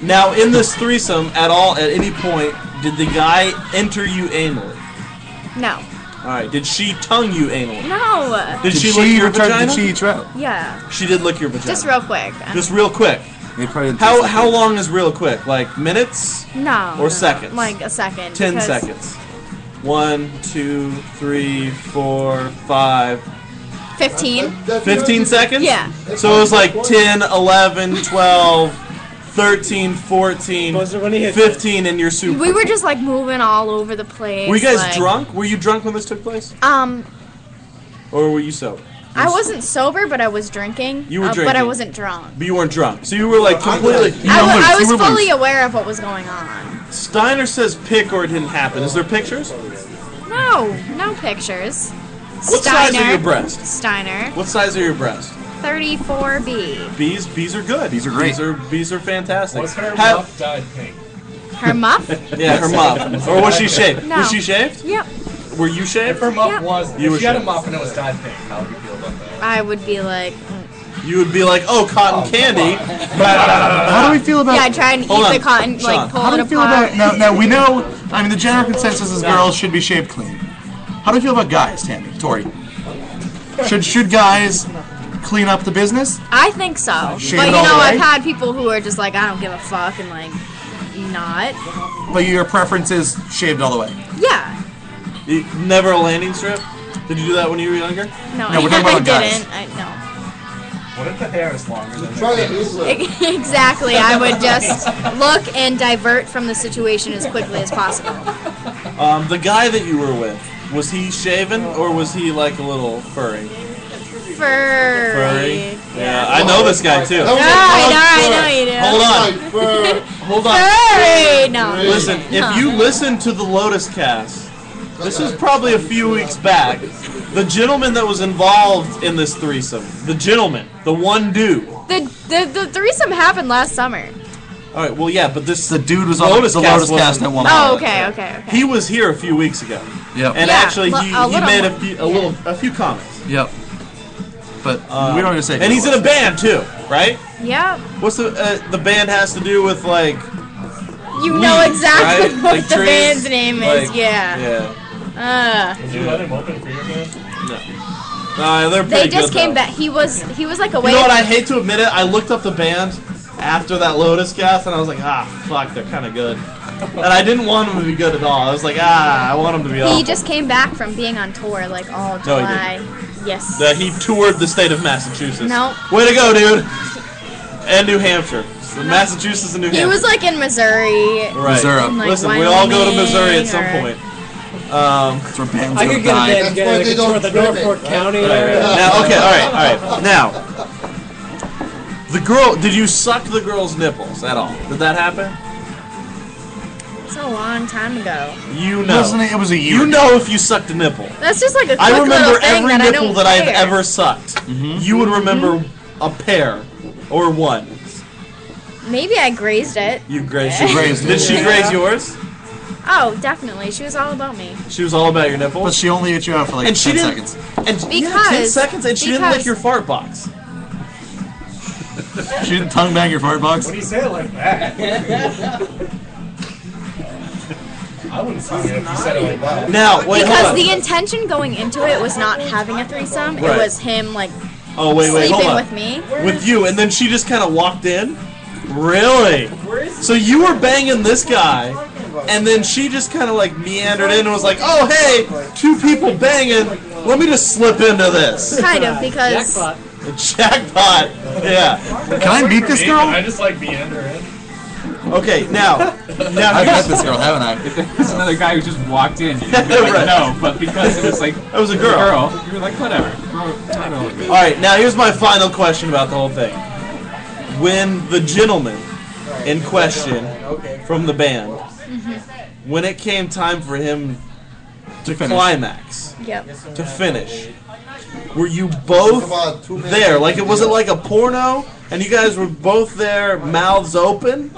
[SPEAKER 2] Now, in this threesome, at all, at any point, did the guy enter you anally?
[SPEAKER 13] No.
[SPEAKER 2] All right. Did she tongue you anally?
[SPEAKER 13] No.
[SPEAKER 2] Did, she, lick your
[SPEAKER 9] return-
[SPEAKER 2] vagina?
[SPEAKER 9] did she eat you out?
[SPEAKER 13] Yeah.
[SPEAKER 2] She did lick your vagina.
[SPEAKER 13] Just real quick.
[SPEAKER 2] Just real quick. How how long is real quick? Like minutes?
[SPEAKER 13] No.
[SPEAKER 2] Or
[SPEAKER 13] no,
[SPEAKER 2] seconds?
[SPEAKER 13] Like a second.
[SPEAKER 2] Ten
[SPEAKER 13] because-
[SPEAKER 2] seconds. One, two, three, four, five.
[SPEAKER 13] Fifteen.
[SPEAKER 2] 15 seconds?
[SPEAKER 13] Yeah.
[SPEAKER 2] So it was like 10, 11, 12, 13, 14, 15, and you're super.
[SPEAKER 13] We were just like moving all over the place.
[SPEAKER 2] Were you guys
[SPEAKER 13] like-
[SPEAKER 2] drunk? Were you drunk when this took place?
[SPEAKER 13] Um,
[SPEAKER 2] Or were you sober?
[SPEAKER 13] I wasn't sober, but I was drinking.
[SPEAKER 2] You were
[SPEAKER 13] uh, but I
[SPEAKER 2] drinking.
[SPEAKER 13] wasn't drdrunk.
[SPEAKER 2] But you weren't drunk. So you were like completely.
[SPEAKER 13] I wa- I was fully aware of what was going on.
[SPEAKER 2] Steiner says pick or it didn't happen. Is there pictures?
[SPEAKER 13] No, no pictures.
[SPEAKER 2] What size are your breasts?
[SPEAKER 13] Steiner,
[SPEAKER 2] What size are your breasts?
[SPEAKER 13] 34B.
[SPEAKER 2] Bees, bees are good. Bees are
[SPEAKER 9] great.
[SPEAKER 2] Bees are, bees are fantastic.
[SPEAKER 4] Was her
[SPEAKER 2] Have-
[SPEAKER 4] muff dyed pink?
[SPEAKER 13] Her muff?
[SPEAKER 2] yeah, her muff. Or was she shaved?
[SPEAKER 13] No.
[SPEAKER 2] Was she shaved?
[SPEAKER 13] Yep.
[SPEAKER 2] Were you shaved?
[SPEAKER 4] If her muff was,
[SPEAKER 2] You
[SPEAKER 4] if
[SPEAKER 2] were
[SPEAKER 4] she had a
[SPEAKER 2] sure.
[SPEAKER 4] muff and it was dyed pink, how would you feel about that?
[SPEAKER 13] I would be like, mm.
[SPEAKER 2] You would be like, oh, cotton candy.
[SPEAKER 9] How do we feel about?
[SPEAKER 13] yeah, I tried and eat
[SPEAKER 9] Hold
[SPEAKER 13] the
[SPEAKER 9] on,
[SPEAKER 13] cotton,
[SPEAKER 9] Sean,
[SPEAKER 13] like pull
[SPEAKER 9] how
[SPEAKER 13] it
[SPEAKER 9] do you feel
[SPEAKER 13] apart.
[SPEAKER 9] about? Now, now we know. I mean, the general consensus is girls should be shaved clean. How do you feel about guys, Tammy, Tori? Should should guys clean up the business?
[SPEAKER 13] I think so,
[SPEAKER 9] Shave
[SPEAKER 13] but
[SPEAKER 9] it
[SPEAKER 13] you
[SPEAKER 9] all
[SPEAKER 13] know,
[SPEAKER 9] the way?
[SPEAKER 13] I've had people who are just like, I don't give a fuck, and like, not.
[SPEAKER 9] But your preference is shaved all the way.
[SPEAKER 13] Yeah.
[SPEAKER 2] You- never a landing strip? Did you do that when you were younger?
[SPEAKER 9] No,
[SPEAKER 13] No, I,
[SPEAKER 9] we're talking
[SPEAKER 13] I
[SPEAKER 9] about guys.
[SPEAKER 13] didn't. I,
[SPEAKER 15] What if the hair is longer than
[SPEAKER 7] Try
[SPEAKER 15] the
[SPEAKER 7] that
[SPEAKER 13] no. exactly. I would just look and divert from the situation as quickly as possible.
[SPEAKER 2] Um, the guy that you were with, was he shaven or was he like a little furry?
[SPEAKER 13] Furry.
[SPEAKER 2] Furry? Yeah, I know this guy too.
[SPEAKER 13] No, I know, I know you do.
[SPEAKER 2] Hold on. Hold on.
[SPEAKER 13] Furry. No.
[SPEAKER 2] Listen,
[SPEAKER 13] No.
[SPEAKER 2] if you listen to the Lotus cast, this was probably a few weeks back. The gentleman that was involved in this threesome, the gentleman, the one dude.
[SPEAKER 13] The, the the threesome happened last summer.
[SPEAKER 2] All right, well, yeah, but this the dude
[SPEAKER 9] was on the Lotus cast at one
[SPEAKER 13] Oh, okay, okay, okay.
[SPEAKER 2] He was here a few weeks ago.
[SPEAKER 9] Yep.
[SPEAKER 2] And
[SPEAKER 13] Yeah,
[SPEAKER 2] actually,
[SPEAKER 13] li-
[SPEAKER 2] he,
[SPEAKER 13] a
[SPEAKER 2] he
[SPEAKER 13] little
[SPEAKER 2] made a
[SPEAKER 13] mo-
[SPEAKER 2] few, a little, a few comments.
[SPEAKER 9] Yep. But we don't even say.
[SPEAKER 2] Uh, And he's in a band too, right?
[SPEAKER 13] Yep.
[SPEAKER 2] What's the uh, the band has to do with like?
[SPEAKER 13] You know
[SPEAKER 2] weed,
[SPEAKER 13] exactly
[SPEAKER 2] right?
[SPEAKER 13] what
[SPEAKER 2] Like
[SPEAKER 13] the
[SPEAKER 2] trees,
[SPEAKER 13] band's name is.
[SPEAKER 2] like-
[SPEAKER 13] Yeah.
[SPEAKER 2] Yeah.
[SPEAKER 13] Uh,
[SPEAKER 15] Did you let him open for your band?
[SPEAKER 2] No. Nah, uh, they're
[SPEAKER 13] they
[SPEAKER 2] pretty
[SPEAKER 13] just
[SPEAKER 2] good,
[SPEAKER 13] came
[SPEAKER 2] though.
[SPEAKER 13] back. He was he was like away.
[SPEAKER 2] You know what? I hate to admit it. I looked up the band after that Lotus cast, and I was like, ah, fuck, they're kind of good. And I didn't want them to be good at all. I was like, ah, I want them to be.
[SPEAKER 13] He
[SPEAKER 2] awful.
[SPEAKER 13] just came back from being on tour like all
[SPEAKER 2] No, he
[SPEAKER 13] July. yes.
[SPEAKER 2] That he toured the state of Massachusetts.
[SPEAKER 13] No.
[SPEAKER 2] Way to go, dude. And New Hampshire. So Massachusetts and New
[SPEAKER 13] He
[SPEAKER 2] Hampshire.
[SPEAKER 13] was like in Missouri.
[SPEAKER 2] right.
[SPEAKER 13] in, like,
[SPEAKER 2] Listen, we all go to
[SPEAKER 13] Wyoming
[SPEAKER 2] Missouri at some
[SPEAKER 13] or-
[SPEAKER 2] point. Um,
[SPEAKER 11] I could get a bed together
[SPEAKER 10] they
[SPEAKER 11] like,
[SPEAKER 10] don't
[SPEAKER 11] toward the
[SPEAKER 10] strip it,
[SPEAKER 11] Norfolk County
[SPEAKER 2] Right,
[SPEAKER 11] area.
[SPEAKER 2] right. Now, okay, all right, all right. Now, the girl. Did you suck the girl's nipples at all? Did that happen?
[SPEAKER 13] It's a long time ago.
[SPEAKER 2] You know.
[SPEAKER 9] Wasn't it- it was a year
[SPEAKER 2] You
[SPEAKER 9] ago.
[SPEAKER 2] know if you sucked a nipple.
[SPEAKER 13] That's just like a quick
[SPEAKER 2] I remember
[SPEAKER 13] little thing
[SPEAKER 2] every
[SPEAKER 13] that I
[SPEAKER 2] nipple
[SPEAKER 13] don't
[SPEAKER 2] that I have
[SPEAKER 13] care. Mm-hmm.
[SPEAKER 2] ever sucked.
[SPEAKER 9] Mm-hmm.
[SPEAKER 2] You would remember a pair or one.
[SPEAKER 13] Maybe I grazed it.
[SPEAKER 2] You grazed.
[SPEAKER 13] She grazed
[SPEAKER 2] Did
[SPEAKER 13] it.
[SPEAKER 2] she
[SPEAKER 13] Yeah.
[SPEAKER 2] graze yours?
[SPEAKER 13] Oh, definitely. She was all about me.
[SPEAKER 2] She was all about your nipples.
[SPEAKER 9] But she only hit you out for like
[SPEAKER 2] And she
[SPEAKER 9] 10
[SPEAKER 2] didn't-
[SPEAKER 9] seconds.
[SPEAKER 2] And
[SPEAKER 13] Because
[SPEAKER 2] yeah, ten seconds, and she didn't lick
[SPEAKER 13] because-
[SPEAKER 2] your fart box.
[SPEAKER 9] She didn't tongue bang your fart box.
[SPEAKER 15] When you say it like that, I wouldn't sign it if you said it like that.
[SPEAKER 2] Now, wait, hold
[SPEAKER 13] because
[SPEAKER 2] on.
[SPEAKER 13] the intention going into it was not having a threesome.
[SPEAKER 2] Right.
[SPEAKER 13] It was him like
[SPEAKER 2] oh wait, wait, hold
[SPEAKER 13] sleeping
[SPEAKER 2] on.
[SPEAKER 13] with me.
[SPEAKER 2] With you, and then she just kind of walked in. Really? So you were banging this guy, and then she just kind of like meandered in and was like, "Oh hey, two people banging. Let me just slip into this."
[SPEAKER 13] Kind of because
[SPEAKER 2] Jackpot. Yeah.
[SPEAKER 9] Can I meet this girl?
[SPEAKER 15] I just like being under it.
[SPEAKER 2] Okay, now, now
[SPEAKER 9] I've
[SPEAKER 2] here's-
[SPEAKER 9] met this girl, haven't I?
[SPEAKER 4] If there was another guy who just walked in, you'd be like,
[SPEAKER 2] Right.
[SPEAKER 4] no. But because it was like
[SPEAKER 2] That was a
[SPEAKER 4] the
[SPEAKER 2] girl.
[SPEAKER 4] you were like, whatever. Bro, I don't
[SPEAKER 2] All right, now here's my final question about the whole thing. When the gentleman in question from the band, when it came time for him to
[SPEAKER 9] finish.
[SPEAKER 2] climax,
[SPEAKER 13] Yep.
[SPEAKER 2] to finish, were you both there? Like, it was it like a porno, and you guys were both there, mouths open,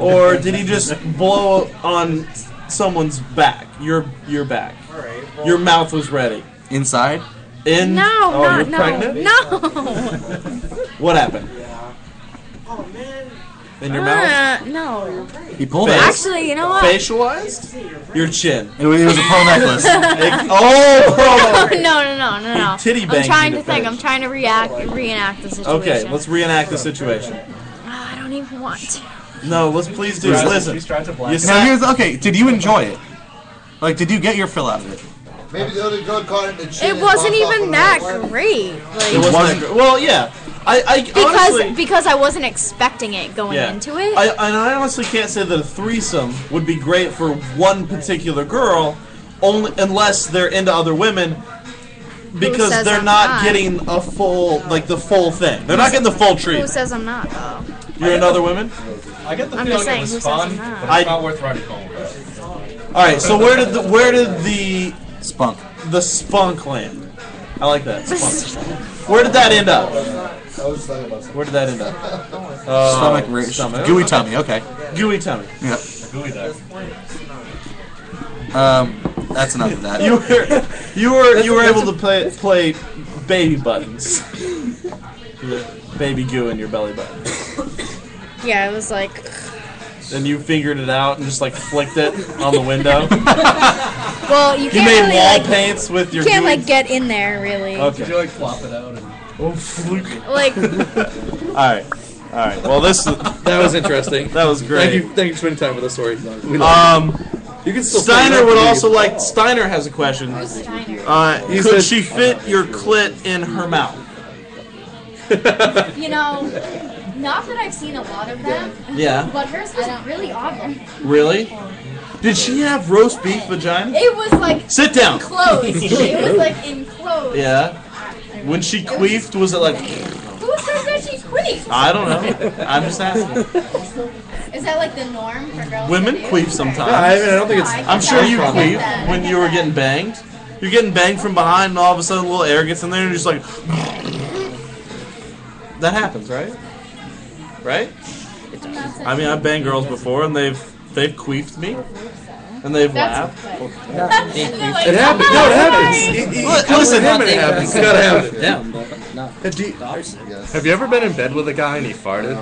[SPEAKER 2] or did he just blow on someone's back, your your back? Your mouth was ready.
[SPEAKER 9] Inside?
[SPEAKER 2] In
[SPEAKER 13] No,
[SPEAKER 2] oh,
[SPEAKER 13] no,
[SPEAKER 2] you're
[SPEAKER 13] no,
[SPEAKER 2] pregnant?
[SPEAKER 13] no.
[SPEAKER 2] What happened? In your mouth?
[SPEAKER 13] Uh, no.
[SPEAKER 9] He pulled it.
[SPEAKER 13] Uh, Actually, you know what?
[SPEAKER 2] Facialized? Your chin.
[SPEAKER 9] It was, it was a pearl necklace.
[SPEAKER 2] It- oh!
[SPEAKER 13] no, no, no, no, no.
[SPEAKER 2] Titty
[SPEAKER 13] I'm
[SPEAKER 2] banged
[SPEAKER 13] trying
[SPEAKER 2] you
[SPEAKER 13] to
[SPEAKER 2] to
[SPEAKER 13] think.
[SPEAKER 2] finish.
[SPEAKER 13] I'm trying to react, reenact the situation.
[SPEAKER 2] Okay, let's reenact the situation.
[SPEAKER 13] Ah, I don't even want to.
[SPEAKER 2] No, let's please do.
[SPEAKER 9] Just
[SPEAKER 2] Listen.
[SPEAKER 9] listen.
[SPEAKER 2] You
[SPEAKER 9] now
[SPEAKER 2] sat,
[SPEAKER 9] here's okay. Did you enjoy it? Like, did you get your fill out of it?
[SPEAKER 7] Maybe the other girl caught it in the chin.
[SPEAKER 13] It
[SPEAKER 7] and
[SPEAKER 13] wasn't
[SPEAKER 7] popped off
[SPEAKER 13] even
[SPEAKER 7] another
[SPEAKER 13] that
[SPEAKER 7] one.
[SPEAKER 13] great. Like,
[SPEAKER 2] it wasn't. that gr- Well, yeah. I, I
[SPEAKER 13] because
[SPEAKER 2] honestly,
[SPEAKER 13] because I wasn't expecting it going
[SPEAKER 2] yeah.
[SPEAKER 13] into it.
[SPEAKER 2] I, and I honestly can't say that a threesome would be great for one particular girl, only unless they're into other women, because
[SPEAKER 13] says
[SPEAKER 2] they're
[SPEAKER 13] I'm
[SPEAKER 2] not,
[SPEAKER 13] not?
[SPEAKER 2] getting a full like the full thing. They're not
[SPEAKER 13] Who
[SPEAKER 2] getting the full
[SPEAKER 13] Who
[SPEAKER 2] treatment.
[SPEAKER 13] says I'm not though?
[SPEAKER 2] You're another woman.
[SPEAKER 15] I get the feeling
[SPEAKER 13] I'm just saying,
[SPEAKER 15] it
[SPEAKER 13] who says
[SPEAKER 15] was fun,
[SPEAKER 13] it's not?
[SPEAKER 15] but it's
[SPEAKER 2] I-
[SPEAKER 15] not worth riding home about.
[SPEAKER 2] All right. So where did the where did the
[SPEAKER 9] Spunk.
[SPEAKER 2] the spunk land? I like that. Spunk. Where did that end up? Where did that end up? Uh,
[SPEAKER 9] stomach, ra-
[SPEAKER 2] stomach.
[SPEAKER 9] gooey tummy. Okay.
[SPEAKER 2] Gooey tummy.
[SPEAKER 9] Yep.
[SPEAKER 15] Gooey duck.
[SPEAKER 9] Um, that's enough of that.
[SPEAKER 2] You were you were you were able to play play baby buttons. baby goo in your belly button.
[SPEAKER 13] Yeah, it was like
[SPEAKER 2] Then you fingered it out and just like flicked it on the window.
[SPEAKER 13] well, you
[SPEAKER 2] You
[SPEAKER 13] can't
[SPEAKER 2] made
[SPEAKER 13] really
[SPEAKER 2] wall
[SPEAKER 13] like
[SPEAKER 2] paints with your Uh,
[SPEAKER 13] can't
[SPEAKER 2] gooey-
[SPEAKER 13] like get in there really.
[SPEAKER 2] Okay.
[SPEAKER 15] Did you like flop it out? And...
[SPEAKER 2] Oh, fluke.
[SPEAKER 13] Like
[SPEAKER 2] All right. All right. Well, this
[SPEAKER 16] that was interesting.
[SPEAKER 2] That was great.
[SPEAKER 16] Thank you, thank you for spending time with us. Sorry. We love
[SPEAKER 2] Um,
[SPEAKER 16] you can still sign
[SPEAKER 2] Steiner
[SPEAKER 16] up
[SPEAKER 2] would
[SPEAKER 16] if you-
[SPEAKER 2] also like. Steiner has a question. Uh,
[SPEAKER 16] He
[SPEAKER 2] could
[SPEAKER 16] said-
[SPEAKER 2] she fit your clit in her mouth?
[SPEAKER 13] You know, not that I've seen a lot of them.
[SPEAKER 2] Yeah.
[SPEAKER 13] But hers was really odd.
[SPEAKER 2] Really? Did she have roast beef vagina?
[SPEAKER 13] It was like
[SPEAKER 2] Sit down.
[SPEAKER 13] enclosed. it was like enclosed.
[SPEAKER 2] Yeah. When she queefed, was it like?
[SPEAKER 13] Who says that she queefs?
[SPEAKER 2] I don't know. I'm just asking.
[SPEAKER 13] Is that like the norm for girls?
[SPEAKER 2] Women
[SPEAKER 13] to do?
[SPEAKER 2] queef sometimes.
[SPEAKER 13] Yeah, I mean, I don't think it's- No, I
[SPEAKER 2] I'm
[SPEAKER 13] get
[SPEAKER 2] sure
[SPEAKER 13] that.
[SPEAKER 2] you
[SPEAKER 13] I get
[SPEAKER 2] queef
[SPEAKER 13] that.
[SPEAKER 2] when you were getting banged. You're getting banged from behind, and all of a sudden, a little air gets in there, and you're just like. that happens, right? Right? I mean, I've banged girls before, and they've they've queefed me, and they've
[SPEAKER 13] That's-
[SPEAKER 2] laughed.
[SPEAKER 17] It happens. No, it happens.
[SPEAKER 9] It- it-
[SPEAKER 17] Look,
[SPEAKER 9] it-
[SPEAKER 17] Listen,
[SPEAKER 9] happened,
[SPEAKER 17] it happens. It's gotta happen.
[SPEAKER 9] Have you ever been in bed with a guy and he farted?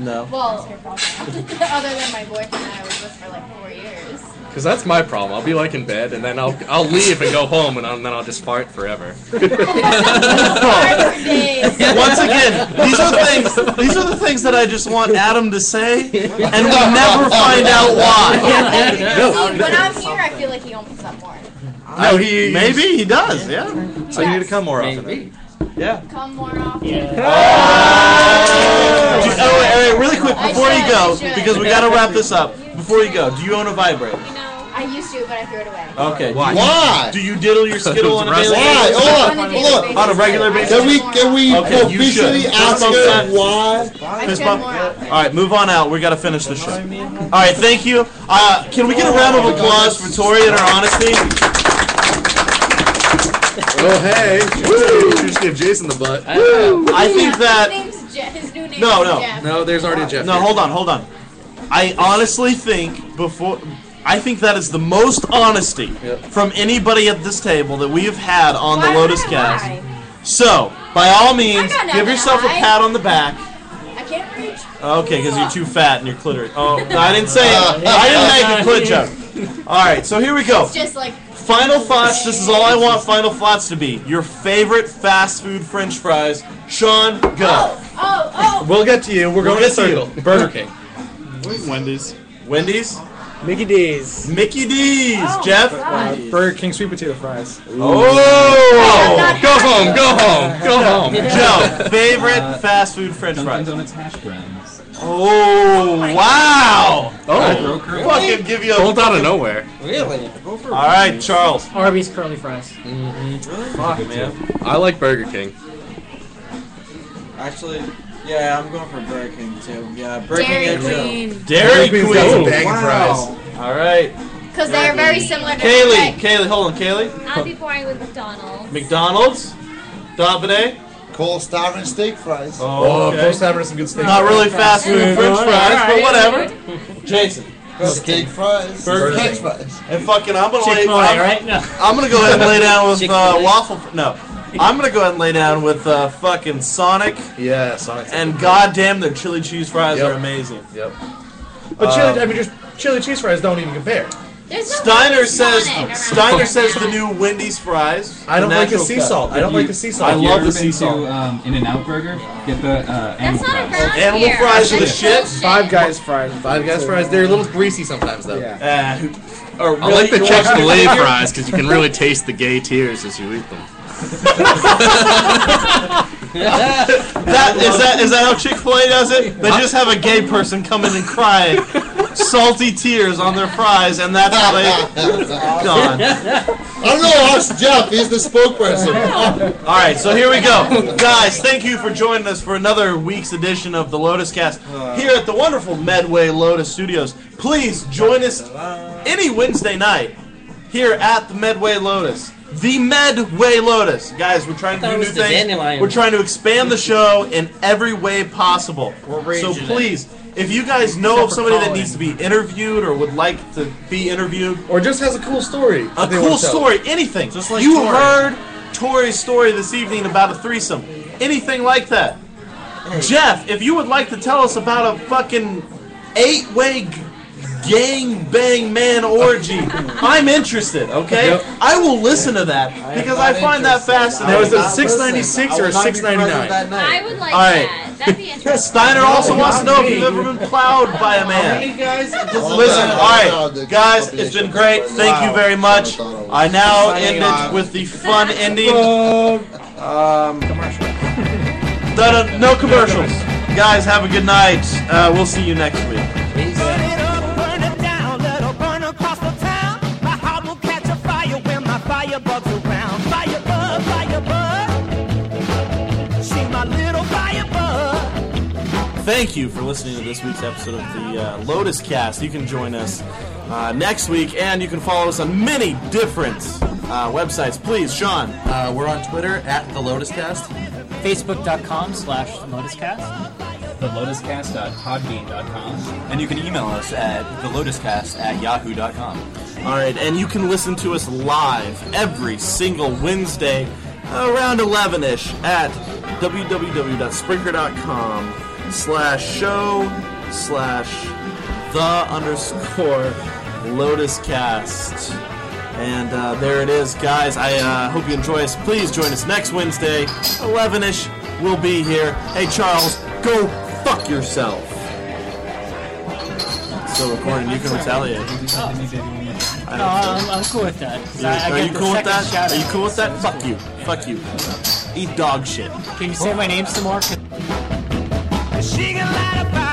[SPEAKER 2] No.
[SPEAKER 13] Well, other than my boyfriend, I was with for like four years.
[SPEAKER 9] Because that's my problem. I'll be like in bed and then I'll I'll leave and go home and, i then I'll just fart forever.
[SPEAKER 2] Once again, these are things. These are the things that I just want Adam to say, and we never find out why.
[SPEAKER 13] See, when I'm here, I feel like he opens up more.
[SPEAKER 2] No, he maybe he does. Yeah. So Oh, you need to come more often. Yeah.
[SPEAKER 13] Come more often.
[SPEAKER 7] Uh,
[SPEAKER 2] Do- oh, wait, all right, really quick
[SPEAKER 13] I
[SPEAKER 2] before you
[SPEAKER 13] should,
[SPEAKER 2] go,
[SPEAKER 13] I should.
[SPEAKER 2] because we gotta wrap this up. Before you go, do you own a vibrator?
[SPEAKER 13] I used to, but I threw it away.
[SPEAKER 2] Okay.
[SPEAKER 7] Why?
[SPEAKER 2] Do you-
[SPEAKER 7] Why?
[SPEAKER 2] Do you diddle your skittle on a daily
[SPEAKER 7] Why?
[SPEAKER 2] basis?
[SPEAKER 7] Oh, Hold on, hold on.
[SPEAKER 2] On a regular basis.
[SPEAKER 7] Can we can we
[SPEAKER 2] Okay, you should.
[SPEAKER 7] officially
[SPEAKER 2] Fist
[SPEAKER 7] ask
[SPEAKER 2] bump
[SPEAKER 7] her
[SPEAKER 2] that.
[SPEAKER 7] why?
[SPEAKER 2] Fist bump. All right, move on out. We gotta finish the show. All right, thank you. Uh, can we get a round of applause for Tori and her honesty?
[SPEAKER 9] Oh hey. Woo! You just give Jason the butt.
[SPEAKER 2] I think that.
[SPEAKER 13] His name's Jeff. His new name
[SPEAKER 2] No,
[SPEAKER 13] is
[SPEAKER 2] no.
[SPEAKER 13] Jeff.
[SPEAKER 9] Uh, No, there's already a Jeff.
[SPEAKER 2] No, hold on, hold on. I honestly think before I think that is the most honesty from anybody at this table that we have had on
[SPEAKER 13] Why
[SPEAKER 2] the Lotus
[SPEAKER 13] would I
[SPEAKER 2] Cast.
[SPEAKER 13] lie?
[SPEAKER 2] So, by all means,
[SPEAKER 13] I got
[SPEAKER 2] give
[SPEAKER 13] nothing
[SPEAKER 2] yourself
[SPEAKER 13] to
[SPEAKER 2] a
[SPEAKER 13] hide.
[SPEAKER 2] pat on the back.
[SPEAKER 13] I can't reach.
[SPEAKER 2] Okay, because you're too fat and you're clitoris. Oh, no, I didn't say it. I didn't make a clit joke. All right, so here we go.
[SPEAKER 13] It's just like
[SPEAKER 2] Final thoughts. This is all I want. Final thoughts to be your favorite fast food French fries. Sean, go.
[SPEAKER 13] oh oh.
[SPEAKER 2] We'll get to you. We're
[SPEAKER 16] going
[SPEAKER 2] to
[SPEAKER 16] in a circle.
[SPEAKER 2] Burger King.
[SPEAKER 11] Wendy's.
[SPEAKER 2] Wendy's.
[SPEAKER 11] Mickey D's.
[SPEAKER 2] Mickey D's.
[SPEAKER 11] Oh,
[SPEAKER 2] Jeff.
[SPEAKER 11] Uh, Burger King sweet potato fries.
[SPEAKER 2] Oh!
[SPEAKER 9] Go home, go home, go home.
[SPEAKER 2] Joe, favorite fast food French fries.
[SPEAKER 4] Donuts hash browns.
[SPEAKER 2] Oh, wow!
[SPEAKER 4] Oh.
[SPEAKER 2] fucking give you a
[SPEAKER 9] Pulled out of nowhere.
[SPEAKER 11] Really?
[SPEAKER 2] All right, Charles.
[SPEAKER 3] Arby's curly fries.
[SPEAKER 2] Fuck, man.
[SPEAKER 9] I like Burger King.
[SPEAKER 1] Actually, yeah, I'm going for Burger King too. Yeah, Burger
[SPEAKER 18] Dairy
[SPEAKER 1] King.
[SPEAKER 18] Queen.
[SPEAKER 2] Dairy
[SPEAKER 1] Queen's
[SPEAKER 2] Queen.
[SPEAKER 1] got some banging fries.
[SPEAKER 2] All right,
[SPEAKER 18] Because they're very similar to
[SPEAKER 2] Kaylee. Kaylee, hold on,
[SPEAKER 18] I'd be
[SPEAKER 2] Kaylee.
[SPEAKER 18] boring with McDonald's.
[SPEAKER 2] McDonald's. Davide.
[SPEAKER 7] Cold starving steak fries.
[SPEAKER 2] Oh, okay.
[SPEAKER 7] starving some good
[SPEAKER 2] Not really fast food French fries, but whatever. Jason.
[SPEAKER 7] Steak fries.
[SPEAKER 2] Burger King.
[SPEAKER 7] French fries.
[SPEAKER 2] And fucking, I'm gonna lay.
[SPEAKER 7] Chick-fil-A,
[SPEAKER 2] I'm,
[SPEAKER 7] right? No.
[SPEAKER 2] I'm gonna go ahead and lay down with uh,
[SPEAKER 7] Chick-fil-A.
[SPEAKER 2] waffle. fr- No, I'm gonna go ahead and lay down with uh, fucking Sonic.
[SPEAKER 16] Yeah, Sonic's
[SPEAKER 2] And goddamn, their chili cheese fries are amazing.
[SPEAKER 16] Yep.
[SPEAKER 19] But chili, I mean, just chili cheese fries don't even compare.
[SPEAKER 2] Steiner says Steiner says the new Wendy's fries.
[SPEAKER 19] I don't
[SPEAKER 2] the
[SPEAKER 19] like the
[SPEAKER 2] natural
[SPEAKER 19] sea
[SPEAKER 2] cut.
[SPEAKER 19] salt. I don't
[SPEAKER 4] If
[SPEAKER 19] like
[SPEAKER 4] you-
[SPEAKER 19] the sea salt.
[SPEAKER 2] I
[SPEAKER 4] if you
[SPEAKER 2] love
[SPEAKER 4] ever
[SPEAKER 2] the sea
[SPEAKER 4] been
[SPEAKER 2] salt.
[SPEAKER 4] To, um, In and Out Burger, get the uh, animal
[SPEAKER 18] not a
[SPEAKER 4] fries.
[SPEAKER 18] ground Animal beer. fries are the That's shit. bullshit.
[SPEAKER 17] Five Guys fries.
[SPEAKER 9] Five Guys fries. They're a little greasy sometimes though.
[SPEAKER 2] Yeah.
[SPEAKER 9] I like the Chick Fil A fries because you can really taste the gay tears as you eat them.
[SPEAKER 2] That is that is that how Chick Fil A does it? They just have a gay person come in and cry salty tears on their fries, and that's how they gone.
[SPEAKER 7] I don't know. Ask Jeff. He's the spokesperson.
[SPEAKER 2] All right, so here we go, guys. Thank you for joining us for another week's edition of the Lotus Cast here at the wonderful Medway Lotus Studios. Please join us any Wednesday night here at the Medway Lotus. The Medway Lotus, guys. We're trying to
[SPEAKER 1] I thought
[SPEAKER 2] do
[SPEAKER 1] it
[SPEAKER 2] new
[SPEAKER 1] was the
[SPEAKER 2] things.
[SPEAKER 1] dandelion.
[SPEAKER 2] We're trying to expand the show in every way possible. So
[SPEAKER 1] raging it.
[SPEAKER 2] please, if you guys
[SPEAKER 19] Except
[SPEAKER 2] know of
[SPEAKER 19] for
[SPEAKER 2] somebody that
[SPEAKER 19] Colin.
[SPEAKER 2] needs to be interviewed or would like to be interviewed,
[SPEAKER 19] Or just has a cool story.
[SPEAKER 2] a
[SPEAKER 19] that they wanna
[SPEAKER 2] cool
[SPEAKER 19] tell.
[SPEAKER 2] story, anything.
[SPEAKER 19] Just like
[SPEAKER 2] you
[SPEAKER 19] Tori.
[SPEAKER 2] heard Tori's story this evening about a threesome, anything like that. Jeff, if you would like to tell us about a fucking eight-way g- gang bang man orgy. I'm interested, okay?
[SPEAKER 9] Yep.
[SPEAKER 2] I will listen to that because I find that fascinating.
[SPEAKER 9] Now, is it a 696 or a 699?
[SPEAKER 12] I would like
[SPEAKER 2] All right.
[SPEAKER 12] that. That'd be interesting.
[SPEAKER 2] Steiner also wants to know if you've ever been plowed by a man.
[SPEAKER 12] guys?
[SPEAKER 2] Listen, all right, guys, it's been great. Thank you very much. I now end it with the fun ending. Um, commercial. No commercials. Guys, have a good night. Uh, we'll see you next week.
[SPEAKER 1] Firebug's around. Firebug, firebug. She's my little firebug.
[SPEAKER 2] Thank you for listening to this week's episode of the uh, Lotus Cast. You can join us uh, next week, and you can follow us on many different uh, websites. Please, Sean. Uh, we're on Twitter at the Lotus Cast.
[SPEAKER 3] Facebook.com slash LotusCast.
[SPEAKER 4] thelotuscast.podbean.com.
[SPEAKER 20] And you can email us at thelotuscast at yahoo.com.
[SPEAKER 2] All right, and you can listen to us live every single Wednesday around 11-ish at www.sprinker.com slash show slash the underscore Lotus Cast. And uh, there it is, guys. I uh, hope you enjoy us. Please join us next Wednesday, 11-ish. We'll be here. Hey, Charles, go fuck yourself. Still recording. You can retaliate.
[SPEAKER 3] No, I'm, I'm cool with that. 'cause I- I
[SPEAKER 2] Are
[SPEAKER 3] get
[SPEAKER 2] you
[SPEAKER 3] the
[SPEAKER 2] cool with
[SPEAKER 3] second
[SPEAKER 2] that?
[SPEAKER 3] shout
[SPEAKER 2] Are you
[SPEAKER 3] out,
[SPEAKER 2] cool with
[SPEAKER 3] so
[SPEAKER 2] that?
[SPEAKER 3] it's
[SPEAKER 2] Fuck
[SPEAKER 3] cool.
[SPEAKER 2] you. Fuck you. Eat dog shit.
[SPEAKER 3] Can you say my name some more? 'Cause
[SPEAKER 1] She can lie about